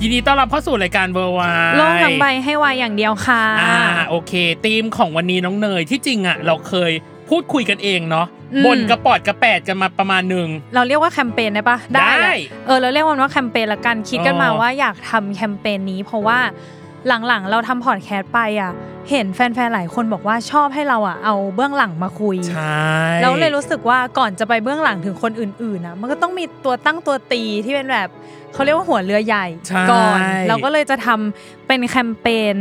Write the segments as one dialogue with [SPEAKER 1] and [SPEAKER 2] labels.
[SPEAKER 1] ยินดีต้อนรับเข้าสู่รายการเวอร์ไว
[SPEAKER 2] โลกทั้งใบให้วายอย่างเดียวค่ะ
[SPEAKER 1] อ่าโอเคธีมของวันนี้น้องเนยที่จริงอ่ะ เราเคยพูดคุยกันเองเนาะ
[SPEAKER 2] อืม
[SPEAKER 1] บนกระปอดกระแปดกันมาประมาณหนึ่ง
[SPEAKER 2] เราเรียกว่าแคมเปญได้ปะแห
[SPEAKER 1] ได้
[SPEAKER 2] ละเออเราเรียกมันว่าแคมเปญละกันคิดกันมา
[SPEAKER 1] อ๋อ
[SPEAKER 2] ว่าอยากทำแคมเปญนี้ เพราะว่าหลังๆ เราทำพอดแคสต์ไปอ่ะ เห็นแฟนๆหลายคนบอกว่าชอบให้เราอ่ะเอาเบื้องหลังมาคุย
[SPEAKER 1] ใช่
[SPEAKER 2] เราเลยรู้สึกว่าก่อนจะไปเบื้องหลังถึงคนอื่นๆนะมันก็ต้องมีตัวตั้งตัวตีที่เป็นแบบเขาเรียกว่าหัวเรือใหญ่
[SPEAKER 1] ใช่
[SPEAKER 2] ก่อน เราก็เลยจะทำเป็นแคมเปญ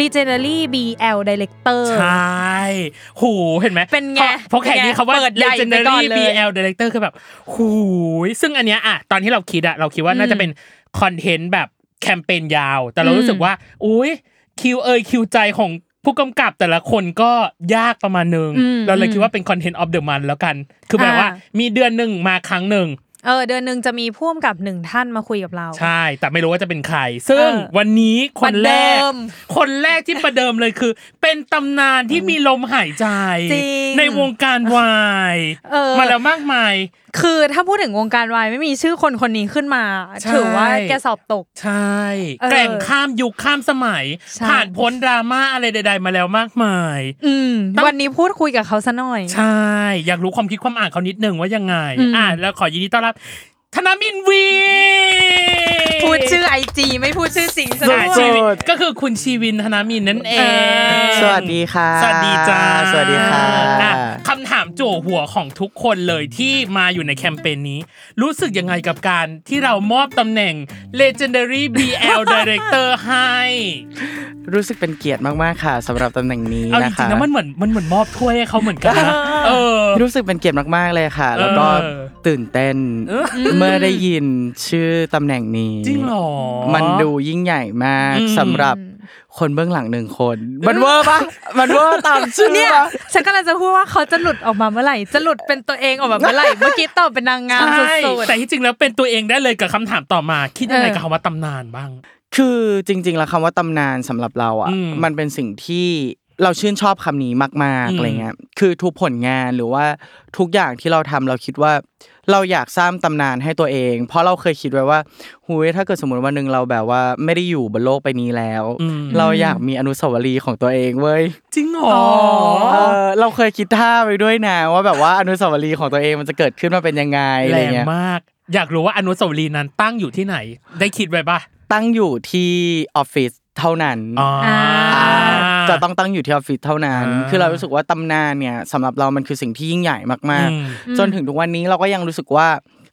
[SPEAKER 2] Legendary BL Director
[SPEAKER 1] ใช่หูเห็นไหม
[SPEAKER 2] เป็นไง
[SPEAKER 1] พอเพราะแขกนี้เขาว่า
[SPEAKER 2] เป็นไงเปิดใหญ่ไปก่อ
[SPEAKER 1] legendary
[SPEAKER 2] นเลย
[SPEAKER 1] BL director คือแบบหูยซึ่งอันเนี้ยอ่ะตอนที่เราคิดอะเราคิดว่าน่าจะเป็นคอนเทนต์แบบแคมเปญยาว แต่เรารู้สึกว่า อุ้ยคิวเอยคิวใจของผู้กำกับแต่ละคนก็ยากประมาณหนึ่ง
[SPEAKER 2] อืม
[SPEAKER 1] เราเลยคิดว่าเป็นคอนเทนต์ออฟเดอะมันแล้วกัน คือแบบ
[SPEAKER 2] อ่า
[SPEAKER 1] ว่ามีเดือนหนึ่งมาครั้งหนึ่ง
[SPEAKER 2] เออเดือนหนึ่งจะมีพ่วมกับหนึ่งท่านมาคุยกับเรา
[SPEAKER 1] ใช่ แต่ไม่รู้ว่าจะเป็นใคร ซึ่ง
[SPEAKER 2] เออ
[SPEAKER 1] วันนี้คนแรก
[SPEAKER 2] ประเดิม
[SPEAKER 1] คนแรกที่ประเดิมเลยคือ เป็นตำนานที่มีลมหายใจ
[SPEAKER 2] จริง
[SPEAKER 1] ในวงการวาย
[SPEAKER 2] เออ
[SPEAKER 1] มาแล้วมากมาย
[SPEAKER 2] คือถ้าพูดถึงวงการวายไม่มีชื่อคนคนนี้ขึ้นมา
[SPEAKER 1] ใช่
[SPEAKER 2] ถือว่าแกสอบตก
[SPEAKER 1] ใช่
[SPEAKER 2] เออ
[SPEAKER 1] แกร่งข้ามยุคข้ามสมัย
[SPEAKER 2] ใช่
[SPEAKER 1] ผ่านพ้นดราม่าอะไรใด ๆ มาแล้วมากมาย
[SPEAKER 2] อืม
[SPEAKER 1] ตั้ง
[SPEAKER 2] วันนี้พูดคุยกับเขาซะหน่อย
[SPEAKER 1] ใช่ อยากรู้ความคิดความอ่านเขานิดหนึ่งว่ายังไง
[SPEAKER 2] อืม
[SPEAKER 1] อ่าแล้วขอยินดีต้อนรับ ธนามินวี
[SPEAKER 2] พูดชื่อไอจีไม่พูดชื่อจริงซะ
[SPEAKER 1] สุ
[SPEAKER 2] ด้
[SPEAKER 1] ด
[SPEAKER 2] วย
[SPEAKER 1] ชีวิตก็คือคุณชีวินธนามินนั่นเอง
[SPEAKER 3] สวัสดีค่ะ
[SPEAKER 1] สวัสดีจ้า
[SPEAKER 3] สวัสดีค่ะ
[SPEAKER 1] อ่คำถามจั่วหัวของทุกคนเลยที่มาอยู่ในแคมเปญนี้ รู้สึกยังไงกับการที่เรามอบตำแหน่ง Legendary BL Director ให้
[SPEAKER 3] รู้สึกเป็นเกียรติมากๆค่ะสำหรับตำแหน่งนี้
[SPEAKER 1] เอาจ
[SPEAKER 3] นะ
[SPEAKER 1] ริง
[SPEAKER 3] คะ
[SPEAKER 1] ๆนะมันเหมือนมันเหมือนมอบถ้วยให้เขาเหมือนกัน นะเออ
[SPEAKER 3] รู้สึกเป็นเกียรติมากๆเลยค่ะ
[SPEAKER 1] เออ
[SPEAKER 3] แล้วก็ตื่นเต้นเมื่อได้ยินชื่อตำแหน่งนี้
[SPEAKER 1] จริงเหรอ
[SPEAKER 3] มันดูยิ่งใหญ่มาก
[SPEAKER 1] อืม
[SPEAKER 3] สำหรับคนเบื้องหลังหนึ่งคน มันเวอร์ปะมันเวอร์ตามชื่อ
[SPEAKER 2] เนี่ย
[SPEAKER 3] ปะ
[SPEAKER 2] ฉันกำลังจะพูดว่าเขาจะหลุดออกมาเมื่อไหร่ จะหลุดเป็นตัวเองออกมาเมื่อไหร่ เมื่อกี้ตอบเป็นนางงามสุ
[SPEAKER 1] ใช่
[SPEAKER 2] ด
[SPEAKER 1] แต่ที่จริงแล้วเป็นตัวเองได้เลยกับคำถามต่อมา คิดยังไง
[SPEAKER 2] เออ
[SPEAKER 1] กับคำว่าตำนานบ้าง
[SPEAKER 3] คือจริงๆ แล้วคำว่าตำนานสำหรับเราอ่ะ
[SPEAKER 1] อืม
[SPEAKER 3] มันเป็นสิ่งที่เราชื่นชอบคำนี้มาก
[SPEAKER 1] อืม
[SPEAKER 3] ๆอะไรเงี้ยคือทุกผลงานหรือว่าทุกอย่างที่เราทำเราคิดว่า เราอยากสร้างตำนานให้ตัวเอง เพราะเราเคยคิดไว้ว่าหูยถ้าเกิดสมมติวันหนึ่งเราแบบว่าไม่ได้อยู่บนโลกไปนี้แล้ว
[SPEAKER 1] อืม
[SPEAKER 3] เราอยากมีอนุสาวรีย์ของตัวเองเว้ย
[SPEAKER 1] จริงเหรอ
[SPEAKER 3] เออเราเคยคิดท่าไปด้วยนะว่าแบบว่าอนุสาวรีย์ของตัวเองมันจะเกิดขึ้นมาเป็นยังไงอะไร
[SPEAKER 1] แรง
[SPEAKER 3] เงี้ย
[SPEAKER 1] มาก อยากรู้ว่าอนุสาวรีย์นั้นตั้งอยู่ที่ไหน ได้คิดไว้ป่ะ
[SPEAKER 3] ตั้งอยู่ที่ออฟฟิศเท่านั้น
[SPEAKER 1] อ๋อ
[SPEAKER 2] อ่
[SPEAKER 3] จะต้องตั้งอยู่ที่ออฟฟิศเท่านั้น
[SPEAKER 1] อ่า
[SPEAKER 3] คือเรารู้สึกว่าตำนานเนี่ยสำหรับเรามันคือสิ่งที่ยิ่งใหญ่มาก
[SPEAKER 1] อืม
[SPEAKER 3] ๆ จนถึงทุกวันนี้เราก็ยังรู้สึกว่า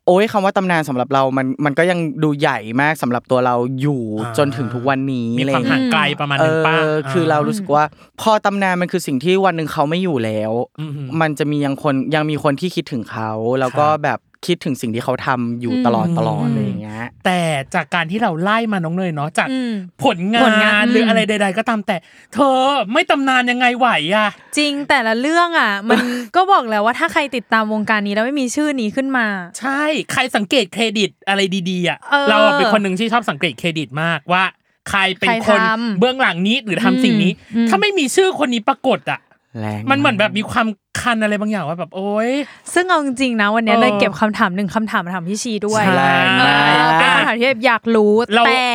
[SPEAKER 3] โอ้ยคำว่าตำนานสำหรับเรา มันมันก็ยังดูใหญ่มากสำหรับตัวเราอยู่
[SPEAKER 1] อ่า
[SPEAKER 3] จนถึงทุกวันนี้
[SPEAKER 1] มี
[SPEAKER 3] อะไร
[SPEAKER 1] ความ
[SPEAKER 3] อย่า
[SPEAKER 1] ห่า
[SPEAKER 3] งเงี้ย
[SPEAKER 1] งไกลประมาณ
[SPEAKER 3] เอ
[SPEAKER 1] นึงป้า
[SPEAKER 3] อคือเรารู้สึกว่า พอตำนานมันคือสิ่งที่วันหนึ่งเขาไม่อยู่แล้ว
[SPEAKER 1] อืม
[SPEAKER 3] มันจะมียังคนยังมีคนที่คิดถึงเขาแล้วก็แบบคิดถึงสิ่งที่เขาทำอยู่ตลอดตลอดอะไรอย่างเงี้ย
[SPEAKER 1] แต่จากการที่เราไล่มาน้องเนยเนาะจาก
[SPEAKER 2] อืม
[SPEAKER 1] ผลง
[SPEAKER 2] ผลงา
[SPEAKER 1] านน
[SPEAKER 2] อืม
[SPEAKER 1] หรืออะไรใด ๆ ก็ตามแต่ เธอไม่ตำนานยังไงไหวอ่ะ
[SPEAKER 2] ๆ จริงแต่ละเรื่องอ่ะ มันก็บอกแล้วว่าถ้าใครติดตามวงการนี้แล้วไม่มีชื่อนี้ขึ้นมา
[SPEAKER 1] ใช่ใครสังเกตเครดิตอะไรดีๆอ่ะ
[SPEAKER 2] เออ
[SPEAKER 1] เราเป็นคนหนึ่งที่ชอบสังเกตเครดิตมากว่า ใครเป็น
[SPEAKER 2] ใคร
[SPEAKER 1] คน
[SPEAKER 2] ทำ
[SPEAKER 1] เบื้องหลังนี้หรือทำ
[SPEAKER 2] อืม
[SPEAKER 1] สิ่งนี้
[SPEAKER 2] อืม
[SPEAKER 1] ถ้าไม่มีชื่อคนนี้ปรากฏอ่ะ
[SPEAKER 3] แรง
[SPEAKER 1] มันเหมือนแบบมีความคันอะไรบางอย่างว่าแบบโอ๊ย
[SPEAKER 2] ซึ่งเอาจริงๆนะวันเนี้ย
[SPEAKER 1] เออ
[SPEAKER 2] เลยเก็บคำถามหนึ่งคำถามมาถามพี่ชีด้วย
[SPEAKER 3] แรง
[SPEAKER 1] ใช่
[SPEAKER 3] มาก
[SPEAKER 2] เออเป็นคำถามที่แบบอยากรู้
[SPEAKER 1] เรา
[SPEAKER 2] แต่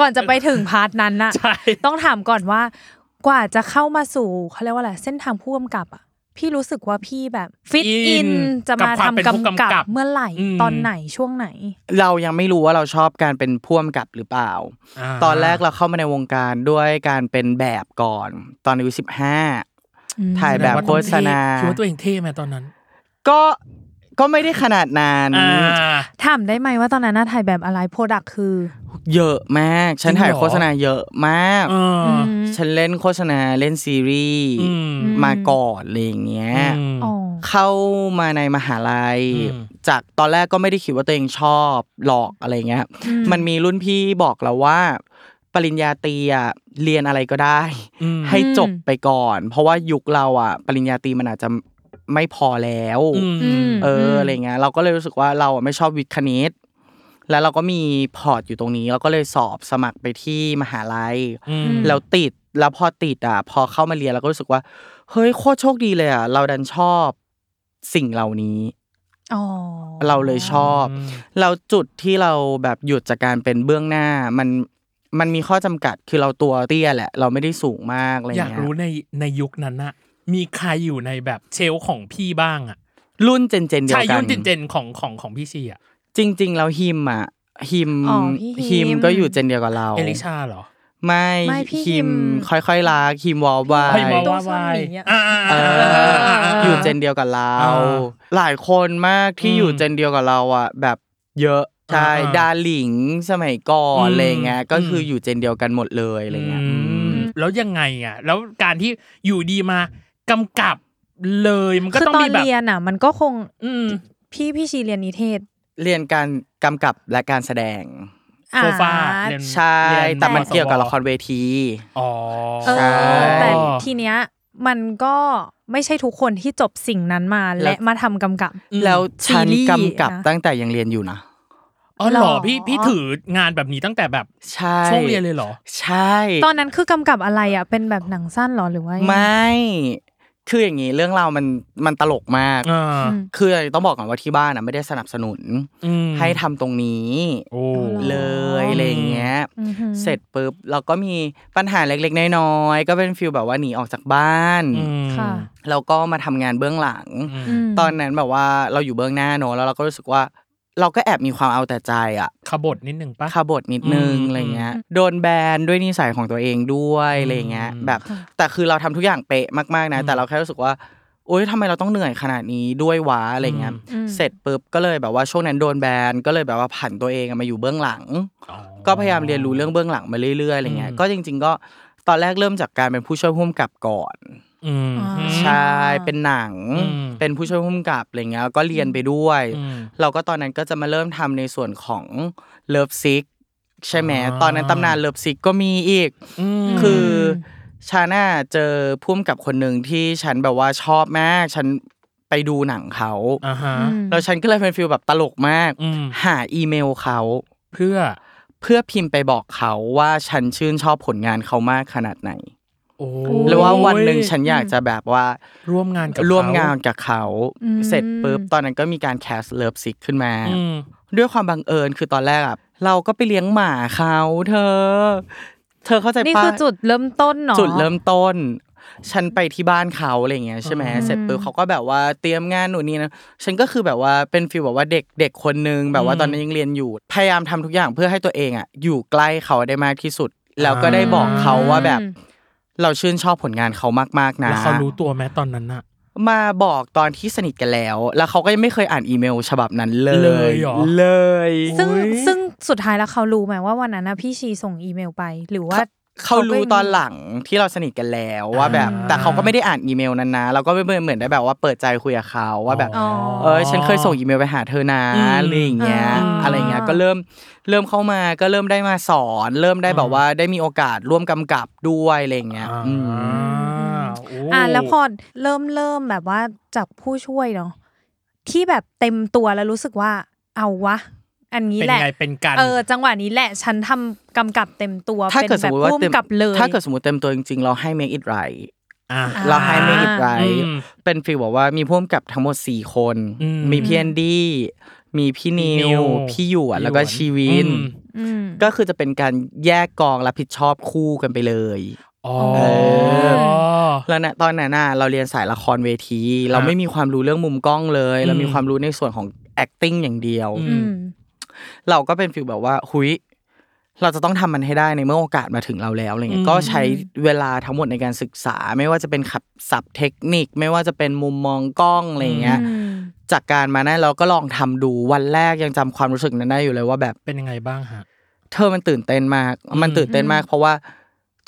[SPEAKER 2] ก่อนจะไปถึงพาร์ทนั้นน่ะ
[SPEAKER 1] ใช่
[SPEAKER 2] ต้องถามก่อนว่ากว่าจะเข้ามาสู่เขาเรียกว่าอะไรเส้นทางผู้กำกับอ่ะพี่รู้สึกว่าพี่แบบฟิตอินจะมาทำกำกับเมื่อไหร่ ตอนไหนช่วงไหน
[SPEAKER 3] เรายังไม่รู้ว่าเราชอบการเป็นพ่วงกับหรือเปล่า
[SPEAKER 1] า
[SPEAKER 3] ตอนแรกเราเข้ามาในวงการด้วยการเป็นแบบก่อน ตอนอายุสิบห้า ถ่าย แบบโฆษณา
[SPEAKER 1] คิดว่าตัวเองเท่ไหมตอนนั้น
[SPEAKER 3] ก็ก็ไม่ได้ขนาดนาน
[SPEAKER 1] อ่า
[SPEAKER 2] ถามได้ไหมว่าตอนนั้นน่าถ่ายแบบอะไรโปรดักคือ
[SPEAKER 3] เยอะมาก ฉัน
[SPEAKER 1] จริงเหรอ
[SPEAKER 3] ถ่ายโฆษณาเยอะมาก
[SPEAKER 1] เออ
[SPEAKER 2] อ
[SPEAKER 3] ฉันเล่นโฆษณาเล่นซีรีส์
[SPEAKER 1] อืม
[SPEAKER 3] มาก่อนอะไรอย่างเงี้ย
[SPEAKER 1] อืม
[SPEAKER 2] อ๋อ
[SPEAKER 3] เข้ามาในมหาลัย
[SPEAKER 1] อืม
[SPEAKER 3] จากตอนแรกก็ไม่ได้คิดว่าตัวเองชอบหลอกอะไรเงี้ย
[SPEAKER 2] อื
[SPEAKER 3] มันมีรุ่นพี่บอกเราว่า ปริญญาตรีอะเรียนอะไรก็ได้
[SPEAKER 1] อืม
[SPEAKER 3] ให้จบไปก่อน เพราะว่ายุคเราอ่ะ ปริญญาตรีมันอาจจะไม่พอแล้ว
[SPEAKER 1] อืม
[SPEAKER 3] เอออะไรเงี้ยเราก็เลยรู้สึกว่าเราอะไม่ชอบวิทย์คณิต แล้วเราก็มีพอร์ตอยู่ตรงนี้ เราก็เลยสอบสมัครไปที่มหาลัย
[SPEAKER 1] อืม
[SPEAKER 3] แล้วติดแล้วพอติดอ่ะ พอเข้ามาเรียนเราก็รู้สึกว่า เฮ้ยโคตรโชคดีเลยอ่ะ เราดันชอบสิ่งเหล่านี้
[SPEAKER 2] อ๋อ
[SPEAKER 3] เราเลยชอบ
[SPEAKER 1] อืม
[SPEAKER 3] เราจุดที่เราแบบหยุดจากการเป็นเบื้องหน้า มันมันมีข้อจำกัดคือเราตัวเตี้ยแหละ เราไม่ได้สูงมากอะไร
[SPEAKER 1] อ
[SPEAKER 3] เงี้
[SPEAKER 1] ยาย กรู้ในในยุคนั้นน่ะ มีใครอยู่ในแบบเชลฟ์ของพี่บ้างอ่ะ
[SPEAKER 3] รุ่นเจนเจนเดียว
[SPEAKER 1] ชาย
[SPEAKER 3] กั
[SPEAKER 1] ยุ่
[SPEAKER 3] น
[SPEAKER 1] นเจนๆของของของพี่ชีอ่ะ
[SPEAKER 3] จริง ๆ แล้วฮิมอ่ะฮิม
[SPEAKER 2] อ๋อพี่ฮิ
[SPEAKER 3] ฮิ
[SPEAKER 2] ม
[SPEAKER 3] มก็อยู่เจนเดียวกับเรา
[SPEAKER 1] เอลิชาเหรอ
[SPEAKER 3] ไม่
[SPEAKER 2] ไม่พี่ฮิ
[SPEAKER 3] ฮิ
[SPEAKER 2] ม
[SPEAKER 3] มค่อยๆรักฮิมวอลวา
[SPEAKER 1] เฮ้ย
[SPEAKER 3] ย
[SPEAKER 1] บอก
[SPEAKER 2] ต้
[SPEAKER 1] ว่า
[SPEAKER 2] องซ่อน
[SPEAKER 1] วาย
[SPEAKER 2] หนีอะ
[SPEAKER 1] อ่าๆๆ
[SPEAKER 3] เออ
[SPEAKER 1] ๆๆ
[SPEAKER 3] อยู่เจนเดียวกับเรา
[SPEAKER 1] อ่า
[SPEAKER 3] หลายคนมากที่
[SPEAKER 1] อืม
[SPEAKER 3] อยู่เจนเดียวกับเราอ่ะ แบบเยอะใช่
[SPEAKER 1] อ่า
[SPEAKER 3] ดาหลิงสมัยก่อน
[SPEAKER 1] อืม
[SPEAKER 3] อะไรเงี้ยก็คืออ
[SPEAKER 1] ม
[SPEAKER 3] อยู่เจนเดียวกันหมดเลยอะไรเงี้ย
[SPEAKER 1] อื
[SPEAKER 3] อื
[SPEAKER 1] ม
[SPEAKER 3] ม
[SPEAKER 1] แล้วยังไงอ่ะ แล้วการที่อยู่ดีมากำกับเลยมันก็
[SPEAKER 2] คือ
[SPEAKER 1] ต้อง
[SPEAKER 2] ตอ
[SPEAKER 1] มี
[SPEAKER 2] น
[SPEAKER 1] แบบ
[SPEAKER 2] เรียนอ่ะ มันก็คง
[SPEAKER 1] อืม
[SPEAKER 2] พี่พี่ชีเรียนนิเทศ
[SPEAKER 3] เรียนการกำกับและการแสดง
[SPEAKER 1] โซฟา
[SPEAKER 2] อ่
[SPEAKER 1] เรียน
[SPEAKER 3] ใช่
[SPEAKER 1] เรีย
[SPEAKER 3] แต่มันเกี่ยวกับ
[SPEAKER 1] มสว
[SPEAKER 3] ละครเวที
[SPEAKER 1] อ๋อ
[SPEAKER 2] เอ
[SPEAKER 3] ใช่
[SPEAKER 2] อแต่ทีเนี้ยมันก็ไม่ใช่ทุกคนที่จบสิ่งนั้นมาและมาทำกำกับ
[SPEAKER 1] อืม
[SPEAKER 3] แล้วฉัน
[SPEAKER 2] ซีรีส์
[SPEAKER 3] กำกับ
[SPEAKER 2] นะ
[SPEAKER 3] ตั้งแต่ยังเรียนอยู่นะ
[SPEAKER 1] อ๋อเหร
[SPEAKER 2] หร
[SPEAKER 1] อ
[SPEAKER 2] อ
[SPEAKER 1] พี่พี่ถืองานแบบนี้ตั้งแต่แบบ
[SPEAKER 3] ใช่
[SPEAKER 1] ช่วงเรียนเลยเหรอ
[SPEAKER 3] ใช่
[SPEAKER 2] ตอนนั้นคือกำกับอะไรอ่ะเป็นแบบหนังสั้นเหรอหรือว่ายังง
[SPEAKER 3] ไม่ คืออย่างนี้เรื่องราวมันมันตลกมาก
[SPEAKER 1] อ่า
[SPEAKER 2] อืม
[SPEAKER 3] คือต้องบอกก่อนว่าที่บ้านน่ะไม่ได้สนับสนุน
[SPEAKER 1] อืม
[SPEAKER 3] ให้ทำตรงนี้
[SPEAKER 1] โอ้
[SPEAKER 2] อ๋อ
[SPEAKER 3] เลยอะไรอย่างเงี้ย
[SPEAKER 2] อือหือ
[SPEAKER 3] เสร็จปุ๊บเราก็มีปัญหาเล็กๆน้อยๆก็เป็นฟิลแบบว่าหนีออกจากบ้าน
[SPEAKER 1] อืม
[SPEAKER 2] ค่ะ
[SPEAKER 3] แล้วก็มาทำงานเบื้องหลัง
[SPEAKER 1] อืม
[SPEAKER 2] ม
[SPEAKER 3] ตอนนั้นแบบว่าเราอยู่เบื้องหน้าเนอะแล้วเราก็รู้สึกว่า เราก็แอบมีความเอาแต่ใจอะ
[SPEAKER 1] ขบทนิดหนึ่งปะ
[SPEAKER 3] ขบทนิดนึง
[SPEAKER 1] อืม
[SPEAKER 3] อะไรเงี้ยโดนแบนด้วยนิสัยของตัวเองด้วย
[SPEAKER 1] อืม
[SPEAKER 3] อะไรเงี้ยแบบแต่คือเราทำทุกอย่างเป๊ะมากๆนะ
[SPEAKER 1] อืม
[SPEAKER 3] แต่เราแค่รู้สึกว่าโอ๊ยทำไมเราต้องเหนื่อยขนาดนี้ด้วยวะอะไรเงี้ย
[SPEAKER 1] อืม
[SPEAKER 2] อืม
[SPEAKER 3] เสร็จปุ๊บก็เลยแบบว่าช่วงนั้นโดนแบนก็เลยแบบว่าผันตัวเองอะมาอยู่เบื้องหลัง
[SPEAKER 1] อ๋อ
[SPEAKER 3] ก็พยายามเรียนรู้เรื่องเบื้องหลังมาเรื่อยๆอะไรเงี้ย
[SPEAKER 1] อืม
[SPEAKER 3] ก็จริง ๆ ก็ตอนแรกเริ่มจากการเป็นผู้ช่วยผู้กำกับก่อน
[SPEAKER 1] อืม
[SPEAKER 2] อ่า
[SPEAKER 3] ใช่เป็นหนัง
[SPEAKER 1] อืม
[SPEAKER 3] เป็นผู้ช่วยผู้กำกับอะไรเงี้ยแล้วก็เรียนไปด้วย
[SPEAKER 1] อืม
[SPEAKER 3] เราก็ตอนนั้นก็จะมาเริ่มทำในส่วนของเลิฟซิกใช่ไหม
[SPEAKER 1] อ่า
[SPEAKER 3] ตอนนั้นตำนานเลิฟซิกก็มีอีก
[SPEAKER 1] อืม
[SPEAKER 3] คือชาน่าเจอพุ่มกับคนหนึ่งที่ฉันแบบว่าชอบมาก ฉันไปดูหนังเขา
[SPEAKER 1] อ่าฮะ
[SPEAKER 2] อืม
[SPEAKER 3] แล้วฉันก็เลยเป็นฟิลแบบตลกมาก
[SPEAKER 1] อืม
[SPEAKER 3] หาอีเมลเขา
[SPEAKER 1] เพื่อ
[SPEAKER 3] เพื่อพิมพ์ไปบอกเขาว่าฉันชื่นชอบผลงานเขามากขนาดไหน
[SPEAKER 1] โอ้
[SPEAKER 3] หรือว่าวันหนึ่งฉันอยากจะแบบว่า
[SPEAKER 1] ร่วมงานกับ
[SPEAKER 3] ร่วม
[SPEAKER 1] เข
[SPEAKER 3] งานกับเขา
[SPEAKER 2] อืม
[SPEAKER 3] เสร็จปุ๊บตอนนั้นก็มีการแคสเลิฟซิกขึ้นมา
[SPEAKER 1] อืม
[SPEAKER 3] ด้วยความบังเอิญคือตอนแรกอะเราก็ไปเลี้ยงหมาเขา เธอ เธอเข้าใจปะ
[SPEAKER 2] นี่คือจุดเริ่มต้นเนาะ
[SPEAKER 3] จุดเริ่มต้น ฉันไปที่บ้านเขาอะไรอย่างเงี้ยใช่ไหม
[SPEAKER 1] อืม
[SPEAKER 3] เสร็จปุ๊บเขาก็แบบว่าเตรียมงานหนูนนี่นะฉันก็คือแบบว่าเป็นฟีลแบบว่าเด็กเด็กคนนึงแบบว่า
[SPEAKER 1] อืม
[SPEAKER 3] ตอนนั้นยังเรียนอยู่ พยายามทำทุกอย่างเพื่อให้ตัวเองอะอยู่ใกล้เขาได้มากที่สุด แล้วก็ได้บอกเขาว่าแบบ
[SPEAKER 2] อืม
[SPEAKER 3] เราชื่นชอบผลงานเขามากๆนะ
[SPEAKER 1] แล้วเขารู้ตัวไหมตอนนั้นน่ะ
[SPEAKER 3] มาบอกตอนที่สนิทกันแล้ว แล้วเขาก็ยังไม่เคยอ่านอีเมลฉบับนั้นเลย
[SPEAKER 1] เลยเหรอ
[SPEAKER 3] เลย
[SPEAKER 2] ซึ่ง
[SPEAKER 1] โอ้ย
[SPEAKER 2] ซึ่งสุดท้ายแล้วเขารู้ไหมว่าวันนั้นนะพี่ชีส่งอีเมลไป หรือว่า
[SPEAKER 3] เขารู้ตอนหลังที่เราสนิทกันแล้วว่าแบบ
[SPEAKER 1] อ่า
[SPEAKER 3] แต่เขาก็ไม่ได้อ่านอีเมลนั้นนะ เราก็เหมือนเหมือนได้แบบว่าเปิดใจคุยกับเขาว่าแบบ
[SPEAKER 2] อ๋อ
[SPEAKER 3] เออฉันเคยส่งอีเมลไปหาเธอนะ
[SPEAKER 1] อืม
[SPEAKER 3] อะไรอย่างเงี้ย
[SPEAKER 2] อ่า
[SPEAKER 3] อะไรเงี้ย ก็เริ่มเริ่มเข้ามาก็เริ่มได้มาสอน เริ่มได้แบบว่าได้มีโอกาสร่วมกำกับด้วยอะไรเงี้ยอืม
[SPEAKER 1] าโ
[SPEAKER 2] อ่ะแล้วพอเริ่มเริ่มแบบว่าจากผู้ช่วยเนาะที่แบบเต็มตัวแล้วรู้สึกว่าเอาวะ อันนี้
[SPEAKER 1] เป็น
[SPEAKER 2] แหละ
[SPEAKER 1] ไงเป็นกัน
[SPEAKER 2] เออจังหวะนี้แหละ ฉันทำกำกับเต็มตัว
[SPEAKER 3] ถ้า
[SPEAKER 2] เป็น
[SPEAKER 3] เกิดส
[SPEAKER 2] แบ
[SPEAKER 3] ม
[SPEAKER 2] บ
[SPEAKER 3] มติว่า
[SPEAKER 2] พุ่ม
[SPEAKER 3] เต็ม
[SPEAKER 2] กับเลย
[SPEAKER 3] ถ้าเกิดสมมติเต็มตัวจริงๆ เราให้ make it right
[SPEAKER 1] อ่ะ
[SPEAKER 2] อ่า
[SPEAKER 3] เราให้ไม่อิดไร
[SPEAKER 1] อืม
[SPEAKER 3] เป็นฟีลบอกว่ามีพ่วมกับทั้งหมด 4 คน
[SPEAKER 1] อืม
[SPEAKER 3] มีพี่แอนดี้ มีพี่นิ
[SPEAKER 1] นิ
[SPEAKER 3] ว
[SPEAKER 1] ว
[SPEAKER 3] พี่หยวนแล้วก็
[SPEAKER 1] หยวน
[SPEAKER 3] ชีวิน
[SPEAKER 1] อืม
[SPEAKER 2] อืม
[SPEAKER 3] ก็คือจะเป็นการแยกกองรับผิดชอบคู่กันไปเลย
[SPEAKER 1] อ๋อ
[SPEAKER 3] แล้วนะตอนนั้นน่ะเราเรียนสายละครเวที เรา
[SPEAKER 1] ฮะ
[SPEAKER 3] ไม่มีความรู้เรื่องมุมกล้องเลย
[SPEAKER 1] อืม
[SPEAKER 3] เรามีความรู้ในส่วนของ acting อย่างเดียว
[SPEAKER 1] อื
[SPEAKER 2] อื
[SPEAKER 1] ม
[SPEAKER 2] ม
[SPEAKER 3] เราก็เป็นฟิลแบบว่าหุยเราจะต้องทำมันให้ได้ในเมื่อโอกาสมาถึงเราแล้วอะไรเงี้
[SPEAKER 1] อื
[SPEAKER 3] ย
[SPEAKER 1] ม
[SPEAKER 3] ก็ใช้เวลาทั้งหมดในการศึกษา ไม่ว่าจะเป็นขับศัพท์เทคนิค ไม่ว่าจะเป็นมุมมองกล้องอะไรเงี้ย
[SPEAKER 2] อืม
[SPEAKER 3] จากการมานั่นเราก็ลองทำดูวันแรกยังจำความรู้สึกนั้นได้อยู่เลยว่าแบบ
[SPEAKER 1] เป็นยังไงบ้างฮะ
[SPEAKER 3] เธอมันตื่นเต้นมาก มันตื่นเต้นมาก เพราะว่า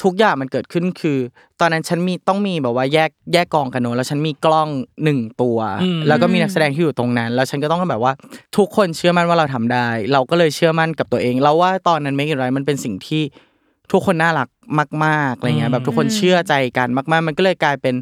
[SPEAKER 3] ทุกอย่างมันเกิดขึ้นคือ ตอนนั้นฉันมีต้องมีแบบว่าแยกแยกกองกันเนอะแล้วฉันมีกล้องหนึ่งตัว
[SPEAKER 1] อืม
[SPEAKER 3] แล้วก็มีนักแสดงที่อยู่ตรงนั้น แล้วฉันก็ต้องแบบว่า ทุกคนเชื่อมั่นว่าเราทำได้ เราก็เลยเชื่อมั่นกับตัวเอง เราว่าตอนนั้น Make It Right มันเป็นสิ่งที่ทุกคนน่ารักมากๆอะไรเงี้ยแบบทุกคนเชื่อใจกันมาก ๆ มันก็เลยกลายเป็น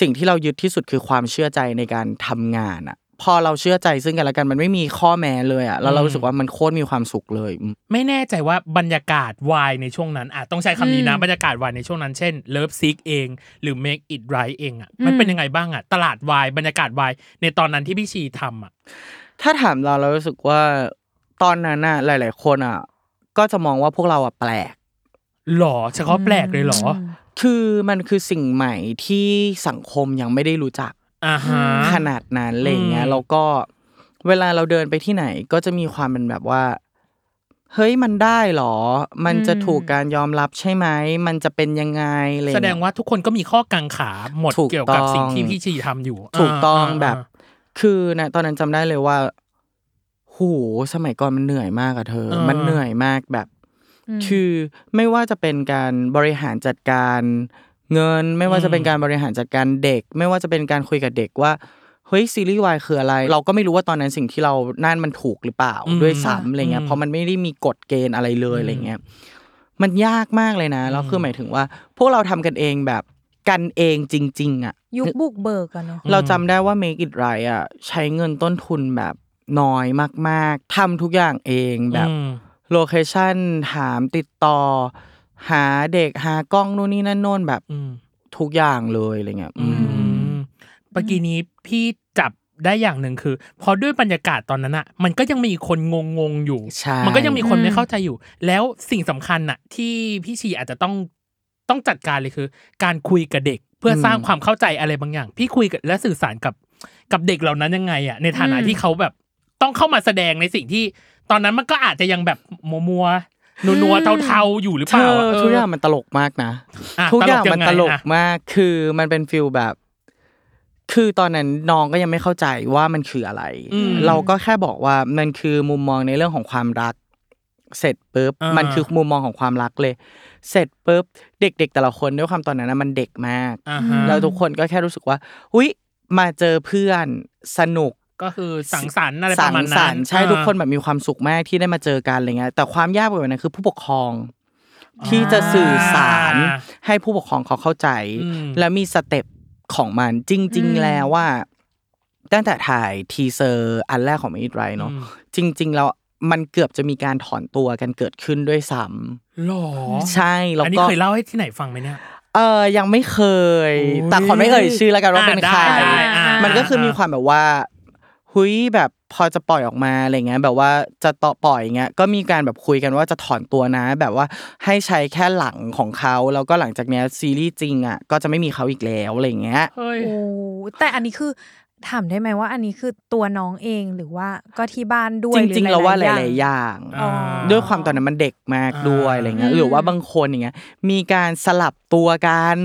[SPEAKER 3] สิ่งที่เรายึดที่สุดคือความเชื่อใจในการทำงานอะพอเราเชื่อใจซึ่งกันและกันมันไม่มีข้อแม้เลยอะแล้วเรารู้สึกว่ามันโคตรมีความสุขเลยอืม
[SPEAKER 1] ไม่แน่ใจว่าบรรยากาศวายในช่วงนั้นอาจต้องใช้คำนี้นะ
[SPEAKER 2] อืม
[SPEAKER 1] บรรยากาศวายในช่วงนั้น เช่น Love Sick เอง หรือ Make It Right เองอ่ะ มัน
[SPEAKER 2] อืม
[SPEAKER 1] เป็นยังไงบ้างอ่ะ ตลาดวาย บรรยากาศวาย ในตอนนั้นที่พี่ชีทำอ่ะ
[SPEAKER 3] ถ้าถามเราเรารู้สึกว่าตอนนั้นน่ะหลาย ๆ คนอ่ะก็จะมองว่าพวกเราอ่ะแปลก
[SPEAKER 1] หรอเฉพาะแปลกเลยหรอ
[SPEAKER 3] คือมันคือสิ่งใหม่ที่สังคมยังไม่ได้รู้จัก
[SPEAKER 1] อ่าฮะ
[SPEAKER 3] ขนาดนั้นอะไรอย่างเงี้
[SPEAKER 1] อื
[SPEAKER 3] ย
[SPEAKER 1] ม
[SPEAKER 3] แล้วก็เวลาเราเดินไปที่ไหนก็จะมีความเป็นแบบว่า เฮ้ยมันได้หรอ มันจะถูกการยอมรับใช่ไหมมันจะเป็นยังไงอะไรอย่
[SPEAKER 1] แส
[SPEAKER 3] เย
[SPEAKER 1] ดงว่าทุกคนก็มีข้อกังขาหมด
[SPEAKER 3] ถูก
[SPEAKER 1] เกี่ยวกับ
[SPEAKER 3] ต้อง
[SPEAKER 1] สิ่งที่พี่ชีทำอยู่
[SPEAKER 3] ถูกต้อง
[SPEAKER 1] า
[SPEAKER 3] แบบ
[SPEAKER 1] อ่า
[SPEAKER 3] คือนะตอนนั้นจำได้เลยว่าโหูสมัยก่อนมันเหนื่อยมากอะเธอ
[SPEAKER 1] เออ
[SPEAKER 3] มันเหนื่อยมากแบบ
[SPEAKER 2] อืม
[SPEAKER 3] คือไม่ว่าจะเป็นการบริหารจัดการเงิน ไม่ว่าจะเป็นการบริหารจัดการเด็ก ไม่ว่าจะเป็นการคุยกับเด็กว่าเฮ้ยซีรีส์วายคืออะไร เราก็ไม่รู้ว่าตอนนั้นสิ่งที่เรานั่นมันถูกหรือเปล่า
[SPEAKER 1] อืม
[SPEAKER 3] ด้วยซ้ำอะไรเงี้
[SPEAKER 1] อื
[SPEAKER 3] ย
[SPEAKER 1] ม
[SPEAKER 3] เพราะมันไม่ได้มีกฎเกณฑ์อะไรเลย
[SPEAKER 1] อืม
[SPEAKER 3] อะไรเงี้ยมันยากมากเลยนะแล้วคือ
[SPEAKER 1] ม
[SPEAKER 3] หมายถึงว่า พวกเราทำกันเองแบบกันเองจริง ๆอ่ะ
[SPEAKER 2] ยุคบุกเบิกอะเนาะ
[SPEAKER 3] เราจำได้ว่า Make It Right อ่ะใช้เงินต้นทุนแบบน้อยมาก ๆทำทุกอย่างเองแบบ
[SPEAKER 1] อืม
[SPEAKER 3] โลเคชันถามติดต่อ หาเด็กหากล้องนู่นนี่นั่นโน่นแบบ
[SPEAKER 1] อืม
[SPEAKER 3] ทุกอย่างเลยอะไรเงี้ยอืม
[SPEAKER 1] อืมเมื่อกี้นี้พี่จับได้อย่างหนึ่งคือพอด้วยบรรยากาศตอนนั้นอ่ะ มันก็ยังมีคนงงงๆอยู่
[SPEAKER 3] ใช่
[SPEAKER 1] มันก็ยังมีคน
[SPEAKER 2] อืม
[SPEAKER 1] ไม่เข้าใจอยู่ แล้วสิ่งสำคัญน่ะ ที่พี่ชีอาจจะต้องต้องจัดการเลยคือ การคุยกับเด็กเพื่อสร้างความเข้าใจอะไรบางอย่าง พี่คุยกับและสื่อสารกับกับเด็กเหล่านั้นยังไงอ่ะในฐานะที่เขาแบบต้องเข้ามาแสดงในสิ่งที่ ตอนนั้นมันก็อาจจะยังแบบมัวๆนัวๆเทาๆอยู่หรือเป
[SPEAKER 3] เธ
[SPEAKER 1] ล่า
[SPEAKER 3] อ
[SPEAKER 1] อะเ
[SPEAKER 3] ทุกอย่างมันตลกมากนะ
[SPEAKER 1] ะ
[SPEAKER 3] ทุกอย่างมันตลก
[SPEAKER 1] ยัไงอะ
[SPEAKER 3] มากคือมันเป็นฟิลแบบ คือตอนนั้นน้องก็ยังไม่เข้าใจว่ามันคืออะไร
[SPEAKER 1] อืม
[SPEAKER 3] เราก็แค่บอกว่ามันคือมุมมองในเรื่องของความรัก เสร็จปุ๊บ
[SPEAKER 1] อ่ามั
[SPEAKER 3] มันคือมุมมองของความรักเลย เสร็จปุ๊บเด็ก ๆ แต่ละคนด้วยความตอนนั้นนะมันเด็กมาก
[SPEAKER 1] อ่าฮะ
[SPEAKER 3] แล้วทุกคนก็แค่รู้สึกว่าอุ๊ยมาเจอเพื่อนสนุก
[SPEAKER 1] ก็คือสังสรรค์อะไรประมาณนั้
[SPEAKER 3] สังส
[SPEAKER 1] น
[SPEAKER 3] ค์ใช่
[SPEAKER 1] อ่า
[SPEAKER 3] ทุกคนแบบมีความสุขมากที่ได้มาเจอกันอะไรเงี้ยแต่ความยากกว่านั้นคือผู้ปกครอง ที่จะสื่อสาร
[SPEAKER 1] อ่า
[SPEAKER 3] ให้ผู้ปกครองเขาเข้าใจ
[SPEAKER 1] อืม
[SPEAKER 3] และมีสเต็ปของมันจริง
[SPEAKER 2] อืม
[SPEAKER 3] ๆ แล้วว่า ตั้งแต่ถ่ายทีเซอร์อันแรกของมิดไรเนาะจริง ๆ แล้วมันเกือบจะมีการถอนตัวกันเกิดขึ้นด้วยซ้
[SPEAKER 1] หรอ
[SPEAKER 3] ำใช่แล้ว
[SPEAKER 1] อันนี้
[SPEAKER 3] ก็
[SPEAKER 1] เคยเล่าให้ที่ไหนฟังไหมเนี่ย
[SPEAKER 3] เออยังไม่เคย
[SPEAKER 1] โอ้ย
[SPEAKER 3] แต่ขอไม่เอ่ยชื่อแล้วกันว่าเป็นใคร
[SPEAKER 1] อ่าได้ได้อ่ามั
[SPEAKER 3] มันก็คือมีความแบบว่าหุยแบบพอจะปล่อยออกมาอะไรเงี้ยแบบว่าจะต่อปล่อยเงี้ยก็มีการแบบคุยกันว่าจะถอนตัวนะ แบบว่าให้ใช้แค่หลังของเขาแล้วก็หลังจากเนี้ยซีรีส์จริงอ่ะก็จะไม่มีเขาอีกแล้วอะไรเงี้ย
[SPEAKER 1] เฮ้ย
[SPEAKER 2] โอ้แต่อันนี้คือถามได้ไหมว่า อันนี้คือตัวน้องเองหรือว่าก็ที่บ้านด้วย
[SPEAKER 3] จ
[SPEAKER 2] หอ
[SPEAKER 3] ริง ๆ เราว่าห
[SPEAKER 2] ๆ
[SPEAKER 3] ลายๆอย่าง
[SPEAKER 1] อ๋อ
[SPEAKER 3] ด้วยความตอนนั้นมันเด็กมากด้วย
[SPEAKER 1] อ่า
[SPEAKER 3] อะไรเงี้ยหรือว่าบางคนอย่างเงี้ยมีการสลับตัวกัน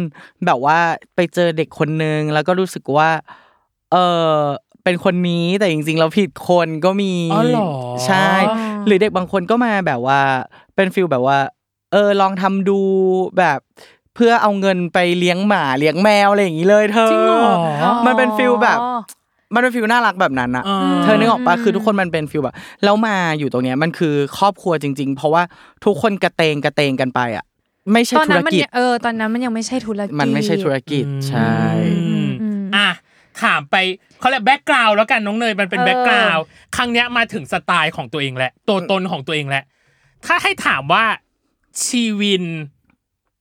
[SPEAKER 3] แบบว่าไปเจอเด็กคนนึงแล้วก็รู้สึกว่าเออเป็นคนนี้แต่จริงๆเราผิดคนก็มี
[SPEAKER 1] อ๋อเหรอ
[SPEAKER 3] ใช่ หรือเด็กบางคนก็มาแบบว่าเป็นฟิลแบบว่า เออลองทำดูแบบเพื่อเอาเงินไปเลี้ยงหมาเลี้ยงแมวอะไรอย่างนี้เลยเธอ
[SPEAKER 1] จริงเหรอ
[SPEAKER 2] อ๋อ
[SPEAKER 3] มันเป็นฟิลแบบ มันเป็นฟิลน่ารักแบบนั้นอะ เธอนึกออกปะคือทุกคนมันเป็นฟิลแบบแล้วมาอยู่ตรงเนี้ยมันคือครอบครัวจริง ๆ เพราะว่าทุกคนกระเตงกระเตงกันไปอ่ะ ไม่ใช่
[SPEAKER 2] ตอน
[SPEAKER 3] ธุ
[SPEAKER 2] นั้
[SPEAKER 3] ร
[SPEAKER 2] นมัน
[SPEAKER 3] กิจ
[SPEAKER 2] ยังเออตอนนั้นมันยังไม่ใช่ธุรกิจ
[SPEAKER 3] มันไม่ใช่ธุรกิจใช่
[SPEAKER 1] อืม
[SPEAKER 2] อืม
[SPEAKER 1] อ่ะถามไปเขาเรียกแบ็กกราวแล้วกันน้องเนยมันเป็น
[SPEAKER 2] เออ
[SPEAKER 1] แบ็กกราวครั้งเนี้ยมาถึงสไตล์ของตัวเองแหละ ตัวตนของตัวเองแหละ ถ้าให้ถามว่าชีวิน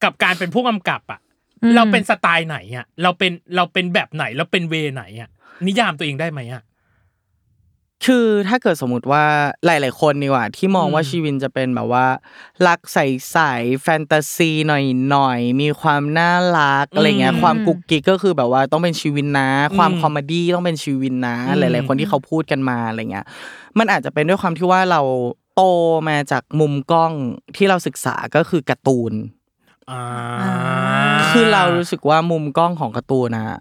[SPEAKER 1] กับการเป็นผู้กำกับอ่ะ
[SPEAKER 2] อืม
[SPEAKER 1] เราเป็นสไตล์ไหนอ่ะ เราเป็นเราเป็นแบบไหนเราเป็นเวไหนอ่ะ นิยามตัวเองได้ไหมอ่ะ
[SPEAKER 3] คือถ้าเกิดสมมติว่าหลาย ๆ คนดีกว่า ที่มองว่าชีวินจะเป็นแบบว่า รักใสๆแฟนตาซีหน่อยๆมีความน่ารักอะไรเงี้ย
[SPEAKER 1] อืม
[SPEAKER 3] ความกุ๊กกิ๊กก็คือแบบว่าต้องเป็นชีวินนะ ความคอมเมดี้ต้องเป็นชีวินนะ
[SPEAKER 1] อืม
[SPEAKER 3] หลาย ๆ คนที่เขาพูดกันมาอะไรเงี้ยมันอาจจะเป็นด้วยความที่ว่าเราโตมาจากมุมกล้องที่เราศึกษาก็คือการ์ตูน
[SPEAKER 1] า
[SPEAKER 3] คือเรารู้สึกว่ามุมกล้องของการ์ตูนนะ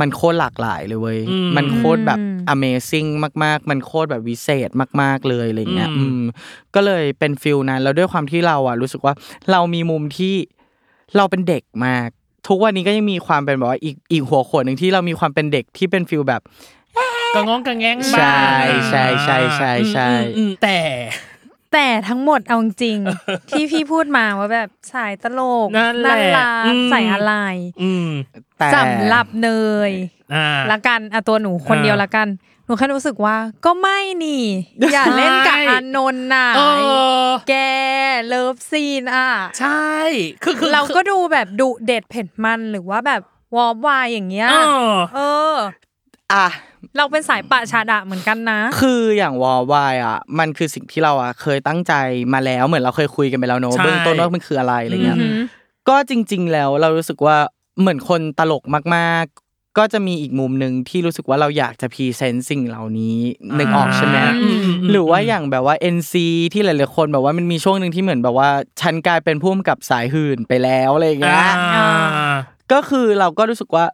[SPEAKER 3] มันโคตรหลากหลายเลยเว้ย
[SPEAKER 1] อืม
[SPEAKER 3] มันโคตรแบบ
[SPEAKER 2] อืม
[SPEAKER 3] Amazing มาก ๆ มันโคตรแบบวิเศษมาก ๆ เลยอะไรเงี้ย
[SPEAKER 1] อื
[SPEAKER 3] อื
[SPEAKER 1] ม
[SPEAKER 3] มก็เลยเป็นฟิลนั้นแล้วด้วยความที่เราอ่ะรู้สึกว่าเรามีมุมที่เราเป็นเด็กมาก ทุกวันนี้ก็ยังมีความเป็นแบบว่าอีกอีกหัวโขนหนึ่งที่เรามีความเป็นเด็กที่เป็นฟิลแบบ
[SPEAKER 1] กระงองกระแงง
[SPEAKER 3] ใช่
[SPEAKER 1] บ้าง
[SPEAKER 3] ใช่ใช่ใช่ใช่
[SPEAKER 1] อืมอืมอืมแต่
[SPEAKER 2] แต่ทั้งหมดเอาจริง ๆ ที่พี่พูดมาว่าแบบสายตลก
[SPEAKER 1] นั่นแหละ
[SPEAKER 2] รั
[SPEAKER 1] อื
[SPEAKER 2] ก
[SPEAKER 1] ม
[SPEAKER 2] สายอะไร
[SPEAKER 1] อืม
[SPEAKER 3] แต่
[SPEAKER 2] สำหรับเนย
[SPEAKER 1] อ่า
[SPEAKER 2] ละกันอ่ะตัวหนูคนเดียวละกัน หนูแค่รู้สึกว่าก็ไม่นี่ อย่าเล่นกับ
[SPEAKER 1] ใช่
[SPEAKER 2] อานนท์น่ะ
[SPEAKER 1] เออ
[SPEAKER 2] แกเลิฟซีนอ่ะ
[SPEAKER 1] ใช่คือคือ
[SPEAKER 2] เราก็ดูแบบดุเด็ดเผ็ดมันหรือว่าแบบวอร์บวายอย่างเงี้ย
[SPEAKER 1] เออ
[SPEAKER 2] เออ
[SPEAKER 3] อ่ะ
[SPEAKER 2] เราเป็นสายปะชาดะเหมือนกันนะ
[SPEAKER 3] คืออย่างวอลวายอ่ะมันคือสิ่งที่เราอ่ะเคยตั้งใจมาแล้วเหมือนเราเคยคุยกันไปแล้วเนอะ
[SPEAKER 1] ใช่
[SPEAKER 3] เบื้องต้นว่ามันคืออะไรอะไรเงี้ย
[SPEAKER 1] อืม
[SPEAKER 3] ก็จริง ๆ แล้วเรารู้สึกว่าเหมือนคนตลกมากๆ ก็จะมีอีกมุมหนึ่งที่รู้สึกว่าเราอยากจะพรีเซนต์สิ่งเหล่านี้นึกออกใช่ไหม
[SPEAKER 1] อ่าอืมมม
[SPEAKER 3] หรือว่าอย่างแบบว่า NC ที่หลายๆคนแบบว่ามันมีช่วงหนึ่งที่เหมือนแบบว่าฉันกลายเป็นผู้กำกับสายหื่นไปแล้วอะไรอย่างเงี้ย
[SPEAKER 1] อ่า
[SPEAKER 3] ก็คือเราก็รู้สึกว่า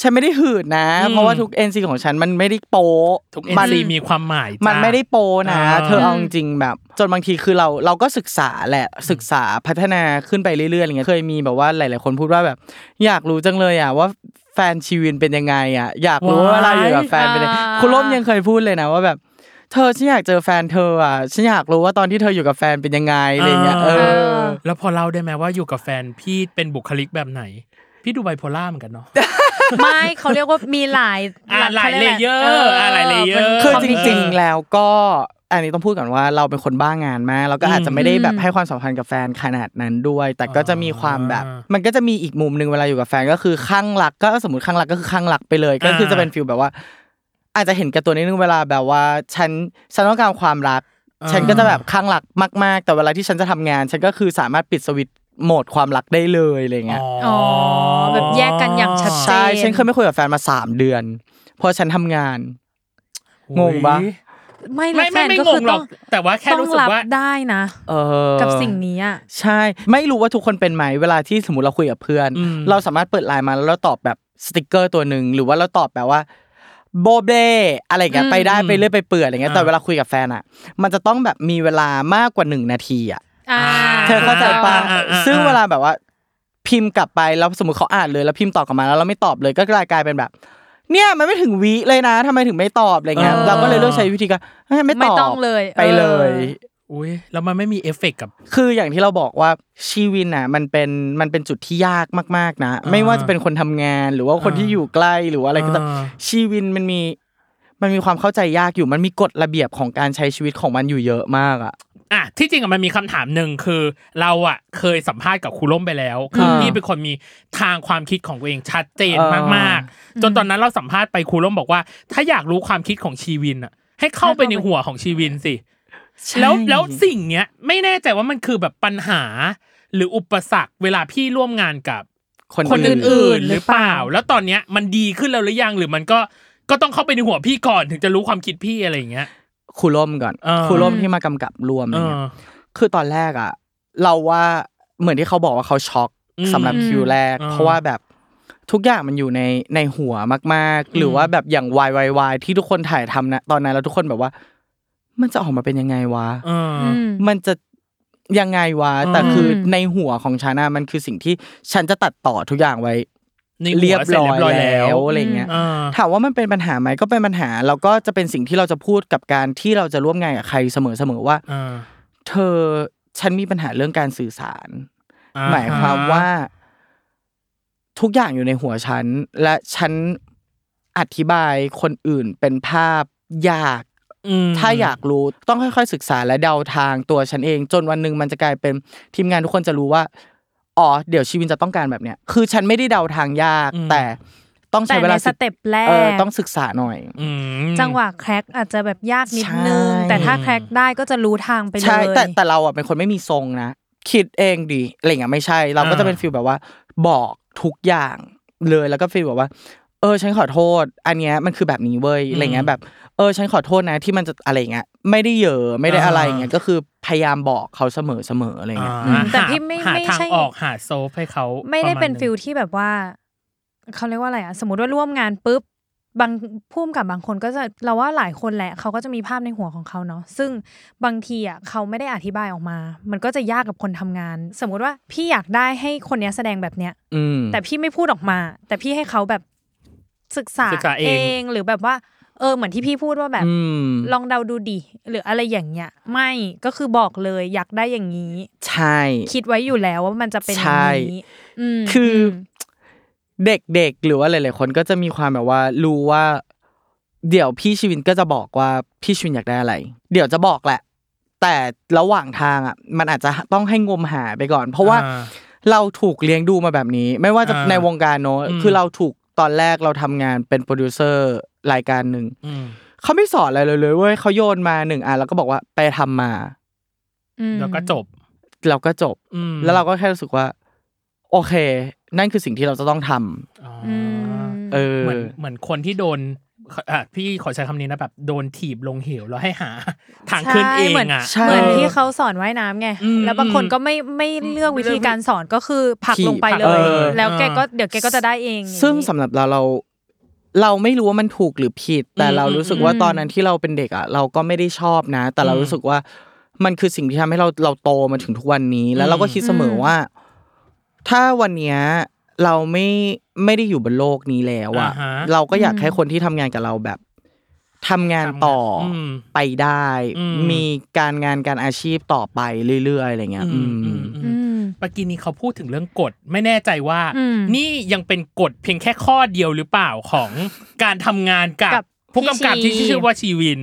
[SPEAKER 3] ฉันไม่ได้หื่นนะ
[SPEAKER 1] อืม
[SPEAKER 3] เพราะว่าทุก NC ของฉันมันไม่ได้โป๊ะ
[SPEAKER 1] ทุก
[SPEAKER 3] มั
[SPEAKER 1] เอีมีความหมายจ้ะ
[SPEAKER 3] มันไม่ได้โปนะ
[SPEAKER 1] อ่า
[SPEAKER 3] เธอเอาจริงๆแบบ จนบางทีคือเราเราก็ศึกษาแหละศึกษาพัฒนาขึ้นไปเรื่อยๆอะไรเงี้ยเคยมีแบบว่าหลาย ๆ คนพูดว่าแบบ อยากรู้จังเลยอ่ะว่าแฟนชีวินเป็นยังไงอ่ะอยากรู้ว่าเวลาอยู่กับแฟนเป็นยังไง
[SPEAKER 2] อ่า
[SPEAKER 3] คุณร่มยังเคยพูดเลยนะว่าแบบ เธอฉันอยากเจอแฟนเธออ่ะฉันอยากรู้ว่าตอนที่เธออยู่กับแฟนเป็นยังไงอะไรเงี้ย
[SPEAKER 1] อ่า
[SPEAKER 3] เอ
[SPEAKER 2] เอ
[SPEAKER 3] อ
[SPEAKER 2] อ
[SPEAKER 1] แล้วพอเล่าได้ไหมว่าอยู่กับแฟนพี่เป็นบุคลิกแบบไหน พี่ดูไบโพล่าเหมือนกันเนาะ
[SPEAKER 2] ไม่เขาเรียกว่ามีหลาย
[SPEAKER 1] อ่ะหลาย
[SPEAKER 2] ขก
[SPEAKER 1] เลเยอร์อ่ะหลายเลเยอร์
[SPEAKER 2] มัน
[SPEAKER 3] คือ
[SPEAKER 2] วาม
[SPEAKER 3] จ
[SPEAKER 2] มี
[SPEAKER 3] ริง ๆ แล้วก็ อันนี้ต้องพูดก่อนว่าเราเป็นคนบ้างานมากแล้วก็อาจจะไม่ได้แบบให้ความสำคัญกับแฟนขนาดนั้นด้วย แต่ก็จะมีความแบบ
[SPEAKER 1] อ่ามั
[SPEAKER 3] มันก็จะมีอีกมุมหนึ่งเวลาอยู่กับแฟนก็คือข้างหลักก็สมมติข้างหลักก็คือข้างหลักไปเลย ก็คือจะเป็นฟิลแบบว่า อาจจะเห็นแกับตัวนิดนึงเวลาแบบว่า ฉันฉันต้องการความรัก
[SPEAKER 1] อ่า
[SPEAKER 3] ฉันก็จะแบบข้างหลักมาก ๆ แต่เวลาที่ฉันจะทำงาน ฉันก็คือสามารถปิดสวิตช์โหมดความรักได้เลยอะไรเงี้ย
[SPEAKER 2] อ๋อแบบแยกกันอย่างชัดเจ
[SPEAKER 3] ใช่ฉันเคยไม่คุยกับแฟนมาสามเดือน เพราะฉันทำงาน งงปะ
[SPEAKER 2] ไม่
[SPEAKER 1] ไม่
[SPEAKER 2] ไม่
[SPEAKER 1] ไม่
[SPEAKER 2] ไม่
[SPEAKER 1] ไม่
[SPEAKER 2] ก็
[SPEAKER 1] ง
[SPEAKER 2] คื
[SPEAKER 1] ง
[SPEAKER 2] อ
[SPEAKER 1] หร
[SPEAKER 2] ต้
[SPEAKER 1] อ
[SPEAKER 2] อก ง
[SPEAKER 1] แต่ว่าแค่
[SPEAKER 2] ต้อง
[SPEAKER 1] รู้สึก
[SPEAKER 2] รับ
[SPEAKER 1] ว่า
[SPEAKER 2] ได้นะ
[SPEAKER 3] เออ
[SPEAKER 2] กับสิ่งนี้อ่ะ
[SPEAKER 3] ใช่ไม่รู้ว่าทุกคนเป็นไหมเวลาที่สมมติเราคุยกับเพื่อน
[SPEAKER 1] อืม
[SPEAKER 3] เราสามารถเปิดไลน์มาแล้วเราตอบแบบสติกเกอร์ตัวหนึ่งหรือว่าเราตอบแบบว่า โบเบอะไรอย่างเงี้ยไปได้ไปเรื่อยไปเปื่อยอะไรเงี้ยแต่เวลาคุยกับแฟนอ่ะ มันจะต้องแบบมีเวลามากกว่าหนึ่งนาทีอ่ะ
[SPEAKER 2] อ่า
[SPEAKER 3] เธอเข้าใจปะ
[SPEAKER 1] อ่าอ่า
[SPEAKER 3] ซึ่งเวลาแบบว่า พิมพ์กลับไปแล้วสมมติเขาอ่านเลยแล้วพิมพ์ตอบกลับมาแล้วเราไม่ตอบเลยก็กลายกลายเป็นแบบ เนี่ยมันไม่ถึงวิเลยนะทำไมถึงไม่ตอบอะไรเงี้ย
[SPEAKER 2] เออ
[SPEAKER 3] เราก็เลยเลือกใช้วิธีการเฮ้ยไม่
[SPEAKER 2] ไม่
[SPEAKER 3] ต
[SPEAKER 2] ต้
[SPEAKER 3] อ
[SPEAKER 2] อง
[SPEAKER 3] บ
[SPEAKER 2] เลย
[SPEAKER 3] ไปเลย
[SPEAKER 2] ออ
[SPEAKER 1] อุ้ยแล้วมันไม่มีเอฟเฟกต์กับ
[SPEAKER 3] คืออย่างที่เราบอกว่าชีวินน่ะมันเป็นมันเป็นจุดที่ยากมากๆนะ
[SPEAKER 1] อ่า
[SPEAKER 3] ไม่ว่าจะเป็นคนทำงานหรือว่าคน
[SPEAKER 1] อ่า
[SPEAKER 3] ที่อยู่ใกล้หรือว่าอะไรก็ตาม
[SPEAKER 1] อ่า
[SPEAKER 3] ชีวินมันมีมันมีความเข้าใจยากอยู่มันมีกฎระเบียบของการใช้ชีวิตของมันอยู่เยอะมากอ่ะ
[SPEAKER 1] อ่ะที่จริงอะมันมีคำถามหนึ่งคือ เราอ่ะเคยสัมภาษณ์กับครูล่มไปแล้วคือ
[SPEAKER 3] เออ
[SPEAKER 1] พี่เป็นคนมีทางความคิดของตัวเองชัดเจน
[SPEAKER 3] เออ
[SPEAKER 1] มากๆ จนตอนนั้นเราสัมภาษณ์ไปครูล่มบอกว่า ถ้าอยากรู้ความคิดของชีวินอ่ะ ให้เข้าไปในหัวของชีวินสิ แล้วแล้วสิ่งเนี้ยไม่แน่ใจว่ามันคือแบบปัญหา หรืออุปสรรคเวลาพี่ร่วมงานกับ
[SPEAKER 3] คน
[SPEAKER 1] คน
[SPEAKER 3] อื่น
[SPEAKER 1] อื่นๆห
[SPEAKER 2] ๆหรื
[SPEAKER 1] รือ
[SPEAKER 2] อ
[SPEAKER 1] เป
[SPEAKER 2] เป
[SPEAKER 1] ล่า
[SPEAKER 2] ล่า
[SPEAKER 1] แล้วตอนเนี้ยมันดีขึ้นแล้วหรือยังหรือมันก็ก็ต้องเข้าไปในหัวพี่ก่อนถึงจะรู้ความคิดพี่อะไรอย่างเงี้ย
[SPEAKER 3] ครูร่มก่อน
[SPEAKER 1] เออ
[SPEAKER 3] ครูร่มที่มากำกับรวมอะไร
[SPEAKER 1] เอ
[SPEAKER 3] เงี้
[SPEAKER 1] อ
[SPEAKER 3] ยคือตอนแรกอ่ะ เราว่าเหมือนที่เขาบอกว่าเขาช็อก
[SPEAKER 1] อืม
[SPEAKER 3] สำหรับคิวแรก
[SPEAKER 1] อ่า
[SPEAKER 3] เพราะว่าแบบทุกอย่างมันอยู่ในในหัวมาก
[SPEAKER 1] อืม
[SPEAKER 3] ๆ หรือว่าแบบอย่างวายวายวายที่ทุกคนถ่ายทำนะตอนนั้นแล้วทุกคนแบบว่า มันจะออกมาเป็นยังไงวะ
[SPEAKER 1] เออ
[SPEAKER 2] อืม
[SPEAKER 3] มันจะยังไงวะ
[SPEAKER 1] อืม
[SPEAKER 3] แต่คือในหัวของชาน่ามันคือสิ่งที่ฉันจะตัดต่อทุกอย่างไว้
[SPEAKER 1] ในหัว
[SPEAKER 3] เรียบ
[SPEAKER 1] สจ
[SPEAKER 3] ร้อยแล้ว
[SPEAKER 1] ว
[SPEAKER 3] อะไรเงี้ย
[SPEAKER 1] เออ
[SPEAKER 3] ถามว่ามันเป็นปัญหาไหมก็เป็นปัญหาแล้วก็จะเป็นสิ่งที่เราจะพูดกับการที่เราจะร่วมงานกับใครเสมอๆว่า
[SPEAKER 1] อ่า
[SPEAKER 3] เธอฉันมีปัญหาเรื่องการสื่อสาร หมายความว่า ทุกอย่างอยู่ในหัวฉัน และฉันอธิบายคนอื่นเป็นภาพยาก
[SPEAKER 1] อืม
[SPEAKER 3] ถ้าอยากรู้ต้องค่อยๆศึกษาและเดาทางตัวฉันเอง จนวันหนึ่งมันจะกลายเป็นทีมงานทุกคนจะรู้ว่า อ๋อเดี๋ยวชีวินจะต้องการแบบเนี้ยคือฉันไม่ได้เดาทางยาก
[SPEAKER 1] อืม
[SPEAKER 3] แต่ต้อง
[SPEAKER 2] แต่
[SPEAKER 3] ใช้เว
[SPEAKER 2] ใน
[SPEAKER 3] ลา
[SPEAKER 2] ส
[SPEAKER 3] ศึก
[SPEAKER 2] เต็ปแร
[SPEAKER 3] เออก ต้องศึกษาหน่อย
[SPEAKER 1] อืม
[SPEAKER 2] จังหวะแคร็กอาจจะแบบยากนิดนึง
[SPEAKER 3] ใช่
[SPEAKER 2] แต่ถ้าแคร็กได้ก็จะรู้ทางไปเล
[SPEAKER 3] ใช่
[SPEAKER 2] ย
[SPEAKER 3] แต่แต่เราอ่ะเป็นคนไม่มีทรงนะคิดเองดีอะไรเงี้ยไม่ใช่ เราก็จะเป็น
[SPEAKER 1] อ่า
[SPEAKER 3] ฟีลแบบว่า บอกทุกอย่างเลยแล้วก็ฟีลแบบว่า เออฉันขอโทษ อันเนี้ยมันคือแบบนี้เว้ยอะไรเงี้ยแบบ เออฉันขอโทษนะที่มันจะอะไรเงี้ยไม่ได้เหยอะไม่ได้อะไรเงี้ยก็คือพยายามบอกเขาเสมอเสมออะไรเงี้ยอื
[SPEAKER 1] อ่าม
[SPEAKER 2] แต่พี่
[SPEAKER 1] หา
[SPEAKER 2] ไม่
[SPEAKER 1] หา
[SPEAKER 2] ไม่
[SPEAKER 1] ทาง
[SPEAKER 2] ใช่
[SPEAKER 1] ออกหาโซฟให้เขา
[SPEAKER 2] ไม่ได้เป็น
[SPEAKER 1] ระาณ
[SPEAKER 2] ฟิลที่แบบว่าเขาเรียกว่าอะไรอ่ะ สมมติว่าร่วมงานปุ๊บบางพุ่มกับบางคนก็จะเราว่าหลายคนแหละ เขาก็จะมีภาพในหัวของเขาเนาะซึ่งบางทีอ่ะเขาไม่ได้อธิบายออกมา มันก็จะยากกับคนทำงาน สมมุติว่าพี่อยากได้ให้คนเนี้ยแสดงแบบเนี้ย
[SPEAKER 3] อืม
[SPEAKER 2] แต่พี่ไม่พูดออกมา แต่พี่ให้เขาแบบศึกษา
[SPEAKER 1] ศึกษาเอง
[SPEAKER 2] งหรือแบบว่า เออเหมือนที่พี่พูดว่าแบบ
[SPEAKER 3] อืม
[SPEAKER 2] ลองเดาดูดิหรืออะไรอย่างเงี้ย ไม่ก็คือบอกเลยอยากได้อย่างนี้
[SPEAKER 3] ใช่
[SPEAKER 2] คิดไว้อยู่แล้วว่ามันจะเป็นอย่างนี้อืม
[SPEAKER 3] คืออ
[SPEAKER 2] ม
[SPEAKER 3] เด็กๆ หรือว่าหลายๆ คนก็จะมีความแบบว่ารู้ว่า เดี๋ยวพี่ชีวินก็จะบอกว่าพี่ชีวินอยากได้อะไร เดี๋ยวจะบอกแหละ แต่ระหว่างทางอ่ะมันอาจจะต้องให้งมหาไปก่อน เพราะว่า
[SPEAKER 1] อ่า
[SPEAKER 3] เราถูกเลี้ยงดูมาแบบนี้ ไม่ว่าจะ
[SPEAKER 1] อ่า
[SPEAKER 3] ในวงการเนอะ
[SPEAKER 1] อืม
[SPEAKER 3] คือเราถูกตอนแรกเราทำงานเป็นโปรดิวเซอร์รายการหนึ่ง
[SPEAKER 1] อืม
[SPEAKER 3] เขาไม่สอนอะไรเลยเลยเว้ยเขาโยนมาหนึ่งอ่ะแล้วก็บอกว่าไปทำมา
[SPEAKER 1] แล้วก็จบ
[SPEAKER 3] เราก็จบ
[SPEAKER 1] อืม
[SPEAKER 3] แล้วเราก็แค่รู้สึกว่า โอเค นั่นคือสิ่งที่เราจะต้องทำ
[SPEAKER 1] อ๋ออ
[SPEAKER 2] อืม
[SPEAKER 3] เออ
[SPEAKER 1] เหมือนเหมือนคนที่โดนอ่ะพี่ขอใช้คำนี้นะแบบโดนถีบลงเหวแล้วให้หาทางขึ้นเอง
[SPEAKER 2] ใช่เหมือน
[SPEAKER 1] อ่ะ
[SPEAKER 3] ใช่
[SPEAKER 2] เหมือนที่เขาสอนว่ายน้ำไง
[SPEAKER 1] อืม
[SPEAKER 2] แล้วบางคนก็ไม่ไม่เลือกวิธีการสอนก็คือผลักลงไปเล
[SPEAKER 3] เอย อ
[SPEAKER 2] แล้วแกก็เดี๋ยวแกก็จะได้เอง
[SPEAKER 3] ซึ่ง
[SPEAKER 2] อย่านี้
[SPEAKER 3] สำหรับเราเรา เราไม่รู้ว่ามันถูกหรือผิด แต่
[SPEAKER 1] อืม
[SPEAKER 3] เรารู้สึกว่าตอนนั้นที่เราเป็นเด็กอ่ะเราก็ไม่ได้ชอบนะ แต่เรา
[SPEAKER 1] อืม
[SPEAKER 3] รู้สึกว่า มันคือสิ่งที่ทำให้เราเราโตมาถึงทุกวันนี้ แล้วเราก็
[SPEAKER 1] อืม
[SPEAKER 3] คิดเสมออ
[SPEAKER 2] ม
[SPEAKER 3] ว่า ถ้าวันเนี้ยเราไม่ไม่ได้อยู่บนโลกนี้แล้วอ่ะ
[SPEAKER 1] ฮะ
[SPEAKER 3] เราก็อยากให้คนที่ทำงานกับเราแบบทำงานต่ออ
[SPEAKER 1] ม
[SPEAKER 3] ไปได้
[SPEAKER 1] อืม
[SPEAKER 3] มีการงานการอาชีพต่อไปเรื่อยๆอะไรเงี้ย
[SPEAKER 1] อืม
[SPEAKER 3] อื
[SPEAKER 1] อื
[SPEAKER 3] ม
[SPEAKER 1] มอื
[SPEAKER 2] อื
[SPEAKER 1] ม
[SPEAKER 2] ม
[SPEAKER 1] เมื่อกี้นี้เขาพูดถึงเรื่องกฎไม่แน่ใจว่า
[SPEAKER 2] อืม
[SPEAKER 1] นี่ยังเป็นกฎเพียงแค่ข้อเดียวหรือเปล่าของการทำงานกั
[SPEAKER 2] กั
[SPEAKER 1] บบ ผู้กำกับ
[SPEAKER 2] พี่
[SPEAKER 1] ที่
[SPEAKER 2] ชี
[SPEAKER 1] ชื่อว่าชีวิน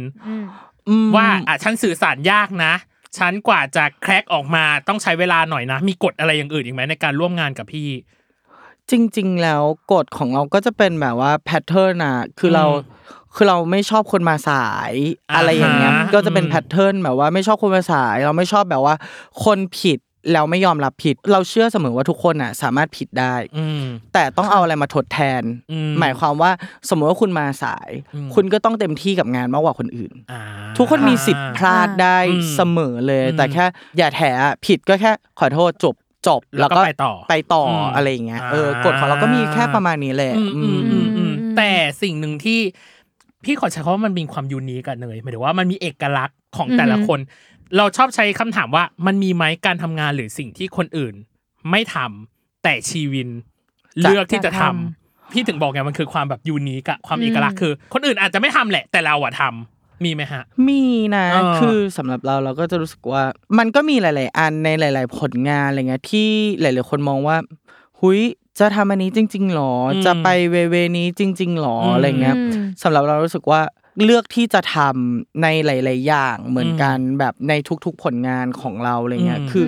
[SPEAKER 2] อืม
[SPEAKER 1] ว่าอ่ะฉันสื่อสารยากนะ ฉันกว่าจะแครกออกมาต้องใช้เวลาหน่อยนะ มีกฎอะไรอย่างอื่นอีกไหมในการร่วมงานกับพี่
[SPEAKER 3] จริง ๆ แล้วกฎของเราก็จะเป็นแบบว่าแพทเทิร์นอะคือเรา
[SPEAKER 1] อื
[SPEAKER 3] คือเราไม่ชอบคนมาสายอะไรอย่างเงี้ย
[SPEAKER 1] อ่าฮะ
[SPEAKER 3] ก็จะเป็น
[SPEAKER 1] อืม
[SPEAKER 3] แพทเทิร์นแบบว่าไม่ชอบคนมาสาย เราไม่ชอบแบบว่า คนผิดแล้วไม่ยอมรับผิด เราเชื่อเสมอว่าทุกคนอะสามารถผิดได้
[SPEAKER 1] อืม
[SPEAKER 3] แต่ต้องเอาอะไรมาทดแทน
[SPEAKER 1] อืม
[SPEAKER 3] หมายความว่าสมมติว่าคุณมาสาย
[SPEAKER 1] อืม
[SPEAKER 3] คุณก็ต้องเต็มที่กับงานมากกว่าคนอื่น
[SPEAKER 1] อ่า
[SPEAKER 3] ทุกคนมีสิทธิ์พลาดได้เสมอเลย
[SPEAKER 1] อืม
[SPEAKER 3] แต่แค่อย่าแถอะผิดก็แค่ขอโทษจบจบ
[SPEAKER 1] แล้วก็ไปต่อ
[SPEAKER 3] ไปต่ออ
[SPEAKER 1] ม
[SPEAKER 3] อะไรอย่างเงี้ยเออ
[SPEAKER 1] อ่าก
[SPEAKER 3] กฎของเราก็มีแค่ประมาณนี้แหละ
[SPEAKER 1] อืมอืม
[SPEAKER 3] อื
[SPEAKER 1] อื
[SPEAKER 3] ม
[SPEAKER 1] มอืม
[SPEAKER 2] อืม
[SPEAKER 1] แต่สิ่งหนึ่งที่พี่ขอใช้คำว่ามันมีความยูนิคอะเนยหมายถึงว่ามันมีเอกลักษณ์ของแต่ละคน เราชอบใช้คำถามว่ามันมีไหมการทำงานหรือสิ่งที่คนอื่น ไม่ทำแต่ชีวิน เลือกที่จะทำ
[SPEAKER 2] จะท
[SPEAKER 1] พี่ถึงบอกไงมันคือความแบบยูนิคอะความเอกลักษณ์คือ คนอื่นอาจจะไม่ทำแหละ แต่เราอะทำมีไหมฮะ
[SPEAKER 3] มีนะ
[SPEAKER 1] อ่า
[SPEAKER 3] คือสำหรับเราเราก็จะรู้สึกว่า มันก็มีหลาย ๆ อันในหลาย ๆ ผลงานอะไรเงี้ยที่หลาย ๆ คนมองว่า หุยจะทำอันนี้จริง ๆ หรอ
[SPEAKER 1] อืม
[SPEAKER 3] จะไปเวเวนี้จริง ๆ หรอ
[SPEAKER 1] อืม
[SPEAKER 3] อะไรเงี้ย
[SPEAKER 2] อืม
[SPEAKER 3] สำหรับเรารู้สึกว่าเลือกที่จะทำในหลาย ๆ อย่างเหมือนกันแบบในทุก ๆ ผลงานของเราอะไรเงี้ย
[SPEAKER 1] อืม
[SPEAKER 3] คือ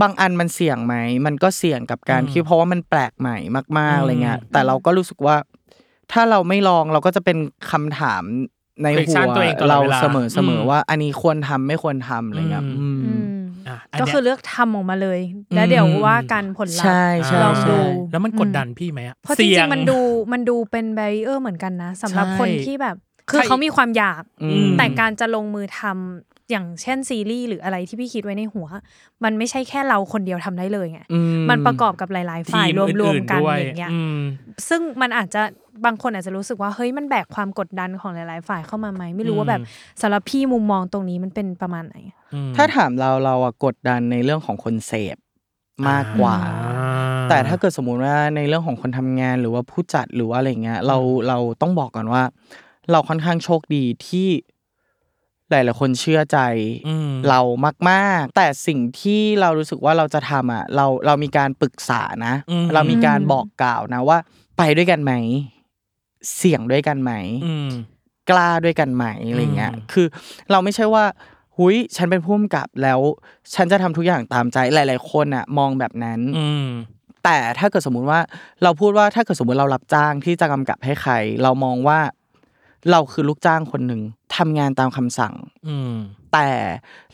[SPEAKER 3] บางอันมันเสี่ยงไหมมันก็เสี่ยงกับการ
[SPEAKER 1] อืม
[SPEAKER 3] ที่เพราะว่ามันแปลกใหม่มาก ๆ อะไรเงี้ย
[SPEAKER 1] อืม
[SPEAKER 3] แต่เราก็รู้สึกว่า ถ้าเราไม่ลองเราก็จะเป็นคำถามในหั
[SPEAKER 1] Friction ตัวเองตลอด
[SPEAKER 3] เรา
[SPEAKER 1] เวลา
[SPEAKER 3] เสมอเสมอ
[SPEAKER 1] ม
[SPEAKER 3] ว่า อันนี้ควรทำไม่ควรทำอะไรเงี้ย
[SPEAKER 1] อืม
[SPEAKER 3] อืม
[SPEAKER 2] อืม
[SPEAKER 1] อ่ะน
[SPEAKER 2] ก็
[SPEAKER 1] เนี้ย
[SPEAKER 2] คือเลือกทำออกมาเลย แล้วเดี๋ยวว่ากันผลลัพ
[SPEAKER 3] ใช่
[SPEAKER 2] ธ์
[SPEAKER 3] ใช่
[SPEAKER 2] ลองดู
[SPEAKER 3] ใช่
[SPEAKER 1] แล้วมันกดดันพี่ไหมอะ
[SPEAKER 2] เพราะจริ
[SPEAKER 1] สี่ย
[SPEAKER 2] งๆมันดูมันดูเป็นแบเออร์เหมือนกันนะสำหรับ
[SPEAKER 1] ใช่
[SPEAKER 2] คนที่แบบ คือ
[SPEAKER 1] ใช่
[SPEAKER 2] เขามีความอยาก
[SPEAKER 3] อืม
[SPEAKER 2] แต่การจะลงมือทำอย่างเช่นซีรีส์หรืออะไรที่พี่คิดไว้ในหัว มันไม่ใช่แค่เราคนเดียวทำได้เลยไง
[SPEAKER 3] อื
[SPEAKER 2] มันประกอบกับหลาย ๆ ฝ่าย
[SPEAKER 1] ที
[SPEAKER 2] รวม
[SPEAKER 1] อื่
[SPEAKER 2] ๆกัน
[SPEAKER 1] ด้
[SPEAKER 2] อย่างเงี้ย
[SPEAKER 1] อืม
[SPEAKER 2] ซึ่งมันอาจจะบางคนอาจจะรู้สึกว่าเฮ้ยมันแบกความกดดันของหลาย ๆ ฝ่ายเข้ามาไหมไม่รู้
[SPEAKER 1] อืม
[SPEAKER 2] ว่าแบบสำหรับพี่มุมมองตรงนี้มันเป็นประมาณไหน
[SPEAKER 1] อืม
[SPEAKER 3] ถ้าถามเราเราอะกดดันในเรื่องของคนเสพมากกว่า
[SPEAKER 1] อ่
[SPEAKER 3] แต่ถ้าเกิดสมมุติว่าในเรื่องของคนทำงานหรือว่าผู้จัดหรือว่าอะไรเงี้ยเราเราต้องบอกก่อนว่า เราค่อนข้างโชคดีที่หลายๆคนเชื่อใจ
[SPEAKER 1] อืม
[SPEAKER 3] เรามากๆ แต่สิ่งที่เรารู้สึกว่าเราจะทำอ่ะเราเรามีการปรึกษานะ
[SPEAKER 1] อืม
[SPEAKER 3] เรามีการบอกกล่าวนะว่า ไปด้วยกันไหม เสี่ยงด้วยกันไหม
[SPEAKER 1] อืม
[SPEAKER 3] กล้าด้วยกันไหมอะไรเงี้ย
[SPEAKER 1] อืม
[SPEAKER 3] คือเราไม่ใช่ว่า หุยฉันเป็นผู้กำกับแล้ว ฉันจะทำทุกอย่างตามใจหลาย ๆ คนอะมองแบบนั้น
[SPEAKER 1] อืม
[SPEAKER 3] แต่ถ้าเกิดสมมุติว่าเราพูดว่าถ้าเกิดสมมติเรารับจ้างที่จะกำกับให้ใคร เรามองว่า เราคือลูกจ้างคนหนึ่งทำงานตามคำสั่ง
[SPEAKER 1] อืม
[SPEAKER 3] แต่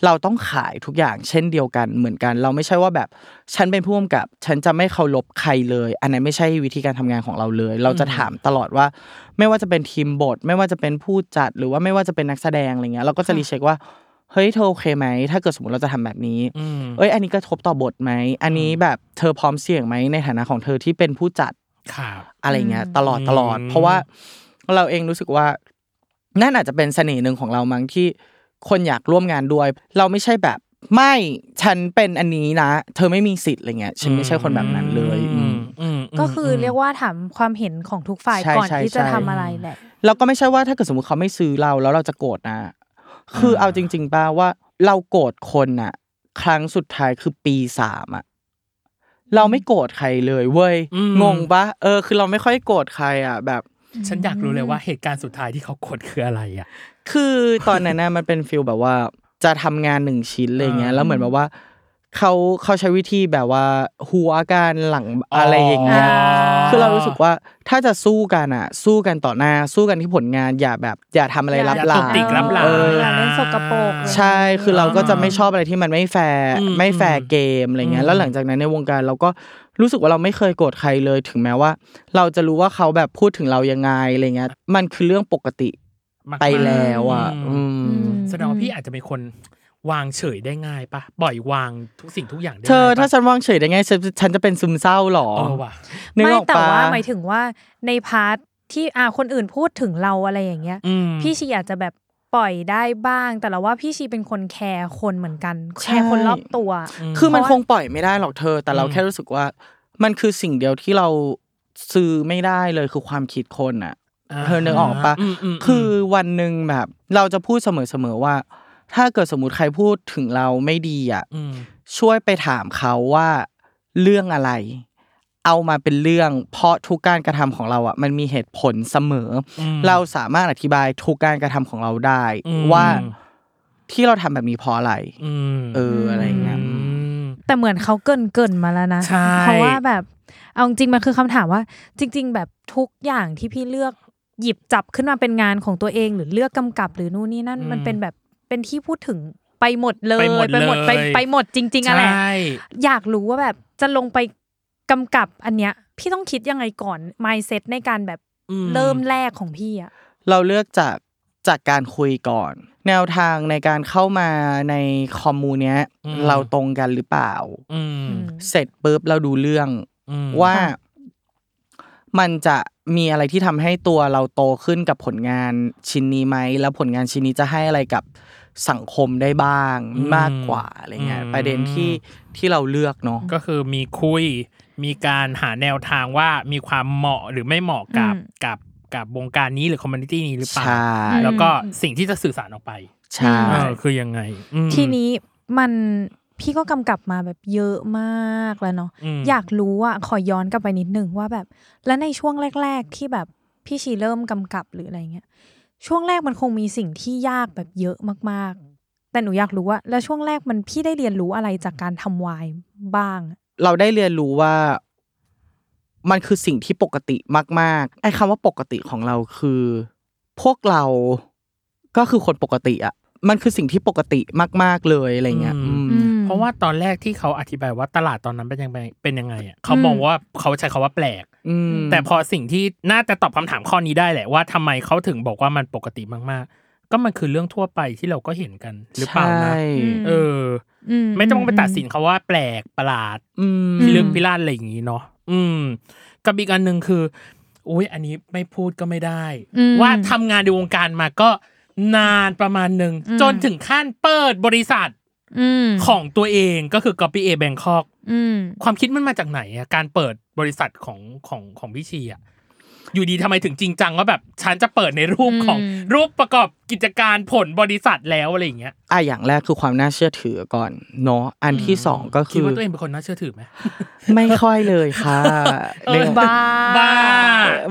[SPEAKER 3] เราต้องขายทุกอย่างเช่นเดียวกันเหมือนกัน เราไม่ใช่ว่าแบบ ฉันเป็นผู้กำกับ ฉันจะไม่เคารพใครเลย อันนั้นไม่ใช่วิธีการทำงานของเราเลย เราจะถามตลอดว่า ไม่ว่าจะเป็นทีมบท ไม่ว่าจะเป็นผู้จัดหรือว่าไม่ว่าจะเป็นนักแสดงอะไรเงี้ยเราก็จะรีเช็คว่าเฮ้ยเธอโอเคไหมถ้าเกิดสมมติเราจะทำแบบนี้
[SPEAKER 1] อืม
[SPEAKER 3] เอ้ย อันนี้กระทบต่อบทไหม อันนี้แบบเธอพร้อมเสี่ยงไหมในฐานะของเธอที่เป็นผู้จัด
[SPEAKER 1] ครับ
[SPEAKER 3] อะไรเงี้ย
[SPEAKER 2] อืม
[SPEAKER 3] ตลอด
[SPEAKER 1] อืม
[SPEAKER 3] ตลอด เพราะว่าเราเองรู้สึกว่า นั่นอาจจะเป็นเสน่ห์หนึ่งของเรามั้งที่คนอยากร่วมงานด้วย เราไม่ใช่แบบไม่ฉันเป็นอันนี้นะ เธอไม่มีสิทธิ์อะไรเงี้ยฉันไม่ใช่คนแบบนั้นเลยอืม
[SPEAKER 1] อืมม
[SPEAKER 2] ก็คือเรียกว่าถามความเห็นของทุกฝ่ายก่อน
[SPEAKER 3] ใช่ใช่
[SPEAKER 2] ที่จะ
[SPEAKER 3] ใช่
[SPEAKER 2] ทำอะไรแหละ
[SPEAKER 3] แล้วก็ไม่ใช่ว่าถ้าเกิดสมมติเขาไม่ซื้อเราแล้วเราจะโกรธนะ คือเอาจริง ๆป้าว่าเราโกรธคนน่ะ ครั้งสุดท้ายคือปีสามอะเราไม่โกรธใครเลยเว้ย
[SPEAKER 1] อืม
[SPEAKER 3] งงปะเออ คือเราไม่ค่อยโกรธใครอ่ะแบบ
[SPEAKER 1] ฉันอยากรู้เลยว่าเหตุการณ์สุดท้ายที่เขากดคืออะไรอ่ะ
[SPEAKER 3] คือตอนนั้นนะ มันเป็นฟิลแบบว่าจะทำงานหนึ่งชิ้นอะไรเงี้ย
[SPEAKER 1] อ่า
[SPEAKER 3] แล้วเหมือนแบบว่าเขาเขาใช้วิธีแบบว่าหัวกันหลังอะไรอย่างเงี้ย
[SPEAKER 1] อ๋อ
[SPEAKER 3] คือเรารู้สึกว่าถ้าจะสู้กันอ่ะ สู้กันต่อหน้าสู้กันที่ผลงานอย่าแบบ อย่าทำอะไร
[SPEAKER 2] อย่า
[SPEAKER 3] ลับ
[SPEAKER 1] อย่า
[SPEAKER 3] หลั
[SPEAKER 1] ต
[SPEAKER 3] ง
[SPEAKER 1] กติกรับหลัง
[SPEAKER 3] เออ
[SPEAKER 1] ะ
[SPEAKER 2] เล่นสกปรก
[SPEAKER 3] ใช่คือเราก็จะไม่ชอบอะไรที่มันไม่แฟร์
[SPEAKER 1] อืม
[SPEAKER 3] ไม่แฟร์เกมอะไรเงี้
[SPEAKER 1] อืม
[SPEAKER 3] ยแล้วหลังจากนั้นในวงการเราก็รู้สึกว่าเราไม่เคยโกรธใครเลย ถึงแม้ว่า เราจะรู้ว่าเขาแบบพูดถึงเรายังไงอะไรเงี้ยมันคือเรื่องปกติ
[SPEAKER 1] มากๆ
[SPEAKER 3] ไปแล้วอ่ะ
[SPEAKER 1] อื
[SPEAKER 3] อื
[SPEAKER 1] ม
[SPEAKER 3] ม
[SPEAKER 1] แสดงว่าพี่อาจจะเป็นคนวางเฉยได้ง่ายปะปล่อยวางทุกสิ่งทุกอย่างได้
[SPEAKER 3] เธอ
[SPEAKER 1] ง่ยปะ
[SPEAKER 3] ถ้าฉันวางเฉยได้ไงฉันฉันจะเป็นซึมเศร้าหรอ
[SPEAKER 1] เออว่ะ
[SPEAKER 3] นึก
[SPEAKER 2] ไม่
[SPEAKER 3] ออก
[SPEAKER 2] แต่
[SPEAKER 3] ปะ
[SPEAKER 2] ว่าหมายถึงว่าในพาร์ทที่อาคนอื่นพูดถึงเราอะไรอย่างเงี้ย
[SPEAKER 1] อืม
[SPEAKER 2] พี่ชีอาจจะแบบปล่อยได้บ้าง แต่เราว่าพี่ชีเป็นคนแคร์คนเหมือนกันแคร์คนรอบตัว
[SPEAKER 3] คือมัน
[SPEAKER 2] เพราะ
[SPEAKER 3] คงปล่อยไม่ได้หรอกเธอ แต่เรา
[SPEAKER 1] อืม
[SPEAKER 3] แค่รู้สึกว่า มันคือสิ่งเดียวที่เราซื้อไม่ได้เลยคือความคิดคนอ่ะ เธอนึกออกปะ
[SPEAKER 1] มมม
[SPEAKER 3] คือวันหนึ่งแบบ เราจะพูดเสมอๆว่า ถ้าเกิดสมมติใครพูดถึงเราไม่ดีอ่ะ
[SPEAKER 1] อืม
[SPEAKER 3] ช่วยไปถามเขาว่าเรื่องอะไร เอามาเป็นเรื่อง เพราะทุกการกระทำของเราอ่ะ มันมีเหตุผลเสมออ
[SPEAKER 1] ม
[SPEAKER 3] เราสามารถอธิบายทุกการกระทำของเราได้
[SPEAKER 1] อืม
[SPEAKER 3] ว่าที่เราทำแบบนี้เพราะอะไร
[SPEAKER 1] อืม
[SPEAKER 3] เอออะไรอย่างเงี้ย
[SPEAKER 1] อืม
[SPEAKER 2] แต่เหมือนเขาเกินเกินๆมาแล้วนะ
[SPEAKER 1] ใช่
[SPEAKER 2] เพราะว่าแบบเอาจริงๆมันคือคำถามว่า จริง ๆ แบบทุกอย่างที่พี่เลือกหยิบจับขึ้นมาเป็นงานของตัวเอง หรือเลือกกำกับหรือนู่นนี่นั่นมันเป็นแบบเป็นที่พูดถึงไปหมดเลย
[SPEAKER 1] ไปหมดเลย
[SPEAKER 2] ไปไปหมดจริงๆอะแหละ
[SPEAKER 1] ใช่
[SPEAKER 2] อยากรู้ว่าแบบจะลงไปกำกับอันเนี้ย พี่ต้องคิดยังไงก่อน mindset ในการแบบ
[SPEAKER 1] อืม
[SPEAKER 2] เริ่มแรกของพี่อะ
[SPEAKER 3] เราเลือกจากจากการคุยก่อน แนวทางในการเข้ามาในคอมมูเนี้ย
[SPEAKER 1] อืม
[SPEAKER 3] เราตรงกันหรือเปล่า
[SPEAKER 1] อืม
[SPEAKER 2] อืม
[SPEAKER 3] เสร็จปุ๊บเราดูเรื่อง
[SPEAKER 1] อืม
[SPEAKER 3] ว่า
[SPEAKER 2] ค่ะ
[SPEAKER 3] มันจะมีอะไรที่ทำให้ตัวเราโตขึ้นกับผลงานชิ้นนี้ไหม แล้วผลงานชิ้นนี้จะให้อะไรกับสังคมได้บ้าง
[SPEAKER 1] อืม
[SPEAKER 3] มากกว่าอะไรเงี้ย
[SPEAKER 1] อืม
[SPEAKER 3] ประเด็นที่ที่เราเลือกเนาะ
[SPEAKER 1] ก็คือมีคุย มีการหาแนวทางว่ามีความเหมาะหรือไม่เหมาะกับ
[SPEAKER 2] อืม
[SPEAKER 1] กับกับวงการนี้หรือคอมมูนิตี้นี้หรือเปล่า
[SPEAKER 3] ใช่
[SPEAKER 1] แล้วก็สิ่งที่จะสื่อสารออกไป
[SPEAKER 3] ใช่
[SPEAKER 1] เออคือยังไงอืม
[SPEAKER 2] ทีนี้มันพี่ก็กำกับมาแบบเยอะมากแล้วเนาะ
[SPEAKER 1] อืม
[SPEAKER 2] อยากรู้อะขอย้อนกลับไปนิดนึงว่าแบบ แล้วในช่วงแรก ๆ ที่แบบพี่ชีเริ่มกำกับหรืออะไรเงี้ยช่วงแรกมันคงมีสิ่งที่ยากแบบเยอะมากๆ แต่หนูอยากรู้ว่า แล้วช่วงแรกมันพี่ได้เรียนรู้อะไรจากการทำวายบ้าง
[SPEAKER 3] เราได้เรียนรู้ว่า มันคือสิ่งที่ปกติมาก ๆ ไอ้คำว่าปกติของเราคือ พวกเราก็คือคนปกติอะมันคือสิ่งที่ปกติมาก ๆเลยอะไรเงี้ย
[SPEAKER 1] อืม
[SPEAKER 3] อืม
[SPEAKER 1] เพราะว่าตอนแรกที่เขาอธิบายว่าตลาดตอนนั้นเป็นยังไงเป็นยังไงอ่ะเขามองว่าเขาใช้คาว่าแปลก
[SPEAKER 3] อืม
[SPEAKER 1] แต่พอสิ่งที่น่าจะตอบคำถามข้อนี้ได้แหละว่าทำไมเขาถึงบอกว่ามันปกติมากๆ ก็มันคือเรื่องทั่วไปที่เราก็เห็นกันหรือเปล่านะ
[SPEAKER 3] ใช่
[SPEAKER 1] เออ
[SPEAKER 2] อื
[SPEAKER 1] อ ไม่ต้องไปตัดสินเขาว่าแปลกประหลาด
[SPEAKER 3] อืม
[SPEAKER 1] พิลึกพิลั่นอะไรอย่างนี้เนาะ อืม กับอีกอันหนึ่งคือ อุ้ยอันนี้ไม่พูดก็ไม่ได้
[SPEAKER 2] อืม
[SPEAKER 1] ว่าทำงานในวงการมาก็นานประมาณหนึ่ง
[SPEAKER 2] อืม
[SPEAKER 1] จนถึงขั้นเปิดบริษัท
[SPEAKER 2] อืม
[SPEAKER 1] ของตัวเองก็คือ Copy A Bangkok
[SPEAKER 2] อืม
[SPEAKER 1] ความคิดมันมาจากไหนอะการเปิดบริษัทของของของพี่ชีอะ อยู่ดีทำไมถึงจริงจังว่าแบบฉันจะเปิดในรูปของ
[SPEAKER 2] อืม
[SPEAKER 1] รูปประกอบกิจการผลบริษัทแล้วอะไรอย่างเงี้ย
[SPEAKER 3] อ่ะอย่างแรกคือความน่าเชื่อถือก่อนเนาะอันที่สองก็
[SPEAKER 1] คิ
[SPEAKER 3] คื
[SPEAKER 1] ด
[SPEAKER 3] อ
[SPEAKER 1] ว่าตัวเองเป็นคนน่าเชื่อถือไหม
[SPEAKER 3] ไม่ค่อยเลยค่ะ
[SPEAKER 1] เออ
[SPEAKER 3] เรียกว่า
[SPEAKER 2] บ้า
[SPEAKER 1] บ้า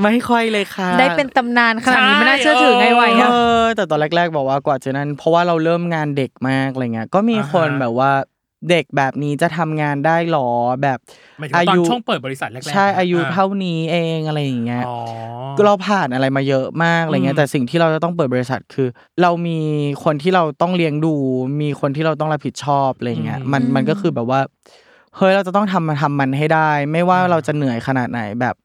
[SPEAKER 3] ไม่ค่อยเลยค่ะ
[SPEAKER 2] ได้เป็นตำนานขนาดนี้ไม่น่าเชื่อถือไงไหว
[SPEAKER 3] เอ
[SPEAKER 2] อะ
[SPEAKER 3] อแต่ตอนแรก ๆ บอกว่ากว่าจะนั้น เพราะว่าเราเริ่มงานเด็กมากอะไรเงี้ยก็มี
[SPEAKER 1] อ่าฮะ
[SPEAKER 3] คนแบบว่าเด็กแบบนี้จะทำงานได้หรอแบบ
[SPEAKER 1] หมายถึงว่าตอนช่วงเปิดบริษัทแรกๆ
[SPEAKER 3] ใช่อายุ
[SPEAKER 1] ะ
[SPEAKER 3] เท่านี้เองอะไรอย่างเงี้ย
[SPEAKER 1] อ๋อ
[SPEAKER 3] เราผ่านอะไรมาเยอะมากอะไรเงี้
[SPEAKER 1] อื
[SPEAKER 3] ย
[SPEAKER 1] ม
[SPEAKER 3] แต่สิ่งที่เราจะต้องเปิดบริษัทคือ เรามีคนที่เราต้องเลี้ยงดู มีคนที่เราต้องรับผิดชอบอะไรเงี้ยมัน
[SPEAKER 2] อืม
[SPEAKER 3] มันก็คือแบบว่าเฮ้ยเราจะต้องทำมาทำมันให้ได้ ไม่ว่าเราจะเหนื่อยขนาดไหนแบบ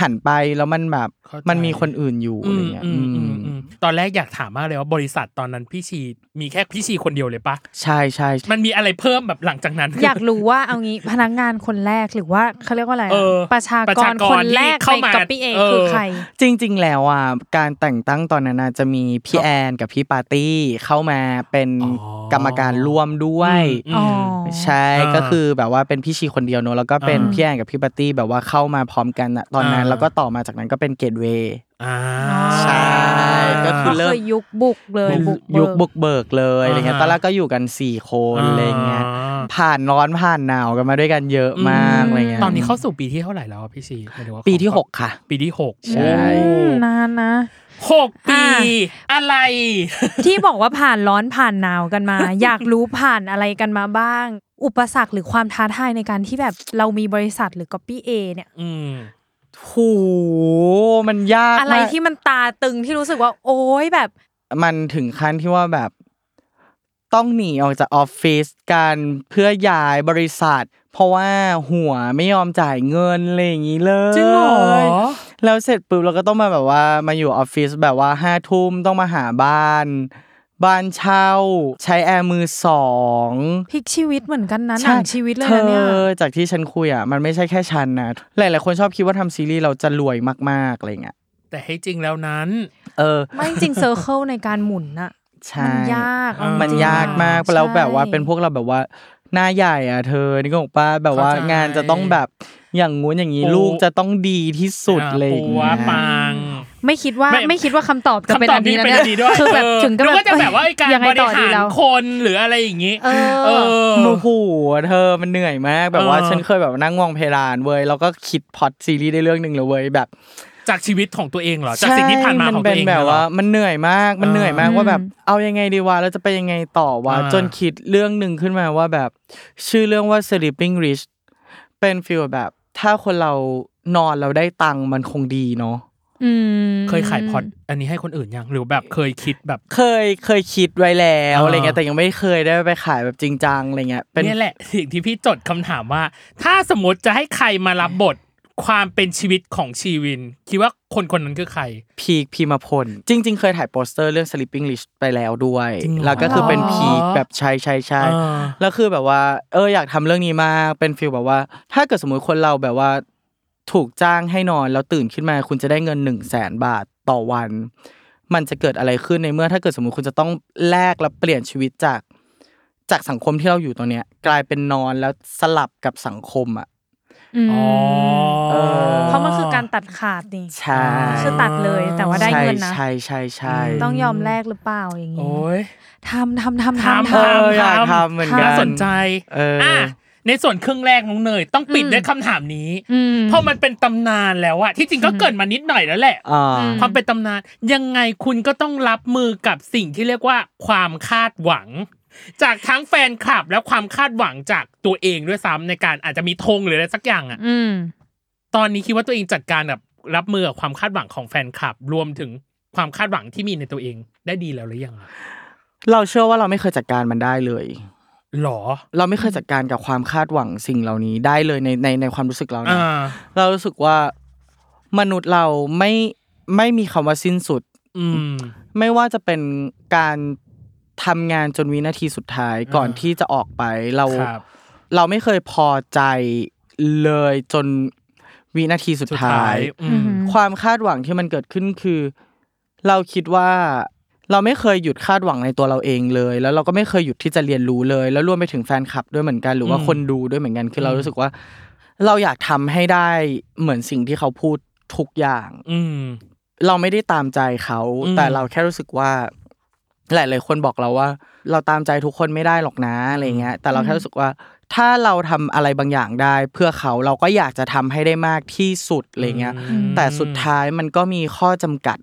[SPEAKER 3] หันไปแล้วมันแบบ
[SPEAKER 1] เข้าใจ
[SPEAKER 3] มันมีคนอื่นอยู่
[SPEAKER 1] อื
[SPEAKER 3] อะไร
[SPEAKER 1] ม
[SPEAKER 3] เงี้ย
[SPEAKER 1] อืมอืม
[SPEAKER 3] อื
[SPEAKER 1] อื
[SPEAKER 3] ม
[SPEAKER 1] มตอนแรกอยากถามมากเลยว่าบริษัทตอนนั้นพี่ชีมีแค่พี่ชีคนเดียวเลยปะ
[SPEAKER 3] ใช่ใช่
[SPEAKER 1] มันมีอะไรเพิ่มแบบหลังจากนั้น
[SPEAKER 2] อยากรู้ว่าเอางี้พนักงานคนแรกหรือว่าเขาเรียกว่าอะไรอะ
[SPEAKER 1] เออ
[SPEAKER 2] ประชา
[SPEAKER 1] ประ
[SPEAKER 2] ก
[SPEAKER 1] ชาร กร
[SPEAKER 2] คนแรก
[SPEAKER 1] ที่เข้า
[SPEAKER 2] ใน
[SPEAKER 1] มา
[SPEAKER 2] กับพี่เอ
[SPEAKER 1] เออ
[SPEAKER 2] คือใคร
[SPEAKER 3] จริง ๆ แล้วอ่ะการแต่งตั้งตอนนั้นน่ะจะมีพี่แอนกับพี่ปาร์ตี้เข้ามาเป็น
[SPEAKER 1] อ๋อก
[SPEAKER 3] รรมการร่วมด้วย
[SPEAKER 1] อืม
[SPEAKER 2] อ๋อ
[SPEAKER 3] ใช่
[SPEAKER 1] อ่า
[SPEAKER 3] ก็คือแบบว่าเป็นพี่ชีคนเดียวเนอะแล้วก็เป็น
[SPEAKER 1] อ่า
[SPEAKER 3] พี่แอนกับพี่ปาร์ตี้แบบว่าเข้ามาพร้อมกันน่ะตอนนั้น
[SPEAKER 1] อ่า
[SPEAKER 3] แล้วก็ต่อมาจากนั้นก็เป็นเกตเวย์
[SPEAKER 1] อ่า
[SPEAKER 3] ใช่ก็คื
[SPEAKER 2] ก็
[SPEAKER 3] เริ่
[SPEAKER 2] คื
[SPEAKER 3] ม
[SPEAKER 2] อยุคบุกเลยบุกเบิ
[SPEAKER 3] ยุ
[SPEAKER 2] ก
[SPEAKER 3] คบุกเบิกเลยอะไรเงี้ย
[SPEAKER 1] อ่า
[SPEAKER 3] ตอนแรกก็อยู่กันสี่คนอะไรเงี้ยผ่านร้อนผ่านหนาวกันมาด้วยกันเยอะมากอะไรเงี้ย
[SPEAKER 1] ตอนนี้เข้าสู่ปีที่เท่าไหร่แล้วอะพี่ชีหมายถึงว่า
[SPEAKER 3] ปีที่
[SPEAKER 1] ของ
[SPEAKER 3] หกค่ะ
[SPEAKER 1] ปีที่หก
[SPEAKER 3] ใช่
[SPEAKER 1] โอ้
[SPEAKER 2] อืมนานนะ
[SPEAKER 1] หกปี
[SPEAKER 2] อ่า
[SPEAKER 1] อะไร
[SPEAKER 2] ที่บอกว่าผ่านร้อนผ่านหนาวกันมา อยากรู้ผ่านอะไรกันมาบ้าง อุปสรรคหรือความท้าทายในการที่แบบเรามีบริษัทหรือก๊อปปี้เอเนี่ย
[SPEAKER 1] อืม
[SPEAKER 3] โหมันยากมาก
[SPEAKER 2] อะไรที่มันตาตึงที่รู้สึกว่า โอ๊ยแบบ
[SPEAKER 3] มันถึงขั้นที่ว่าแบบต้องหนีออกจากออฟฟิศกันเพื่อย้ายบริษัท เพราะว่าหัวไม่ยอมจ่ายเงินอะไรอย่างนี้เลย
[SPEAKER 1] จริงเหรอ
[SPEAKER 3] แล้วเสร็จปุ๊บเราก็ต้องมาแบบว่ามาอยู่ออฟฟิศแบบว่าห้าทุ่มต้องมาหาบ้าน บ้านเช่า ใช้แอร์มือสอง
[SPEAKER 2] พลิกชีวิตเหมือนกันนะห
[SPEAKER 3] ใ
[SPEAKER 2] นังชีวิตเลย
[SPEAKER 3] เธ
[SPEAKER 2] นะเนี่ย
[SPEAKER 3] อจากที่ฉันคุยอ่ะมันไม่ใช่แค่ฉันนะหลายๆคนชอบคิดว่าทำซีรีส์เราจะรวยมากๆอะไรเงี้ย
[SPEAKER 1] แต่ให้จริงแล้วนั้น
[SPEAKER 3] เออ
[SPEAKER 2] ไม่จริงเซอร์เคิลในการหมุนน่ะ
[SPEAKER 3] ใช่
[SPEAKER 2] มันยากเอจริง
[SPEAKER 3] มันยากมาก
[SPEAKER 2] ใช่
[SPEAKER 3] แล้วแบบว่าเป็นพวกเราแบบว่าหน้าใหญ่อ่ะเธอนี่ก็บอกป้าแบบว่า
[SPEAKER 1] เข้าใจ
[SPEAKER 3] งานจะต้องแบบอย่างงู้นอย่างนี้
[SPEAKER 1] ปู
[SPEAKER 3] ลูกจะต้องดีที่สุดเลยอย่าง
[SPEAKER 1] ปัว
[SPEAKER 3] เงี้ย
[SPEAKER 1] ปัง
[SPEAKER 2] ไม่คิดว่า
[SPEAKER 1] ไม่
[SPEAKER 2] ไม่คิดว่าคำตอบจะเป็น
[SPEAKER 1] คำต
[SPEAKER 2] อั
[SPEAKER 1] บ
[SPEAKER 2] นนี้นะ
[SPEAKER 1] เป็น
[SPEAKER 2] เนี่ย
[SPEAKER 1] อันนี้ด้วย
[SPEAKER 2] คือแบบถึงก็
[SPEAKER 1] เนึว่าจะแบบว่าไอ้การ
[SPEAKER 2] ยังไง
[SPEAKER 1] บริ
[SPEAKER 2] ต่อดี
[SPEAKER 1] หาร
[SPEAKER 2] แล้ว
[SPEAKER 1] คนหรืออะไรอย่างงี้
[SPEAKER 2] เออ
[SPEAKER 1] เออ
[SPEAKER 3] โอ้โหเธอมันเหนื่อยมากแบบว่า
[SPEAKER 1] เออ
[SPEAKER 3] ฉันเคยแบบนั่งมองเพดานเว้ยแล้วก็คิดพล็อดซีรีส์ได้เรื่องหนึ่งเลยเว้ยแบบ
[SPEAKER 1] จากชีวิตของตัวเองเหรอ จากสิ่งที่
[SPEAKER 3] ใช่
[SPEAKER 1] ผ่านมาของตัว
[SPEAKER 3] เป็
[SPEAKER 1] น เอง
[SPEAKER 3] แบบ
[SPEAKER 1] เหรอ
[SPEAKER 3] ว่ามันเหนื่อยมากมันเหนื่อยมาก
[SPEAKER 2] อืม
[SPEAKER 3] ว่าแบบเอายังไงดีวะเราจะไปยังไงต่อวะ
[SPEAKER 1] อ่า
[SPEAKER 3] จนคิดเรื่องหนึ่งขึ้นมาว่าแบบ ชื่อเรื่องว่า sleeping rich เป็นฟีลแบบ ถ้าคนเรานอนเราได้ตังค์มันคงดีเนาะ
[SPEAKER 2] อืม
[SPEAKER 1] เคยขายพอดอันนี้ให้คนอื่นยังหรือแบบเคยคิดแบบ
[SPEAKER 3] เคยเคยคิดไว้แล้ว
[SPEAKER 1] อ่า
[SPEAKER 3] อะไรเงี้ยแต่ยังไม่เคยได้ไปขายแบบจริงจังอะไรเงี้ยเป็น
[SPEAKER 1] เนี่ยแหละสิ่งที่พี่จดคำถามว่า ถ้าสมมติจะให้ใครมารับบทความเป็นชีวิตของชีวิน คิดว่าคนคนนั้นคือใคร
[SPEAKER 3] พีคพีมาพล จริง ๆ เคยถ่ายโปสเตอร์เรื่อง sleeping rich ไปแล้วด้วย
[SPEAKER 1] จริงเหรอ
[SPEAKER 3] แล้วก็คือเป็น
[SPEAKER 2] หรอ
[SPEAKER 3] พีคแบบใช่ใช่ใช่
[SPEAKER 1] อ่า
[SPEAKER 3] แล้วคือแบบว่าเอออยากทำเรื่องนี้มากเป็นฟีลแบบว่า ถ้าเกิดสมมุติคนเราแบบว่าถูกจ้างให้นอนแล้วตื่นขึ้นมา คุณจะได้เงินหนึ่งแสนบาทต่อวัน มันจะเกิดอะไรขึ้นในเมื่อ ถ้าเกิดสมมุติคุณจะต้องแลกและเปลี่ยนชีวิตจาก จากสังคมที่เราอยู่ตรงเนี้ย กลายเป็นนอนแล้วสลับกับสังคมอ่ะ
[SPEAKER 2] ม
[SPEAKER 1] อ๋อ
[SPEAKER 3] เออ
[SPEAKER 2] เพราะมันคือการตัดขาดนี่
[SPEAKER 3] ใช่
[SPEAKER 2] คือตัดเลยแต่ว่าได้ เงินนะ
[SPEAKER 3] ใช่ใช่ใช่ใช่
[SPEAKER 2] ต้องยอมแลกหรือเปล่าอย่างงี้
[SPEAKER 1] โอ้ย
[SPEAKER 2] ทำทำทำทำ
[SPEAKER 1] ทำ
[SPEAKER 3] เอ
[SPEAKER 2] ทำ
[SPEAKER 3] ออยากทำเหมือนกัน
[SPEAKER 1] น่าสนใจ
[SPEAKER 3] เอออ
[SPEAKER 1] อ่ะในส่วนครึ่งแรกน้องเนยต้องปิด
[SPEAKER 2] อืม
[SPEAKER 1] ด้วยคำถามนี้
[SPEAKER 2] อืม
[SPEAKER 1] เพราะมันเป็นตำนานแล้วอะที่จริงก็เกริดมานิดหน่อยแล้วแหละ
[SPEAKER 3] อ่า
[SPEAKER 2] อืม
[SPEAKER 1] ความเป็นตำนานยังไงคุณก็ต้องรับมือกับสิ่งที่เรียกว่าความคาดหวัง จากทั้งแฟนคลับและความคาดหวังจากตัวเองด้วยซ้ำในการอาจจะมีธงหรืออะไรสักอย่างอะ
[SPEAKER 2] อืม
[SPEAKER 1] ตอนนี้คิดว่าตัวเองจัดการแบบรับมือกับความคาดหวังของแฟนคลับ รวมถึงความคาดหวังที่มีในตัวเองได้ดีแล้วหรือยังอะ
[SPEAKER 3] เราเชื่อว่าเราไม่เคยจัดการมันได้เลย
[SPEAKER 1] หรอ
[SPEAKER 3] เราไม่เคยจัดการกับความคาดหวังสิ่งเหล่านี้ได้เลยในในในความรู้สึกเรานะ
[SPEAKER 1] อ่า
[SPEAKER 3] เรารู้สึกว่ามนุษย์เราไม่ไม่มีคำว่าสิ้นสุด
[SPEAKER 1] อืม
[SPEAKER 3] ไม่ว่าจะเป็นการทำงานจนวินาทีสุดท้ายก่อน
[SPEAKER 1] อ่า
[SPEAKER 3] ที่จะออกไปเรา
[SPEAKER 1] ครับ
[SPEAKER 3] เราไม่เคยพอใจเลยจนวินาทีสุด
[SPEAKER 1] สุด
[SPEAKER 3] ท้า
[SPEAKER 1] ท้าย
[SPEAKER 3] ย
[SPEAKER 1] อืม
[SPEAKER 3] ความคาดหวังที่มันเกิดขึ้นคือ เราคิดว่าเราไม่เคยหยุดคาดหวังในตัวเราเองเลย แล้วเราก็ไม่เคยหยุดที่จะเรียนรู้เลย แล้วรวมไปถึงแฟนคลับด้วยเหมือนกัน หรือว่า
[SPEAKER 1] อืม
[SPEAKER 3] คนดูด้วยเหมือนกัน คือ
[SPEAKER 1] ม
[SPEAKER 3] เรารู้สึกว่า เราอยากทำให้ได้เหมือนสิ่งที่เขาพูด ทุกอย่าง
[SPEAKER 1] อืม
[SPEAKER 3] เราไม่ได้ตามใจเขา
[SPEAKER 1] อืม
[SPEAKER 3] แต่เราแค่รู้สึกว่า หลายๆคนบอกเราว่า เราตามใจทุกคนไม่ได้หรอกนะอะไรเงี้ย แต่เราแค่รู้สึกว่า ถ้าเราทำอะไรบางอย่างได้ เพื่อเขาเราก็อยากจะทำให้ได้มากที่สุดอะไรเงี้ย
[SPEAKER 1] อืม
[SPEAKER 3] แต่สุดท้ายมันก็มีข้อจำกัด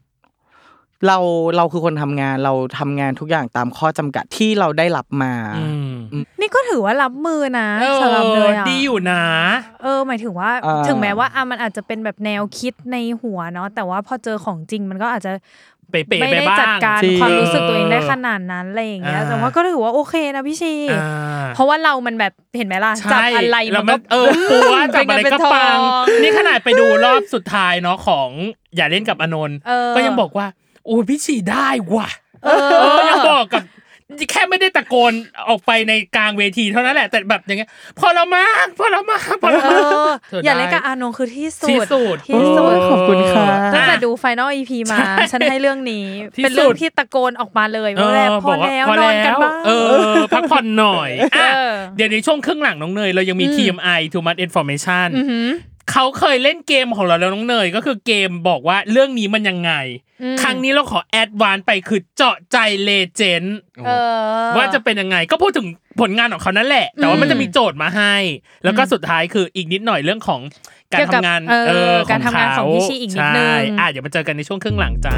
[SPEAKER 3] เราเราคือคนทำงานเราทำงานทุกอย่างตามข้อจำกัดที่เราได้รับมา
[SPEAKER 1] อืม
[SPEAKER 2] นี่ก็ถือว่ารับมือนะสำหรับเลยอ่ะ
[SPEAKER 1] ดีอยู่นะ
[SPEAKER 2] เออหมายถึงว่า
[SPEAKER 3] อ่า
[SPEAKER 2] ถึงแม้ว่าอ่ะมันอาจจะเป็นแบบแนวคิดในหัวเนาะแต่ว่าพอเจอของจริงมันก็อาจจะ
[SPEAKER 1] เป๋ๆ
[SPEAKER 2] ไม่
[SPEAKER 1] ไป
[SPEAKER 2] ได้
[SPEAKER 1] บ้าง
[SPEAKER 2] จัดการ
[SPEAKER 3] จริง
[SPEAKER 2] ความรู้สึกตัวเองได้ขนาดนั้นอะไรอย่างเงี้ย
[SPEAKER 1] อ่า
[SPEAKER 2] แต่ว่าก็ถือว่าโอเคนะพี่ชี
[SPEAKER 1] อ่า
[SPEAKER 2] เพราะว่าเรามันแบบเห็นไหมล่ะ
[SPEAKER 1] ใช่
[SPEAKER 2] จับอะไร
[SPEAKER 1] แล้
[SPEAKER 2] มั
[SPEAKER 1] วน
[SPEAKER 2] ก็
[SPEAKER 1] เออปัวจับอะไร
[SPEAKER 2] เป็น
[SPEAKER 1] ก็
[SPEAKER 2] เน
[SPEAKER 1] ปัง
[SPEAKER 2] ทอ
[SPEAKER 1] นี่ขนาดไปดูรอบสุดท้ายเนาะของอย่าเล่นกับอนนท์
[SPEAKER 2] เออ
[SPEAKER 1] ก็ยังบอกว่าโอ้ยพี่ฉีได้ว่ะ
[SPEAKER 2] เอ
[SPEAKER 1] เออ
[SPEAKER 2] อ
[SPEAKER 1] ยังบอกกับ แค่ไม่ได้ตะโกนออกไปในกลางเวทีเท่านั้นแหละแต่แบบอย่างเงี้ย พอแล้วมากพอแล้วมากพอแล้ว
[SPEAKER 2] เอ
[SPEAKER 1] มาก
[SPEAKER 2] อ
[SPEAKER 1] เธอได้
[SPEAKER 2] อย่าเล่นกับอานงคือที่สุด
[SPEAKER 1] ที่สุด
[SPEAKER 2] ที่สุ
[SPEAKER 3] โอ้
[SPEAKER 2] ด
[SPEAKER 3] ยขอบคุณค่ะ
[SPEAKER 2] ตั้งแต่
[SPEAKER 1] อ่ะ
[SPEAKER 2] ดูไฟนอลอีพีมา ฉันให้เรื่องนี้
[SPEAKER 1] ที่
[SPEAKER 2] เป็นเรื่อ
[SPEAKER 1] สุด
[SPEAKER 2] งที่ตะโกนออกมาเลย
[SPEAKER 1] เอ
[SPEAKER 2] ว่า
[SPEAKER 1] อ
[SPEAKER 2] แบบพ
[SPEAKER 1] บ
[SPEAKER 2] อก
[SPEAKER 1] ว่า
[SPEAKER 2] แล้ว
[SPEAKER 1] พอน
[SPEAKER 2] อ
[SPEAKER 1] แล้
[SPEAKER 2] นกัน
[SPEAKER 1] ว
[SPEAKER 2] บ้าง
[SPEAKER 1] เออ พักผ่อนหน่อยอ่ะ
[SPEAKER 2] เออ
[SPEAKER 1] เดี๋ยวในช่วงครึ่งหลังน้องเนยเรายังมี TMI Too Much Information เขาเคยเล่นเกมของเราแล้วน้องเนยก็คือเกมบอกว่าเรื่องนี้มันยังไง ครั้งนี้เราขอแอดวานซ์ไปคือเจาะใจเลเจนด์
[SPEAKER 2] เออ
[SPEAKER 1] ว่าจะเป็นยังไงก็พูดถึงผลงานของเขานั่นแหละ แต่ว่ามันจะมีโจทย์มาให้ แล้วก็สุดท้ายคืออีกนิดหน่อยเรื่องของการ
[SPEAKER 2] เกี่ยวกับ
[SPEAKER 1] ทำงาน
[SPEAKER 2] เออ
[SPEAKER 1] เออ
[SPEAKER 2] การทำงานของพี่ชิอีกนิดนึง
[SPEAKER 1] ใช่อ่ะเดี๋ยวมาเจอกันในช่วงครึ่งหลังจ้า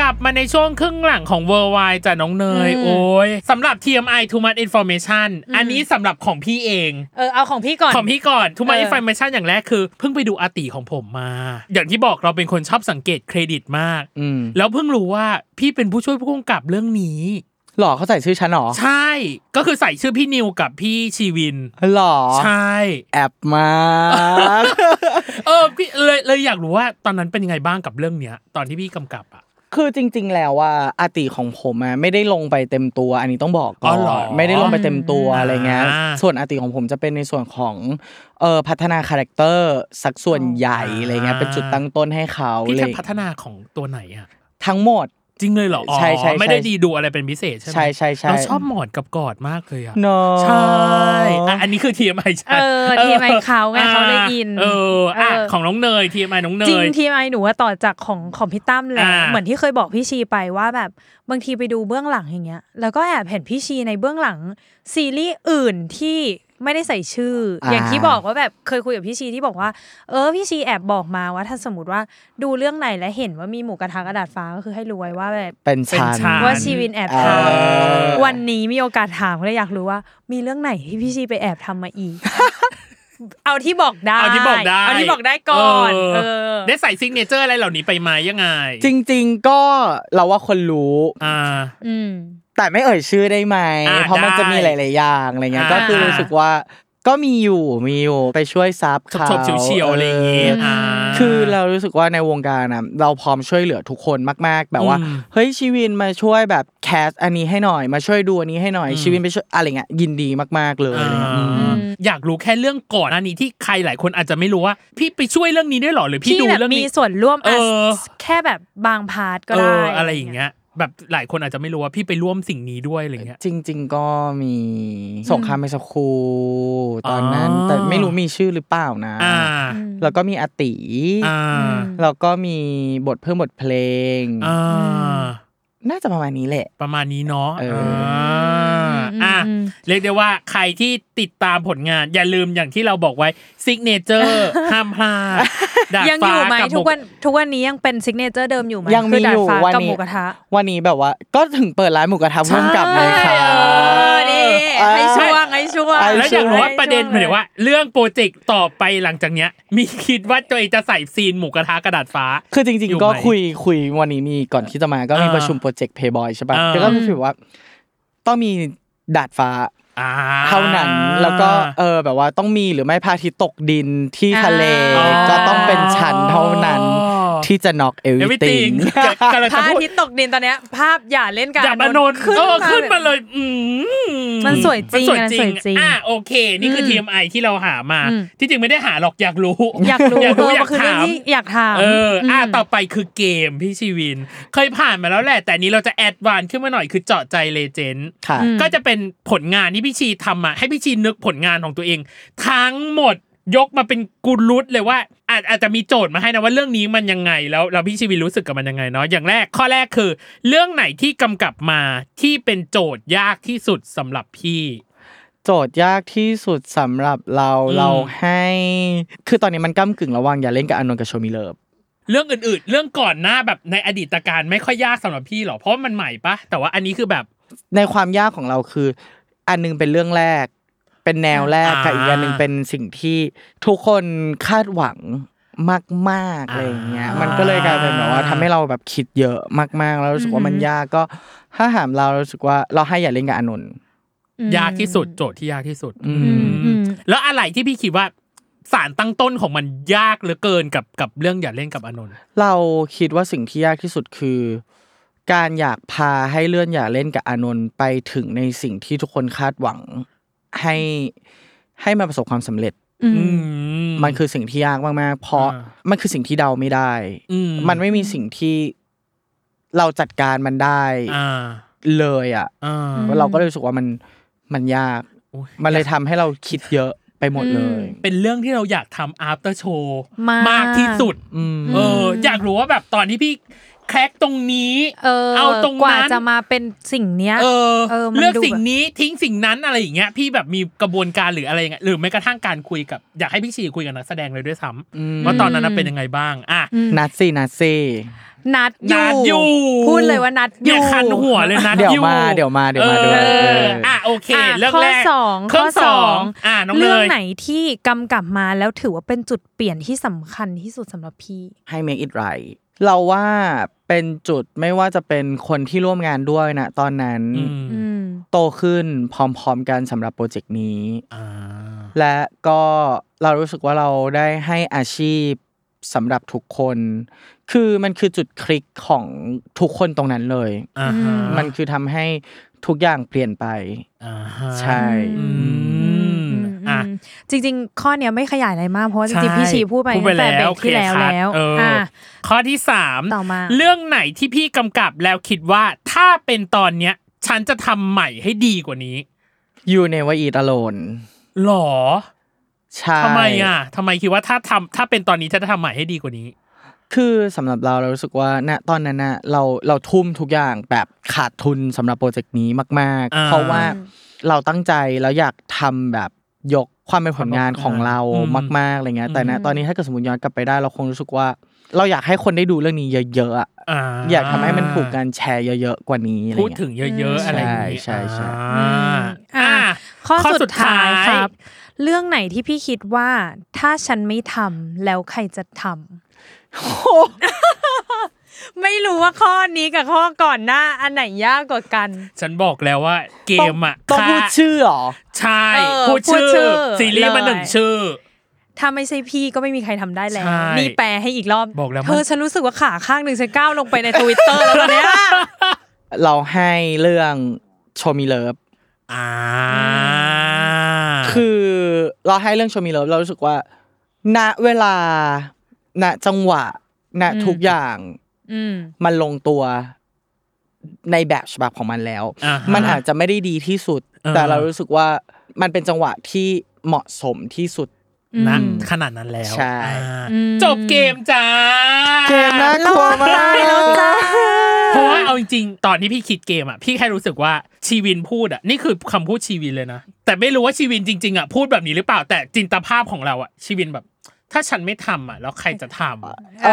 [SPEAKER 1] กลับมาในช่วงครึ่งหลังของ Worldwide จ้ะน้องเนย
[SPEAKER 2] อืม
[SPEAKER 1] โอ้ยสำหรับ TMI Too Much Information อันนี้สำหรับของพี่เอง
[SPEAKER 2] เออเอาของพี่ก่อน
[SPEAKER 1] ของพี่ก่อน ทุกมา
[SPEAKER 2] เออ
[SPEAKER 1] อินฟ r เมชันอย่างแรกคือ เพิ่งไปดูอาติของผมมา อย่างที่บอกเราเป็นคนชอบสังเกตเครดิตมาก
[SPEAKER 3] อืม
[SPEAKER 1] แล้วเพิ่งรู้ว่าพี่เป็นผู้ช่วยผู้กำกับเรื่องนี้
[SPEAKER 3] หล่อเขาใส่ชื่อฉันเหรอ
[SPEAKER 1] ใช่ ก็คือใส่ชื่อพี่นิวกับพี่ชีวิน
[SPEAKER 3] หล่อ
[SPEAKER 1] ใช่
[SPEAKER 3] แอบมาก
[SPEAKER 1] เออพี่เลยเลยอยากรู้ว่าตอนนั้นเป็นยังไงบ้างกับเรื่องเนี้ย ตอนที่พี่กำกับอ่ะ
[SPEAKER 3] คือจริง ๆ แล้วว่าอาติของผมอะไม่ได้ลงไปเต็มตัว อันนี้ต้องบอก
[SPEAKER 1] อ๋
[SPEAKER 3] ก่อ
[SPEAKER 1] อเหรอน
[SPEAKER 3] ไม่ได้ลงไปเต็มตัวอะไรเงี้ย
[SPEAKER 1] อ่า
[SPEAKER 3] ส่วนอาติของผมจะเป็นในส่วนของเออพัฒนาคาแรคเตอร์สักส่วนใหญ่
[SPEAKER 1] อ๋ออ
[SPEAKER 3] อะไรเงี้ยเป็นจุดตั้งต้นให้เขา
[SPEAKER 1] พี่
[SPEAKER 3] เลย
[SPEAKER 1] ทำพัฒนาของตัวไหนอ่ะ
[SPEAKER 3] ทั้งหมด
[SPEAKER 1] จริงเลยเหรออ๋อ
[SPEAKER 3] ใช่ใช่ใช่
[SPEAKER 1] ไม่ได้ดีดูอะไรเป็นพิเศษใช่ไหม
[SPEAKER 3] ใช่ใช่ใช่
[SPEAKER 1] เราชอบหมอดกับกอดมากเลยอ่ะ
[SPEAKER 3] เนาะ
[SPEAKER 1] ใช่อ่ะอันนี้คือ TMI ใช่
[SPEAKER 2] เออ TMI เขาไงเขาเลยอิน
[SPEAKER 1] เอออ่ะ
[SPEAKER 2] เออ
[SPEAKER 1] ของน้องเนย TMI น้องเน
[SPEAKER 2] จริง
[SPEAKER 1] ย
[SPEAKER 2] ทีมไอหนูว่าต่อจากของของพี่ตั้มแหละ
[SPEAKER 1] อ่า
[SPEAKER 2] เหมือนที่เคยบอกพี่ชีไปว่าแบบบางทีไปดูเบื้องหลังอย่างเงี้ย แล้วก็แอบเห็นพี่ชีในเบื้องหลังซีรีส์อื่นที่ไม่ได้ใส่ชื่อ
[SPEAKER 3] อ่า
[SPEAKER 2] อย่างที่บอกว่าแบบเคยคุยกับพี่ชีที่บอกว่า เออพี่ชีแอบบอกมาว่าถ้าสมมติว่าดูเรื่องไหนและเห็นว่ามีหมูกระทะกระดาษฟ้าก็คือให้รู้ไว้ว่าแบบ
[SPEAKER 3] เป็นชั้น
[SPEAKER 1] เป็นชั้น
[SPEAKER 2] ว่าชีวินแอบท
[SPEAKER 3] อ่า
[SPEAKER 2] ำวันนี้มีโอกาสถามก็เลยอยากรู้ว่า มีเรื่องไหน ที่พี่ชีไปแอบทำมา อีก เอาที่บอกได้
[SPEAKER 1] เอาที่บอกได้
[SPEAKER 2] เอาที่บอกได้ก่อน
[SPEAKER 1] เออ
[SPEAKER 2] เออ
[SPEAKER 1] ได้ใส่ซิกเนเจอร์อะไรเหล่านี้ไปไหมยังไง
[SPEAKER 3] จริง ๆ ก็เราว่าคนรู้
[SPEAKER 1] อ่า
[SPEAKER 2] อืม
[SPEAKER 3] แต่ไม่เอ่ยชื่อได้ไหม
[SPEAKER 1] อ่า
[SPEAKER 3] เพราะมันจะมีห
[SPEAKER 1] ได้
[SPEAKER 3] ลาย ๆ อย่างอะไรเงี้ย
[SPEAKER 1] อ่า
[SPEAKER 3] ก็คือรู้สึกว่าก็มีอยู่ มีอยู่ไปช่วยซับ
[SPEAKER 1] ชบ
[SPEAKER 3] เขา
[SPEAKER 1] ชบเฉียวๆอะไรอย่างงี้
[SPEAKER 3] เออ
[SPEAKER 1] อ่า
[SPEAKER 3] คือเรารู้สึกว่าในวงการนะเราพร้อมช่วยเหลือทุกคนมาก ๆ แบบว่า
[SPEAKER 1] อืม
[SPEAKER 3] เฮ้ยชีวินมาช่วยแบบแคสอันนี้ให้หน่อย มาช่วยดูอันนี้ให้หน่อย
[SPEAKER 1] อืม
[SPEAKER 3] ชีวินไปช่วยอะไรเงี้ยยินดีมาก ๆ เลย
[SPEAKER 1] อ่า
[SPEAKER 3] อืม
[SPEAKER 1] อยากรู้แค่เรื่องก่อนอันนี้ที่ใครหลายคนอาจจะไม่รู้ว่า พี่ไปช่วยเรื่องนี้ด้วยเหรอหรือพี่
[SPEAKER 2] ที่
[SPEAKER 1] ดู
[SPEAKER 2] แบบ
[SPEAKER 1] เรื่อง
[SPEAKER 2] มี
[SPEAKER 1] นี้
[SPEAKER 2] ส่วนร่วม
[SPEAKER 1] เออ
[SPEAKER 2] ะแค่แบบบางพาร์ทก็
[SPEAKER 1] เอ
[SPEAKER 2] ได้
[SPEAKER 1] ออะไรอย่างเงี้ย แบบหลายคนอาจจะไม่รู้ว่าพี่ไปร่วมสิ่งนี้ด้วยอะไรอย่างเงี้ย
[SPEAKER 3] จริง ๆ ก็มีสงครามไมสคูตอนนั้น
[SPEAKER 1] อ๋อ
[SPEAKER 3] แต่ไม่รู้มีชื่อหรือเปล่านะ
[SPEAKER 1] อ่า
[SPEAKER 2] อืม
[SPEAKER 3] แล้วก็มีอาติ
[SPEAKER 1] อ่า
[SPEAKER 2] อืม
[SPEAKER 3] แล้วก็มีบทเพิ่มบทเพลง
[SPEAKER 1] อ่า
[SPEAKER 3] น่าจะประมาณนี้แหละ
[SPEAKER 1] ประมาณนี้เนาะ
[SPEAKER 3] เอออ่
[SPEAKER 1] าอ่ะ
[SPEAKER 2] อืม
[SPEAKER 1] เรียกได้ว่าใครที่ติดตามผลงาน อย่าลืมอย่างที่เราบอกไว้ซิกเนเจอร์ ห้ามพลาด ดาด
[SPEAKER 2] ยังอ
[SPEAKER 1] ฟ้า
[SPEAKER 2] ยู่ไหม
[SPEAKER 1] กับ
[SPEAKER 2] ทุกวันทุกวันนี้ยังเป็นซิกเนเจอร์เดิมอยู่ไหม
[SPEAKER 3] ยังมี
[SPEAKER 2] คืดาด
[SPEAKER 3] อยู่
[SPEAKER 2] ฟ้า
[SPEAKER 3] วัน
[SPEAKER 2] กับห
[SPEAKER 3] นี้
[SPEAKER 2] มูกระทะ
[SPEAKER 3] วันนี้แบบว่า ก็ถึงเปิดร้านหมูกระทะเพิ่มกลับเลยค่ะ
[SPEAKER 2] เออนี่
[SPEAKER 3] เออ
[SPEAKER 2] ให้ช่วงให้ช่วง
[SPEAKER 3] ไอ้
[SPEAKER 1] แล้วอยากรู้ว่าประเด็นหมายถึงว่า เรื่องโปรเจกต์ต่อไปหลังจากเนี้ย มีคิดว่าตัวเองจะใส่ซีนหมูกระทะกระดาษฟ้า
[SPEAKER 3] คือจริง
[SPEAKER 1] อยู่
[SPEAKER 3] ๆ ก็
[SPEAKER 1] ไหม
[SPEAKER 3] คุยคุยวันนี้มีก่อนที่จะมาก็มี
[SPEAKER 1] อ่า
[SPEAKER 3] ประชุมโปรเจกต์เพย์บอยใช่ป่ะ
[SPEAKER 1] อ่า
[SPEAKER 3] แล้วก็รู้สึกว่า ต้องมีดาดฟ้า
[SPEAKER 1] อ่า
[SPEAKER 3] เท่านั้น แล้วก็เออแบบว่าต้องมีหรือไม่พระอาทิตย์ตกดินที่ทะเล
[SPEAKER 1] อ๋อ
[SPEAKER 3] ก็ต้องเป็นชั้นเท่านั้น
[SPEAKER 1] อ๋อ
[SPEAKER 3] ที่จะ knock everything
[SPEAKER 1] everything กำลัง
[SPEAKER 2] พ
[SPEAKER 1] จะ
[SPEAKER 2] ระอา
[SPEAKER 1] พูด
[SPEAKER 2] ทิตย์ตกดินตอนเนี้ย ภาพอย่าเล่นกับ
[SPEAKER 1] จับอ
[SPEAKER 2] อาน
[SPEAKER 1] น
[SPEAKER 2] น
[SPEAKER 1] น
[SPEAKER 2] ท์
[SPEAKER 1] ท์
[SPEAKER 2] ขึ้น
[SPEAKER 1] เออ
[SPEAKER 2] มา
[SPEAKER 1] ขึ้นมา
[SPEAKER 2] เลย
[SPEAKER 1] เลย อืม
[SPEAKER 2] มันสวยจริง
[SPEAKER 1] มันสวย
[SPEAKER 2] อันนั้นสวย
[SPEAKER 1] จ
[SPEAKER 2] จริ
[SPEAKER 1] ริง
[SPEAKER 2] ง
[SPEAKER 1] อ่ะโอเค นี่คือ
[SPEAKER 2] อืม
[SPEAKER 1] TMI ที่เราหามา ที่จริงไม่ได้หาหรอกอยากรู้
[SPEAKER 2] อยากรู้
[SPEAKER 1] อยากรู้
[SPEAKER 2] เออ
[SPEAKER 1] อยา
[SPEAKER 2] มัน
[SPEAKER 1] ก
[SPEAKER 2] คือ
[SPEAKER 1] ถา
[SPEAKER 2] เรื่อง
[SPEAKER 1] ม
[SPEAKER 2] ที่อยากถาม
[SPEAKER 1] เออ อ่ะ
[SPEAKER 2] ม
[SPEAKER 1] ต่อไปคือเกมพี่ชีวิน เคยผ่านมาแล้วแหละ แต่อันนี้เราจะแอดวานซ์ขึ้นมาหน่อยคือเจาะใจเลเจนด์
[SPEAKER 3] ค่ะ
[SPEAKER 2] อืม
[SPEAKER 1] ก็จะเป็นผลงานที่พี่ชีทำอ่ะ ให้พี่ชีนึกผลงานของตัวเอง ทั้งหมดยกมาเป็นกูรุดเลยว่า อาจอาจจะมีโจทย์มาให้นะว่าเรื่องนี้มันยังไงแล้วแล้วพี่ชีวินรู้สึกกับมันยังไงเนาะอย่างแรกข้อแรกคือ เรื่องไหนที่กำกับมาที่เป็นโจทย์ยากที่สุดสำหรับพี่
[SPEAKER 3] โจทย์ยากที่สุดสำหรับเรา
[SPEAKER 1] อืม
[SPEAKER 3] เราให้ คือตอนนี้มันก้ากึ่งระหว่างอย่าเล่นกับอานนท์กับโชมิเลิฟ
[SPEAKER 1] เรื่องอื่นๆ เรื่องก่อนหน้าแบบในอดีตการไม่ค่อยยากสำหรับพี่หรอเพราะว่ามันใหม่ปะแต่ว่าอันนี้คือแบบ
[SPEAKER 3] ในความยากของเราคือ อันหนึงเป็นเรื่องแรก เป็นแนวแรก
[SPEAKER 1] อ่า
[SPEAKER 3] กับอีกอันหนึ่งเป็นสิ่งที่ทุกคนคาดหวังมากๆอะไรอย่างเงี้ย
[SPEAKER 1] อ่ามั
[SPEAKER 3] มันก็เลยกลายเป็นแบบว่าทำให้เราแบบคิดเยอะมากๆ แล้วรู้สึกว่ามัน
[SPEAKER 2] อือหือ
[SPEAKER 3] ยากก็ถ้าถามเราเรารู้สึกว่าเราให้อย่าเล่นกับอานนท์
[SPEAKER 2] อืม
[SPEAKER 1] ยากที่สุดโจทย์ที่ยากที่สุด
[SPEAKER 3] อื
[SPEAKER 2] อื
[SPEAKER 3] ม
[SPEAKER 2] มอืม
[SPEAKER 1] แล้วอะไรที่พี่คิดว่าสารตั้งต้นของมันยากเหลือเกินกับกับเรื่องอย่าเล่นกับอานนท์
[SPEAKER 3] เราคิดว่าสิ่งที่ยากที่สุดคือ การอยากพาให้เลื่อนอย่าเล่นกับอานนท์ไปถึงในสิ่งที่ทุกคนคาดหวังให้ให้มันประสบความสำเร็จ
[SPEAKER 2] อืม
[SPEAKER 3] มันคือสิ่งที่ยากมากๆ เพราะมันคือสิ่งที่เดาไม่ได้
[SPEAKER 1] ม
[SPEAKER 3] มันไม่มีสิ่งที่เราจัดการมันได้
[SPEAKER 1] อ่า
[SPEAKER 3] เลยอ่ะ
[SPEAKER 1] อ่า
[SPEAKER 2] ม
[SPEAKER 3] เราก็เลยรู้สึกว่ามันมันยาก
[SPEAKER 1] โอ้ย
[SPEAKER 3] มันเลยทำให้เราคิดเยอะไปหมดเลย
[SPEAKER 1] เป็นเรื่องที่เราอยากทำ after show
[SPEAKER 2] มาก
[SPEAKER 1] มากที่สุด
[SPEAKER 3] อืม
[SPEAKER 1] เออ อยากรู้ว่าแบบตอนที่พี่แคร็กตรงนี้
[SPEAKER 2] เออ
[SPEAKER 1] เอาตรง
[SPEAKER 2] กว่า
[SPEAKER 1] นั้น
[SPEAKER 2] จะมาเป็นสิ่งเนี้ย
[SPEAKER 1] เออ
[SPEAKER 2] เออมันดูแบบ
[SPEAKER 1] เลือกสิ่งนี้ทิ้งสิ่งนั้นอะไรอย่างเงี้ย พี่แบบมีกระบวนการหรืออะไรอย่างเงี้ยหรือแม้กระทั่งการคุยกับอยากให้พี่ชีคุยกับนักแสดงเลยด้วยซ้
[SPEAKER 3] อืม
[SPEAKER 1] ำว่าตอนนั้นนะเป็นยังไงบ้างอ่ะ
[SPEAKER 2] ม
[SPEAKER 3] นัดซี่นัดซี่
[SPEAKER 2] นัดอ
[SPEAKER 1] นั
[SPEAKER 2] ยู่
[SPEAKER 1] ดอยู่
[SPEAKER 2] พูดเลยว่านัดอ
[SPEAKER 1] อย่ ย่าคันหัวเลยนะ
[SPEAKER 3] เดี๋ยวมาเดี๋ยวมาเดี๋ยวมาเดี๋ยวมา
[SPEAKER 1] เออ
[SPEAKER 3] เอออ่
[SPEAKER 1] อ่ะโอเค
[SPEAKER 2] อ่ะ
[SPEAKER 1] เรื่อง
[SPEAKER 2] ข้อ
[SPEAKER 1] แรก
[SPEAKER 2] สอง
[SPEAKER 1] ข้อ
[SPEAKER 2] ข้อ
[SPEAKER 1] ส
[SPEAKER 2] ส
[SPEAKER 1] อ
[SPEAKER 2] อง ง
[SPEAKER 1] อ่ะน้องเน
[SPEAKER 2] เรื่อง
[SPEAKER 1] ย
[SPEAKER 2] ไหนที่กำกับมาแล้วถือว่าเป็นจุดเปลี่ยนที่สำคัญที่สุดสำหรับพี่
[SPEAKER 3] ให้ make it right เราว่าเป็นจุดไม่ว่าจะเป็นคนที่ร่วมงานด้วยนะตอนนั้น
[SPEAKER 1] อืม
[SPEAKER 2] อืม
[SPEAKER 3] โตขึ้นพร้อมๆกันสำหรับโปรเจกต์นี้
[SPEAKER 1] อ่า
[SPEAKER 3] และก็เรารู้สึกว่าเราได้ให้อาชีพสำหรับทุกคน คือมันคือจุดคลิกของทุกคนตรงนั้นเลย
[SPEAKER 1] อ่าฮะ
[SPEAKER 3] มันคือทำให้ทุกอย่างเปลี่ยนไป
[SPEAKER 1] อ่าฮะ
[SPEAKER 3] ใช่
[SPEAKER 1] อืม
[SPEAKER 2] อืม
[SPEAKER 1] อ่ะ
[SPEAKER 2] อืมจริง ๆ ข้อเนี้ยไม่ขยายอะไรมากเพราะว่าจ
[SPEAKER 1] ใช่
[SPEAKER 2] ริงๆพี่ชีพูดไป
[SPEAKER 1] พูดไป
[SPEAKER 2] ตั้งแต่เบร
[SPEAKER 1] แล้ว
[SPEAKER 2] กที่แล้
[SPEAKER 1] เคลีย
[SPEAKER 2] ว
[SPEAKER 1] ร์ชัด
[SPEAKER 2] แล้ว
[SPEAKER 1] เอออ่
[SPEAKER 2] อ่ะ
[SPEAKER 1] ข้อที่สาม
[SPEAKER 2] ต่อมา
[SPEAKER 1] เรื่องไหนที่พี่กำกับแล้วคิดว่าถ้าเป็นตอนเนี้ย ฉันจะทำใหม่ให้ดีกว่านี้
[SPEAKER 3] อยู่ในว e อีตอโลน
[SPEAKER 1] หรอ
[SPEAKER 3] ใช่
[SPEAKER 1] ทำไมอ่ะทำไมคิดว่าถ้าทำถ้าเป็นตอนนี้ฉันจะทำใหม่ให้ดีกว่านี้
[SPEAKER 3] คือสำหรับเราเรารู้สึกว่าณตอนนั้นนะเราเราทุ่มทุกอย่างแบบขาดทุนสำหรับโปรเจกต์นี้มาก
[SPEAKER 1] อ่า
[SPEAKER 3] ๆ เพราะว่าเราตั้งใจแล้วอยากทำแบบยกความเป็นผลงานของเรามากๆอะไรเงี้ยแต่ณตอนนี้ถ้าเกิดสมมติย้อนกลับไปได้ เราคงรู้สึกว่า เราอยากให้คนได้ดูเรื่องนี้เยอะๆอะ
[SPEAKER 1] อ่า
[SPEAKER 3] อยากทำให้มันถูกการแชร์เยอะๆกว่านี้อะไร
[SPEAKER 1] พูด
[SPEAKER 3] เงี้ย
[SPEAKER 1] ถึงเยอะๆอะไรอย่างงี้
[SPEAKER 3] ใช่ใช่ใช่
[SPEAKER 1] อ่าอ่ะ
[SPEAKER 2] ข้อ
[SPEAKER 1] ข้อสุ
[SPEAKER 2] สุ
[SPEAKER 1] ด
[SPEAKER 2] ดท้าย
[SPEAKER 1] ท้าย
[SPEAKER 2] ครับ เรื่องไหนที่พี่คิดว่าถ้าฉันไม่ทำแล้วใครจะทำ ไม่รู้ว่าข้อนี้กับข้อก่อนหน้า อันไหนยากกว่ากัน
[SPEAKER 1] ฉันบอกแล้วว่าเก
[SPEAKER 3] ต้อง
[SPEAKER 1] มอ่ะ
[SPEAKER 3] ต้องพูด
[SPEAKER 1] ฆ่า
[SPEAKER 3] ชื่อเหรอ
[SPEAKER 1] ใช่
[SPEAKER 2] เออ
[SPEAKER 1] พูด
[SPEAKER 2] พูดชื่
[SPEAKER 1] ชื่อ
[SPEAKER 2] อ
[SPEAKER 1] ซีรีส์มา
[SPEAKER 2] เลย
[SPEAKER 1] หนึ่งชื่อ
[SPEAKER 2] ถ้าไม่ใช่พี่ก็ไม่มีใครทำได้แล้ว
[SPEAKER 1] ใช่
[SPEAKER 2] นี่แปลให้อีกรอบ
[SPEAKER 1] บอกแล้วมัน
[SPEAKER 2] เธอฉันรู้สึกว่าขาข้างหนึ่งฉันก้าวลงไปในทวิตเตอร์ แล้วตอนเนี้ย
[SPEAKER 3] เราให้เรื่องโชมีเลิฟ
[SPEAKER 1] อ่า
[SPEAKER 3] คือเราให้เรื่องโชมีเลิฟเรารู้สึกว่า ณเวลา ณจังหวะ ณ
[SPEAKER 2] อืม
[SPEAKER 3] ทุกอย่าง
[SPEAKER 2] อืม
[SPEAKER 3] มันลงตัวในแบบฉบับของมันแล้ว
[SPEAKER 1] าฮะ
[SPEAKER 3] มันอาจจะไม่ได้ดีที่สุด
[SPEAKER 1] เออ
[SPEAKER 3] แต่เรารู้สึกว่ามันเป็นจังหวะที่เหมาะสมที่สุด
[SPEAKER 1] นะ
[SPEAKER 3] อืม
[SPEAKER 1] ขนาดนั้นแล้ว
[SPEAKER 3] ใช่
[SPEAKER 1] อ่า
[SPEAKER 2] อืม
[SPEAKER 1] จบเกมจ้า
[SPEAKER 3] เกมน่ากลัวมาก
[SPEAKER 2] แล้วจ้า
[SPEAKER 1] เพราะว่าเอาจริงๆตอนที่พี่คิดเกมอ่ะพี่แค่รู้สึกว่าชีวินพูดอ่ะนี่คือคำพูดชีวินเลยนะ แต่ไม่รู้ว่าชีวินจริงๆอ่ะพูดแบบนี้หรือเปล่าแต่จินตภาพของเราอ่ะชีวินแบบ ถ้าฉันไม่ทำอ่ะแล้วใครจะทำ
[SPEAKER 3] เอ
[SPEAKER 1] เอ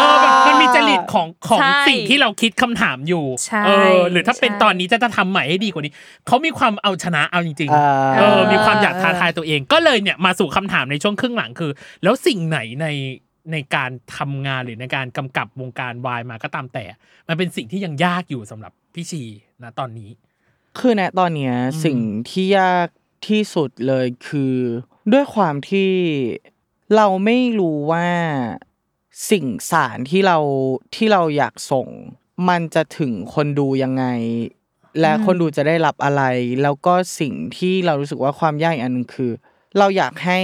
[SPEAKER 3] อ
[SPEAKER 1] อแบบมันมีจริตของของ
[SPEAKER 2] ใช่
[SPEAKER 1] สิ่งที่เราคิดคำถามอยู่
[SPEAKER 2] ใช่
[SPEAKER 1] เออหรือถ้าเป็น
[SPEAKER 2] ใช่
[SPEAKER 1] ตอนนี้จะจะทำใหม่ให้ดีกว่านี้เขามีความเอาชนะเอาจริงๆ
[SPEAKER 3] เออ
[SPEAKER 1] เออ
[SPEAKER 2] เออ
[SPEAKER 1] มีความอยากท้าทายตัวเองก็เลยเนี่ยมาสู่คำถามในช่วงครึ่งหลังคือ แล้วสิ่งไหนในในการทำงานหรือในการกำกับวงการวายมาก็ตามแต่ มันเป็นสิ่งที่ยังยากอยู่สำหรับพี่ชีนะตอนนี้
[SPEAKER 3] คือณตอนเนี้ย
[SPEAKER 1] อืม
[SPEAKER 3] สิ่งที่ยากที่สุดเลยคือ ด้วยความที่เราไม่รู้ว่า สิ่งสารที่เราที่เราอยากส่ง มันจะถึงคนดูยังไง และ
[SPEAKER 2] อืม
[SPEAKER 3] คนดูจะได้รับอะไร แล้วก็สิ่งที่เรารู้สึกว่าความยากอีกอันหนึงคือ เราอยากให้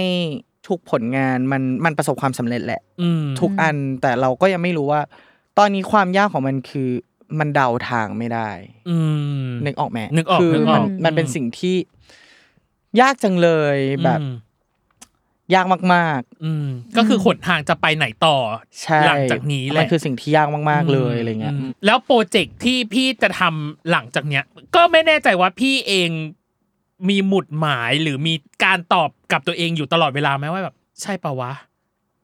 [SPEAKER 3] ทุกผลงานมันมันประสบความสำเร็จแหละ
[SPEAKER 1] อืม
[SPEAKER 3] ทุกอันแต่เราก็ยังไม่รู้ว่า ตอนนี้ความยากของมันคือมันเดาทางไม่ได้
[SPEAKER 1] อืม
[SPEAKER 3] นึกออกไหม
[SPEAKER 1] นึกออก
[SPEAKER 3] คื
[SPEAKER 1] นึกอ
[SPEAKER 3] มั
[SPEAKER 1] อก
[SPEAKER 3] มันเป็น
[SPEAKER 1] อืม
[SPEAKER 3] สิ่งที่ยากจังเลยแบบ
[SPEAKER 1] อืม
[SPEAKER 3] ยากมาก
[SPEAKER 1] อืมก็คือขนทางจะไปไหนต่อ
[SPEAKER 3] ๆ ใช่
[SPEAKER 1] หลังจากนี้แหละ
[SPEAKER 3] มันคือสิ่งที่ยากมากๆเลยอะไรเงี้ย
[SPEAKER 1] มแล้วโปรเจกต์ที่พี่จะทำหลังจากเนี้ย ก็ไม่แน่ใจว่าพี่เองมีหมุดหมายหรือมีการตอบกับตัวเองอยู่ตลอดเวลาไหมว่าแบบ ใช่ปะวะ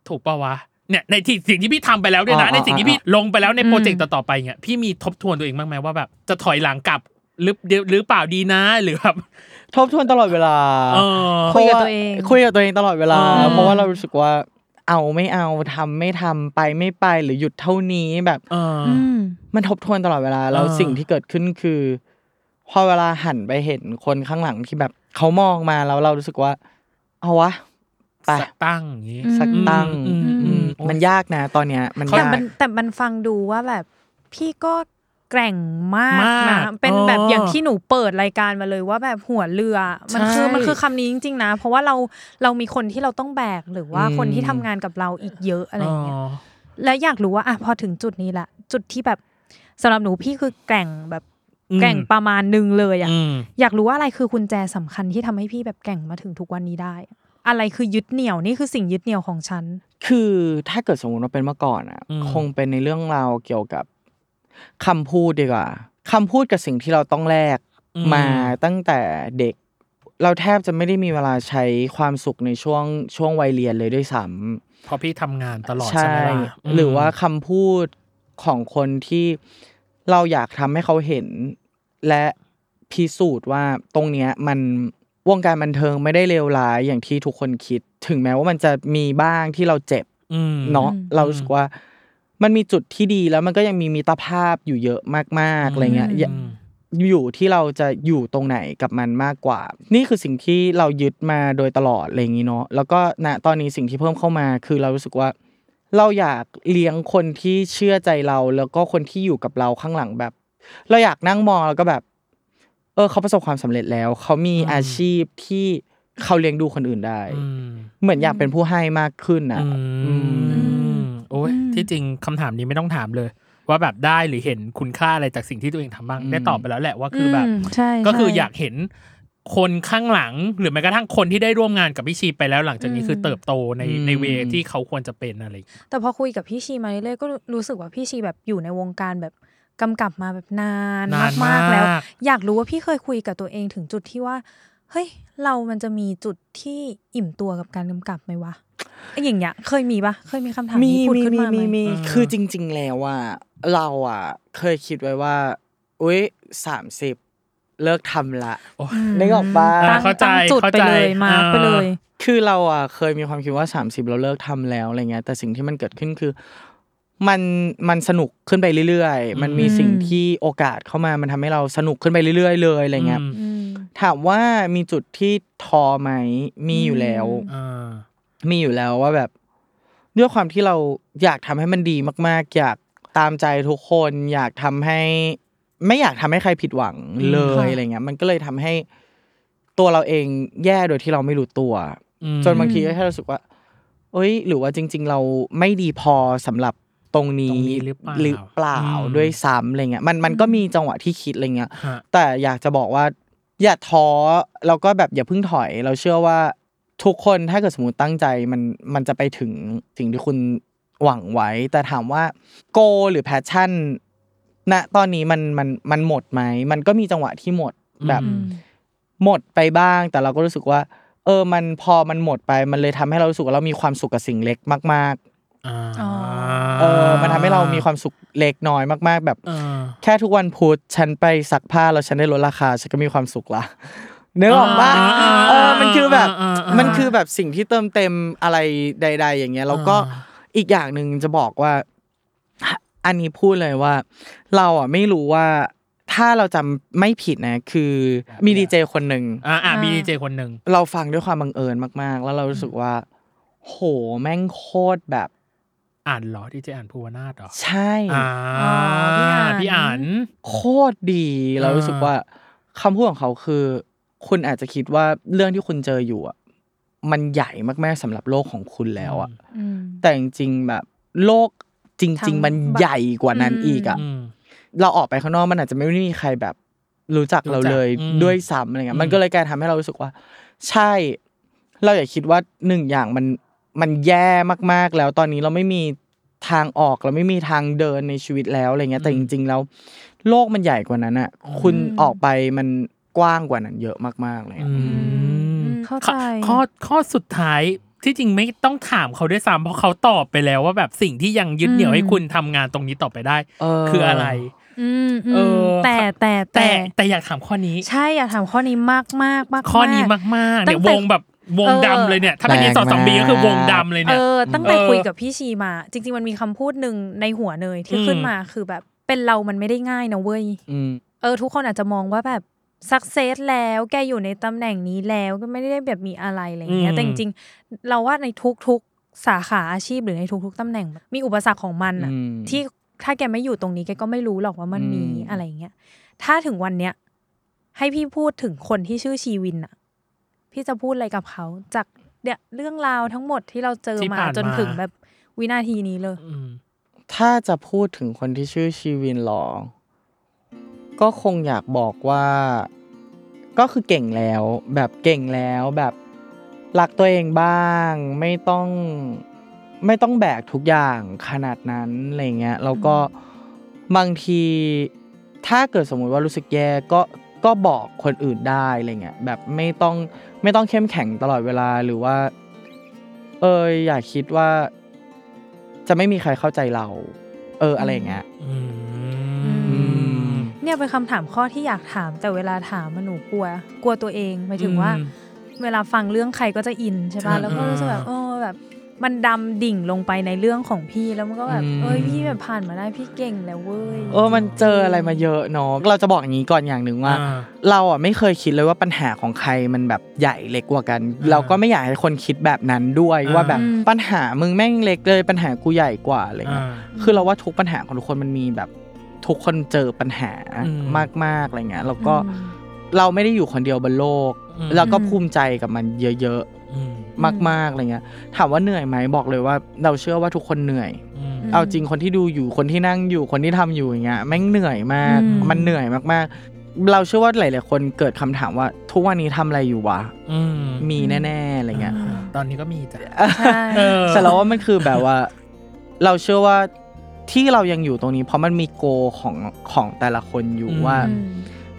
[SPEAKER 1] ถูกปะวะเนี่ยในที่สิ่งที่พี่ทำไปแล้วด้วยนะ
[SPEAKER 3] อ่า
[SPEAKER 1] ในสิ่งที่พี่ลงไปแล้วใน
[SPEAKER 2] อืม
[SPEAKER 1] โปรเจกต์ต่อๆไปเนี่ยพี่มีทบทวนตัวเองบ้างไหมว่าแบบจะถอยหลังกลับหรือเดี๋ยวหรือเปล่าดีนะหรือแบบ
[SPEAKER 3] ทบทวนตลอดเวลา
[SPEAKER 1] เออ
[SPEAKER 2] คุยกับตัวเอง
[SPEAKER 3] คุยกับตัวเองตลอดเวลา
[SPEAKER 1] อืม
[SPEAKER 3] เพราะว่าเรารู้สึกว่า เอาไม่เอาทำไม่ทำไปไม่ไปหรือหยุดเท่านี้แบบ
[SPEAKER 1] เออ
[SPEAKER 2] อืม
[SPEAKER 3] มันทบทวนตลอดเวลาแล้ว
[SPEAKER 1] เออ
[SPEAKER 3] สิ่งที่เกิดขึ้นคือ พอเวลาหันไปเห็นคนข้างหลังที่แบบเขามองมาแล้วเรารู้สึกว่า เอาวะไป
[SPEAKER 1] สักตั้งอย่างนี้
[SPEAKER 3] สักตั้ง
[SPEAKER 1] อืมอืม
[SPEAKER 3] อืม
[SPEAKER 1] อืม
[SPEAKER 3] มันยากนะ ตอนเนี้ยมัน
[SPEAKER 2] แต่
[SPEAKER 3] ยาก
[SPEAKER 2] มันแต่มันฟังดูว่าแบบพี่ก็แกร่งมาก
[SPEAKER 1] มา
[SPEAKER 2] นะ
[SPEAKER 1] ก
[SPEAKER 2] เป็นแบบ
[SPEAKER 1] เอออ
[SPEAKER 2] อย่างที่หนูเปิดรายการมาเลยว่าแบบหัวเรือมันคือ
[SPEAKER 1] ใช่
[SPEAKER 2] มันคือคำนี้จริง ๆ นะ เพราะว่าเราเรามีคนที่เราต้องแบกหรือว่า
[SPEAKER 3] อืม
[SPEAKER 2] คนที่ทำงานกับเราอีกเยอะอะไรอย่างเงี้ยและอยากรู้ว่าอ่ะพอถึงจุดนี้ละจุดที่แบบสำหรับหนูพี่คือแกร่งแบบ
[SPEAKER 1] อืม
[SPEAKER 2] แกร่งประมาณหนึงเลยอ่ะ
[SPEAKER 1] อืม
[SPEAKER 2] อยากรู้ว่าอะไรคือกุญแจสำคัญที่ทำให้พี่แบบแกร่งมาถึงทุกวันนี้ได้ อะไรคือยึดเหนี่ยวนี่คือสิ่งยึดเหนี่ยวของฉัน
[SPEAKER 3] คือถ้าเกิดสมมติว่าเป็นเมื่อก่อนอ่ะ
[SPEAKER 1] อืม
[SPEAKER 3] คงเป็นในเรื่องราวเกี่ยวกับคำพูดดีกว่าคำพูดกับสิ่งที่เราต้องแลก
[SPEAKER 1] อื
[SPEAKER 3] มาตั้งแต่เด็ก เราแทบจะไม่ได้มีเวลาใช้ความสุขในช่วงช่วงวัยเรียนเลยด้วยซ้
[SPEAKER 1] เพราะพี่ทำงานตลอด
[SPEAKER 3] ำ
[SPEAKER 1] ใช่ไหมล่ะม
[SPEAKER 3] หรือว่าคำพูดของคนที่เราอยากทำให้เขาเห็น และพิสูจน์ว่าตรงเนี้ยมันวงการบันเทิงไม่ได้เลวร้ายอย่างที่ทุกคนคิด ถึงแม้ว่ามันจะมีบ้างที่เราเจ็บ
[SPEAKER 1] อืม
[SPEAKER 3] เนาะ
[SPEAKER 2] อืม
[SPEAKER 3] เรารู้สึกว่ามันมีจุดที่ดีแล้วมันก็ยังมีมิตรภาพอยู่เยอะมากๆอะไรเงี้ยอย่า อยู่ที่เราจะอยู่ตรงไหนกับมันมากกว่า นี่คือสิ่งที่เรายึดมาโดยตลอดอะไรอย่างนี้เนาะแล้วก็ณตอนนี้สิ่งที่เพิ่มเข้ามาคือเรารู้สึกว่า เราอยากเลี้ยงคนที่เชื่อใจเรา แล้วก็คนที่อยู่กับเราข้างหลังแบบ เราอยากนั่งมองแล้วก็แบบ เออเขาประสบความสำเร็จแล้ว เขามี
[SPEAKER 1] อืม
[SPEAKER 3] อาชีพที่เขาเลี้ยงดูคนอื่นได้
[SPEAKER 1] อืม
[SPEAKER 3] เหมือนอยากเป็นผู้ให้มากขึ้นอ่ะ
[SPEAKER 1] อืม
[SPEAKER 3] อื
[SPEAKER 2] ม
[SPEAKER 1] โอ้ย
[SPEAKER 2] อืม
[SPEAKER 1] ที่จริงคำถามนี้ไม่ต้องถามเลย ว่าแบบได้หรือเห็นคุณค่าอะไรจากสิ่งที่ตัวเองทำบ้างได้ตอบไปแล้วแหละว่าคือแบบ
[SPEAKER 2] มใช่
[SPEAKER 1] ก็คือ
[SPEAKER 2] ใช่
[SPEAKER 1] อยากเห็นคนข้างหลัง หรือแม้กระทั่งคนที่ได้ร่วมงานกับพี่ชีไปแล้วหลังจากนี้
[SPEAKER 2] อืม
[SPEAKER 1] คือเติบโตใน
[SPEAKER 3] อืม
[SPEAKER 1] ในเวที่เขาควรจะเป็นอะไรอย่างเงี้ย
[SPEAKER 2] แต่พอคุยกับพี่ชีมาเรื่อยๆก็รู้สึกว่าพี่ชีแบบอยู่ในวงการแบบกำกับมาแบบนาน
[SPEAKER 1] นานมาม
[SPEAKER 2] าก กๆแล้ว อยากรู้ว่าพี่เคยคุยกับตัวเองถึงจุดที่ว่า เฮ้ย เรามันจะมีจุดที่อิ่มตัวกับการกำกับไหมวะไอ้อย่างเงี้ยเคยมีปะเคยมีคำถาม
[SPEAKER 3] มี
[SPEAKER 2] นี้ผุด
[SPEAKER 3] มี
[SPEAKER 2] ขึ้น
[SPEAKER 3] มี
[SPEAKER 2] มาไห
[SPEAKER 3] มี
[SPEAKER 2] ม
[SPEAKER 3] มี
[SPEAKER 1] เออ
[SPEAKER 3] คือจริง ๆ แล้วว่าเราอ่ะเคยคิดไว้ว่าอุ้ยสามสิบเลิกทำละ
[SPEAKER 1] โอ้ย
[SPEAKER 3] นึกออกปะ
[SPEAKER 2] ตั้ง
[SPEAKER 1] เข้าใจ
[SPEAKER 2] ตั้งจุด
[SPEAKER 1] เข้า
[SPEAKER 2] ไป
[SPEAKER 1] ใจ
[SPEAKER 2] เลยมา
[SPEAKER 1] อ่า
[SPEAKER 2] ไปเลย
[SPEAKER 3] คือเราอ่ะเคยมีความคิดว่า 30 เราเลิกทำแล้วอะไรเงี้ยแต่สิ่งที่มันเกิดขึ้นคือ มันมันสนุกขึ้นไปเรื่อยๆ มันมี
[SPEAKER 2] อืม
[SPEAKER 3] สิ่งที่โอกาสเข้ามามันทำให้เราสนุกขึ้นไปเรื่อยๆ เลยอะไรเงี้ย
[SPEAKER 1] อืม
[SPEAKER 2] อืม
[SPEAKER 3] ถามว่ามีจุดที่ท้อไหมมีอยู่แล้ว
[SPEAKER 2] อืม
[SPEAKER 1] อ่า
[SPEAKER 3] มีอยู่แล้วว่าแบบด้วยความที่เราอยากทำให้มันดีมากๆ อยากตามใจทุกคน อยากทำให้ ไม่อยากทำให้ใครผิดหวังเลย
[SPEAKER 2] ค่ะ
[SPEAKER 3] อะไรเงี้ย มันก็เลยทำให้ตัวเราเองแย่โดยที่เราไม่รู้ตัว
[SPEAKER 1] อืม
[SPEAKER 3] จนบางทีก็แค่รู้สึกว่า เอ้ย หรือว่าจริง ๆ เราไม่ดีพอสำหรับตรง
[SPEAKER 1] ตร
[SPEAKER 3] นี้
[SPEAKER 1] งนี้หรือเปล่า
[SPEAKER 3] เปล่า
[SPEAKER 1] อืม
[SPEAKER 3] ด้วยซ้ำอะไรเงี้ยมันมันก็มีจังหวะที่คิดอะไรเงี้ย
[SPEAKER 1] ฮะ
[SPEAKER 3] แต่อยากจะบอกว่า อย่าท้อแล้วก็แบบอย่าเพิ่งถอย เราเชื่อว่าทุกคนถ้าเกิดสมมติตั้งใจมันมันจะไปถึงสิ่งที่คุณหวังไว้ แต่ถามว่าโกหรือแพชชั่นณตอนนี้มันมันมันหมดไหมมันก็มีจังหวะที่หมดแบบ
[SPEAKER 2] อืม
[SPEAKER 3] หมดไปบ้าง แต่เราก็รู้สึกว่า เออมันพอมันหมดไปมันเลยทำให้เรารู้สึกว่าเรามีความสุขกับสิ่งเล็กมาก
[SPEAKER 1] อ่า
[SPEAKER 2] อ๋อ
[SPEAKER 3] ๆ เออ มันทำให้เรามีความสุขเล็กน้อยมากๆ แบบ
[SPEAKER 1] เออ
[SPEAKER 3] แค่ทุกวันพุธฉันไปซักผ้าแล้วฉันได้ลดราคาฉันก็มีความสุขละ นึกออกปะ
[SPEAKER 1] อ่า
[SPEAKER 3] เออมันคือแบบ
[SPEAKER 1] อ่าอ่าอ่ามั
[SPEAKER 3] มันคือแบบสิ่งที่เติมเต็มอะไรใด ๆ อย่างเงี้ยแล้วก็
[SPEAKER 1] อ่า
[SPEAKER 3] อีกอย่างหนึ่งจะบอกว่า อันนี้พูดเลยว่า เราอ่ะไม่รู้ว่าถ้าเราจำไม่ผิดนะ คือมีดีเจคนหนึ่ง
[SPEAKER 1] อ่าอ่ามีดีเจคนหนึ่ง
[SPEAKER 3] เราฟังด้วยความบังเอิญมากๆ แล้วเรารู้สึกว่า โหแม่งโคตรแบบ
[SPEAKER 1] อ่านเหรอดีเจอ่านภูวนาถเหรอ
[SPEAKER 3] ใช่
[SPEAKER 1] อ่า
[SPEAKER 2] อ๋อพี่
[SPEAKER 1] พี่
[SPEAKER 2] อ่าน
[SPEAKER 1] อ่าน
[SPEAKER 3] โคตรดีเรา
[SPEAKER 1] อ่า
[SPEAKER 3] รู้สึกว่าคำพูดของเขาคือ คุณอาจจะคิดว่าเรื่องที่คุณเจออยู่อ่ะมันใหญ่มากๆสำหรับโลกของคุณแล้วอ่ะ
[SPEAKER 2] อืม
[SPEAKER 3] แต่จริงๆแบบโลกจริง ๆ มันใหญ่กว่านั้น
[SPEAKER 2] อืม
[SPEAKER 3] อีกอ่ะ
[SPEAKER 1] อืม
[SPEAKER 3] เราออกไปข้างนอกมันอาจจะไม่ได้มีใครแบบรู้จักเราเลย
[SPEAKER 1] รู้จักอืม
[SPEAKER 3] ด้วยซ้ำอะไรเงี้
[SPEAKER 1] อื
[SPEAKER 3] ย
[SPEAKER 1] ม
[SPEAKER 3] มันก็เลยกลายทำให้เรารู้สึกว่า ใช่ เราอย่าคิดว่าหนึ่งอย่างมันมันแย่มากๆแล้วตอนนี้เราไม่มีทางออกเราไม่มีทางเดินในชีวิตแล้วอะไรเงี้ยแต่
[SPEAKER 1] อืม
[SPEAKER 3] จริง ๆ แล้ว โลกมันใหญ่กว่านั้นอ่ะ คุณ
[SPEAKER 2] อืม
[SPEAKER 3] ออกไปมันกว้างกว่านั้นเยอะมากๆเลยอะ
[SPEAKER 1] อื
[SPEAKER 2] อืมเข้าใจ
[SPEAKER 1] ข้อข้อสุดท้ายที่จริงไม่ต้องถามเขาด้วยซ้ำเพราะเขาตอบไปแล้วว่าแบบสิ่งที่ยังยึดเหนี่ยวให้คุณทำงานตรงนี้ต่อไปได้
[SPEAKER 3] เ
[SPEAKER 1] คืออะไร
[SPEAKER 2] อืม
[SPEAKER 1] เอ
[SPEAKER 2] อื
[SPEAKER 1] อ
[SPEAKER 2] มแต่แต่
[SPEAKER 1] แต่แต่อยากถามข้อนี้
[SPEAKER 2] ใช่อยากถามข้อนี้มากมากมาก
[SPEAKER 1] ข้อนี้มากๆเนี่ย
[SPEAKER 2] ตั้งแต่
[SPEAKER 1] วงแบบวงดำ
[SPEAKER 2] เออ
[SPEAKER 1] เลยเนี่ย ถ้าเป็น
[SPEAKER 3] แร
[SPEAKER 1] ยี
[SPEAKER 3] ง
[SPEAKER 1] สอสองบี
[SPEAKER 3] มาก
[SPEAKER 1] ก็คือวงดำเลย
[SPEAKER 2] เอ
[SPEAKER 1] เนี่ย
[SPEAKER 2] อ ตั้งแต่
[SPEAKER 1] เออ
[SPEAKER 2] คุยกับพี่ชีมา จริง ๆ มันมีคำพูดหนึ่งในหัวเนยที่
[SPEAKER 1] อืม
[SPEAKER 2] ขึ้นมาคือแบบเป็นเรามันไม่ได้ง่ายนะเว้ย
[SPEAKER 3] อืม
[SPEAKER 2] เออทุกคนอาจจะมองว่าแบบสักเซสแล้วแกอยู่ในตำแหน่งนี้แล้วก็ไม่ได้แบบมีอะไรอะไรอย่างเงี้
[SPEAKER 1] อื
[SPEAKER 2] ย
[SPEAKER 1] ม
[SPEAKER 2] แต่จริงๆเราว่าในทุกๆสาขาอาชีพหรือในทุกๆตำแหน่ง มีอุปสรรคของมันอะ
[SPEAKER 3] อืม
[SPEAKER 2] ที่ถ้าแกไม่อยู่ตรงนี้แกก็ไม่รู้หรอกว่ามันมี
[SPEAKER 3] อืม
[SPEAKER 2] อะไรอย่างเงี้ยถ้าถึงวันเนี้ยให้พี่พูดถึงคนที่ชื่อชีวินอะพี่จะพูดอะไรกับเขา จากเนี่ยเรื่องราวทั้งหมดที่เราเจอ
[SPEAKER 1] ที่
[SPEAKER 2] มา
[SPEAKER 1] ผ่านมา
[SPEAKER 2] จนถึงแบบวินาทีนี้เลย
[SPEAKER 1] ม
[SPEAKER 3] ถ้าจะพูดถึงคนที่ชื่อชีวินหรอ ก็คงอยากบอกว่า ก็คือเก่งแล้ว แบบเก่งแล้วแบบรักตัวเองบ้าง ไม่ต้องไม่ต้องแบกทุกอย่างขนาดนั้นอะไรเงี้ยแล้วก็บางทีถ้าเกิดสมมุติว่ารู้สึกแย่ก็ก็บอกคนอื่นได้อะไรเงี้ยแบบไม่ต้องไม่ต้องเข้มแข็งตลอดเวลาหรือว่า เอออย่าคิดว่า จะไม่มีใครเข้าใจเรา เอออะไรอย่างเงี้ย
[SPEAKER 1] อืม
[SPEAKER 2] อื เนี่ยเป็นคำถามข้อที่อยากถาม แต่เวลาถามมันหนูกลัว กลัวตัวเองหมายถึงว่า
[SPEAKER 1] อืม
[SPEAKER 2] เวลาฟังเรื่องใครก็จะอินใช่ป่ะ
[SPEAKER 1] ใช่
[SPEAKER 2] แล้วก็รู้สึกแบบโอ้แบบมันดำดิ่งลงไปในเรื่องของพี่แล้วมันก็แบบ
[SPEAKER 3] อืม
[SPEAKER 2] เอ้ยพี่แบบผ่านมาได้พี่เก่งแล้วเว้ย
[SPEAKER 3] เออมันเจออะไรมาเยอะเนาะเราจะบอกอย่างนี้ก่อนอย่างหนึ่งว่า
[SPEAKER 1] อ่า
[SPEAKER 3] เราอ่ะไม่เคยคิดเลยว่าปัญหาของใครมันแบบใหญ่เล็กกว่ากัน
[SPEAKER 1] อ่า
[SPEAKER 3] เราก็ไม่อยากให้คนคิดแบบนั้นด้วย
[SPEAKER 1] อ่า
[SPEAKER 3] ว่าแบบ
[SPEAKER 2] อืม
[SPEAKER 3] ปัญหามึงแม่งเล็กเลยปัญหากูใหญ่กว่าอะไร
[SPEAKER 1] อ่า
[SPEAKER 3] เงี้ยคือเราว่าทุกปัญหาของทุกคนมันมีแบบทุกคนเจอปัญหา
[SPEAKER 1] อืม
[SPEAKER 3] มากๆอะไรเงี้ยแล้วก็
[SPEAKER 2] อืม
[SPEAKER 3] เราไม่ได้อยู่คนเดียวบนโลก
[SPEAKER 1] อืม
[SPEAKER 3] แล้วก็
[SPEAKER 2] อืม
[SPEAKER 3] ภูมิใจกับมันเยอะ
[SPEAKER 1] อืม
[SPEAKER 3] ๆมากๆอะไรเงี้ย ถามว่าเหนื่อยไหมบอกเลยว่า เราเชื่อว่าทุกคนเหนื่อย
[SPEAKER 1] อืม
[SPEAKER 2] ม
[SPEAKER 3] เอาจริงคนที่ดูอยู่คนที่นั่งอยู่คนที่ทำอยู่อย่างเงี้ยแม่งเหนื่อยมาก
[SPEAKER 2] อืม
[SPEAKER 3] มันเหนื่อยมากๆ เราเชื่อว่าหลายๆคนเกิดคำถามว่า ทุกวันนี้ทำอะไรอยู่วะ
[SPEAKER 1] อืม
[SPEAKER 3] มีแน่ๆอะไรเงี้ย
[SPEAKER 1] าตอนนี้ก็มีจ้ะ
[SPEAKER 2] ใช่
[SPEAKER 1] เออ
[SPEAKER 3] แต่เราว่ามันคือแบบว่า เราเชื่อว่าที่เรายังอยู่ตรงนี้ เพราะมันมีโกของของแต่ละคนอยู่
[SPEAKER 1] อืม
[SPEAKER 3] ว่า
[SPEAKER 2] อืม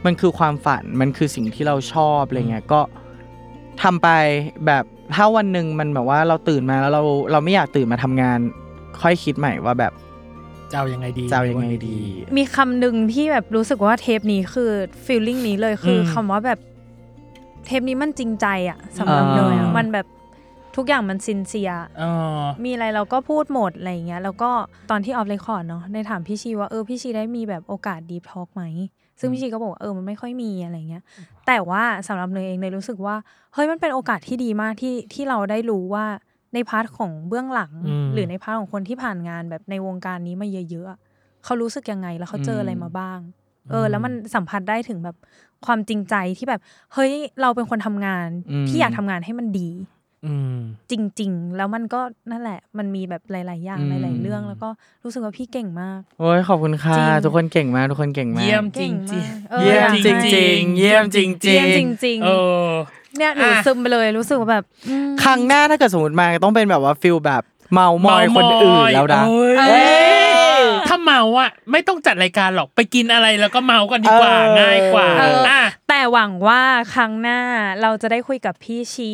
[SPEAKER 3] มันคือความฝันมันคือสิ่งที่เราชอบอะไรเงี้ยก็ทำไปแบบถ้าวันหนึ่งมันแบบว่าเราตื่นมาแล้วเราเราไม่อยากตื่นมาทำงาน ค่อยคิดใหม่ว่าแบบ
[SPEAKER 1] จะเอายังไงดี
[SPEAKER 3] จะเอายังไงดี
[SPEAKER 2] มีคำหนึ่งที่แบบรู้สึกว่าเทปนี้คือฟีลลิ่งนี้เลยคืออ
[SPEAKER 1] ม
[SPEAKER 2] คำว่าแบบเทปนี้มันจริงใจอะสำหรับ
[SPEAKER 3] อ่า
[SPEAKER 2] เลยอะมันแบบทุกอย่างมันซินเซีย
[SPEAKER 1] เออ
[SPEAKER 2] มีอะไรเราก็พูดหมดอะไรอย่างเงี้ยแล้วก็ตอนที่ออฟเรคคอร์ดเนาะในถามพี่ชีว่าเออพี่ชีได้มีแบบโอกาสดีทอล์กไหม ซึ่งพี่ชีก็บอกว่าเออมันไม่ค่อยมีอะไรเงี้ย แต่ว่าสำหรับเนยเองเนยรู้สึกว่าเฮ้ยมันเป็นโอกาสที่ดีมากที่ที่เราได้รู้ว่าในพาร์ทของเบื้องหลัง
[SPEAKER 1] อืม
[SPEAKER 2] หรือในพาร์ทของคนที่ผ่านงานแบบในวงการนี้มาเยอะๆอะเขารู้สึกยังไงแล้วเขาเจออะไรมาบ้าง เออแล้วมันสัมผัสได้ถึงแบบความจริงใจที่แบบเฮ้ยเราเป็นคนทำงาน
[SPEAKER 3] อืม
[SPEAKER 2] พี่อยากทำงานให้มันดี
[SPEAKER 1] อืม
[SPEAKER 2] จริง ๆ แล้วมันก็นั่นแหละ มันมีแบบหลาย ๆ อย่าง
[SPEAKER 3] อืม
[SPEAKER 2] หลาย ๆ เรื่อง แล้วก็รู้สึกว่าพี่เก่งมาก
[SPEAKER 3] โอ้ยขอบคุณค่ะ
[SPEAKER 2] จริง
[SPEAKER 3] ทุกคนเก่งมากทุกคนเก่งมาก
[SPEAKER 1] เยี่ยมจริ
[SPEAKER 2] เก่
[SPEAKER 1] ง
[SPEAKER 2] ง
[SPEAKER 1] จริง
[SPEAKER 2] มากออ
[SPEAKER 3] เยี่ยมจริง
[SPEAKER 2] อาก
[SPEAKER 3] จริงๆเยี่ยมจริงจริ
[SPEAKER 2] เยี่ยมจ
[SPEAKER 3] ง
[SPEAKER 2] ริง
[SPEAKER 1] เออ
[SPEAKER 2] ๆ เนี่ยหนู
[SPEAKER 1] อ่ะ
[SPEAKER 2] ซึมไปเลยรู้สึกว่าแบบอืม
[SPEAKER 3] ครั้งหน้าถ้าเกิดสมมติมาต้องเป็นแบบว่าฟิลแบบเมามอย
[SPEAKER 1] เา
[SPEAKER 3] คนอื่นแล้วนะ
[SPEAKER 1] เอ้ย
[SPEAKER 2] เอ้ย
[SPEAKER 1] ถ้าเมาอ่ะไม่ต้องจัดรายการหรอกไปกินอะไรแล้วก็เมากันดีกว่า
[SPEAKER 3] เออ
[SPEAKER 1] ง่ายกว่า
[SPEAKER 2] เอออ่
[SPEAKER 1] อ่ะ
[SPEAKER 2] แต่หวังว่าครั้งหน้าเราจะได้คุยกับพี่ชี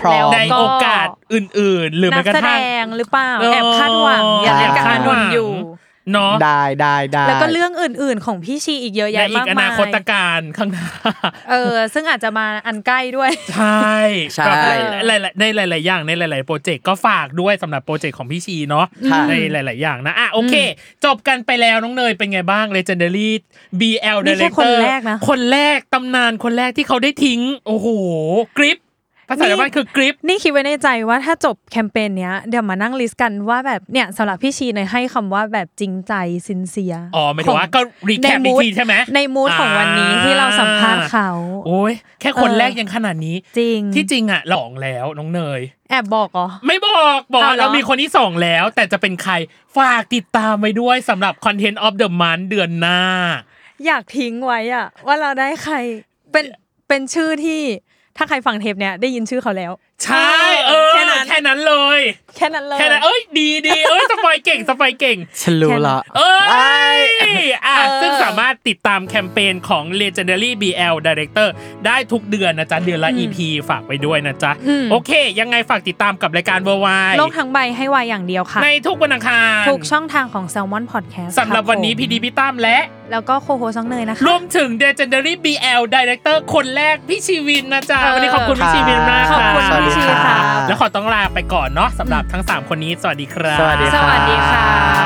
[SPEAKER 3] พร้อม
[SPEAKER 2] แล้ว
[SPEAKER 1] ในโอกาสอื่นๆ หรือแม้
[SPEAKER 2] นัก
[SPEAKER 1] กระ
[SPEAKER 2] แสด
[SPEAKER 1] ทั่ง
[SPEAKER 2] งหรือเปล่า
[SPEAKER 1] เออ
[SPEAKER 2] แอบคาดหวังอย่า
[SPEAKER 3] แอบ
[SPEAKER 2] เล่นกับ
[SPEAKER 3] คา
[SPEAKER 2] อา
[SPEAKER 3] ด
[SPEAKER 2] น
[SPEAKER 3] หวัง
[SPEAKER 2] นท์อยู่
[SPEAKER 1] เนาะ
[SPEAKER 3] ได้ได้ได้
[SPEAKER 2] แล้วก็เรื่องอื่น ๆ ของพี่ชีอีกเยอะ
[SPEAKER 1] ใน
[SPEAKER 2] แยะ
[SPEAKER 1] อี
[SPEAKER 2] มาก ก
[SPEAKER 1] อ
[SPEAKER 2] มา
[SPEAKER 1] นาค
[SPEAKER 2] ย
[SPEAKER 1] ตการข้างหน้า
[SPEAKER 2] เออ ซึ่งอาจจะมาอันใกล้ด้วย
[SPEAKER 1] ใช่
[SPEAKER 3] ใช่
[SPEAKER 1] แบบหลายๆในหลาย ๆ อย่างในหลาย ๆ โปรเจกต์ก็ฝากด้วยสำหรับโปรเจกต์ของพี่ชีเนาะ
[SPEAKER 3] ค่ะ
[SPEAKER 1] ในหลาย ๆ อย่างนะอ่ะโอเค จบกันไปแล้วน้องเนยเป็นไงบ้าง Legendary BL
[SPEAKER 2] นี่แค่คน
[SPEAKER 1] Director
[SPEAKER 2] แรกนะ
[SPEAKER 1] คนแรกตำนานคนแรกที่เขาได้ทิ้ง โอ้โหกริป ภาษาชาวบ้านคือกริป
[SPEAKER 2] นี่คิดไว้ในใจว่าถ้าจบแคมเปญเนี้ยเดี๋ยวมานั่งลิสต์กันว่าแบบเนี่ยสำหรับพี่ชีเนยให้คำว่าแบบจริงใจซินเซีย
[SPEAKER 1] อ๋อหมายถึงว่าก็ recap
[SPEAKER 2] ใน mood
[SPEAKER 1] อีกทีใช่ไหม
[SPEAKER 2] ในมูดของวันนี้
[SPEAKER 1] อ่า
[SPEAKER 2] ที่เราสัมภาษณ์เขา
[SPEAKER 1] โอ้ยแค่คน
[SPEAKER 2] เออ
[SPEAKER 1] แรกยังขนาดนี้
[SPEAKER 2] จริง
[SPEAKER 1] ที่จริงอ่ะหลองแล้วน้องเนย
[SPEAKER 2] แอบบอกเหรอ
[SPEAKER 1] ไม่บอกบอก
[SPEAKER 2] อ้าวเหรอ
[SPEAKER 1] เรามีคนที่สองแล้ว แต่จะเป็นใครฝากติดตามไว้ด้วยสำหรับคอนเทนต์ออฟเดอะมันเดือนหน้า
[SPEAKER 2] อยากทิ้งไว้อะว่าเราได้ใครเป็นเป็นชื่อที่ถ้าใครฟังเทปเนี้ยได้ยินชื่อเขาแล้ว
[SPEAKER 1] ใช่เออ
[SPEAKER 2] แค่นั้น
[SPEAKER 1] แค่นั้นเลย
[SPEAKER 2] แค่นั้นเลย
[SPEAKER 1] แค่นั้นเอ้ยดีดี เอ้ยสปอยเก่งสปอยเก่ง
[SPEAKER 3] ฉันรู้ละ
[SPEAKER 1] เอ้ยอ่ะ
[SPEAKER 2] เออ
[SPEAKER 1] ซึ่งสามารถติดตามแคมเปญของ Legendary BL Director ได้ทุกเดือนนะจ๊ะ เดือนละ EP ฝากไปด้วยนะจ๊ะ โอเค ยังไงฝากติดตามกับรายการเวอร์ไว
[SPEAKER 2] โลกทั้งใบให้วายอย่างเดียวค่ะ
[SPEAKER 1] ในทุกวันอังคาร
[SPEAKER 2] ถูกช่องทางของ Salmon Podcast
[SPEAKER 1] สำหรับวันนี้
[SPEAKER 2] ค
[SPEAKER 1] พี
[SPEAKER 2] ผม
[SPEAKER 1] ดีพี่ตั้มและ
[SPEAKER 2] แล้วก็โคโฮซองเนยนะคะ
[SPEAKER 1] รวมถึง Legendary BL Director คนแรกพี่ชีวินนะจ๊ะ
[SPEAKER 2] เออ
[SPEAKER 1] วันนี้ขอบคุณพี่ชีวินมาก
[SPEAKER 2] ขอบคุณ
[SPEAKER 3] สวัสดี
[SPEAKER 2] พี่ชี
[SPEAKER 3] รับ
[SPEAKER 2] ค่ะ
[SPEAKER 1] แล้วขอต้องลาไปก่อนเนาะสำหรับทั้งสามคนนี้ สวัสดีครับ
[SPEAKER 3] สวัสดี
[SPEAKER 2] สวัสดีค่ะ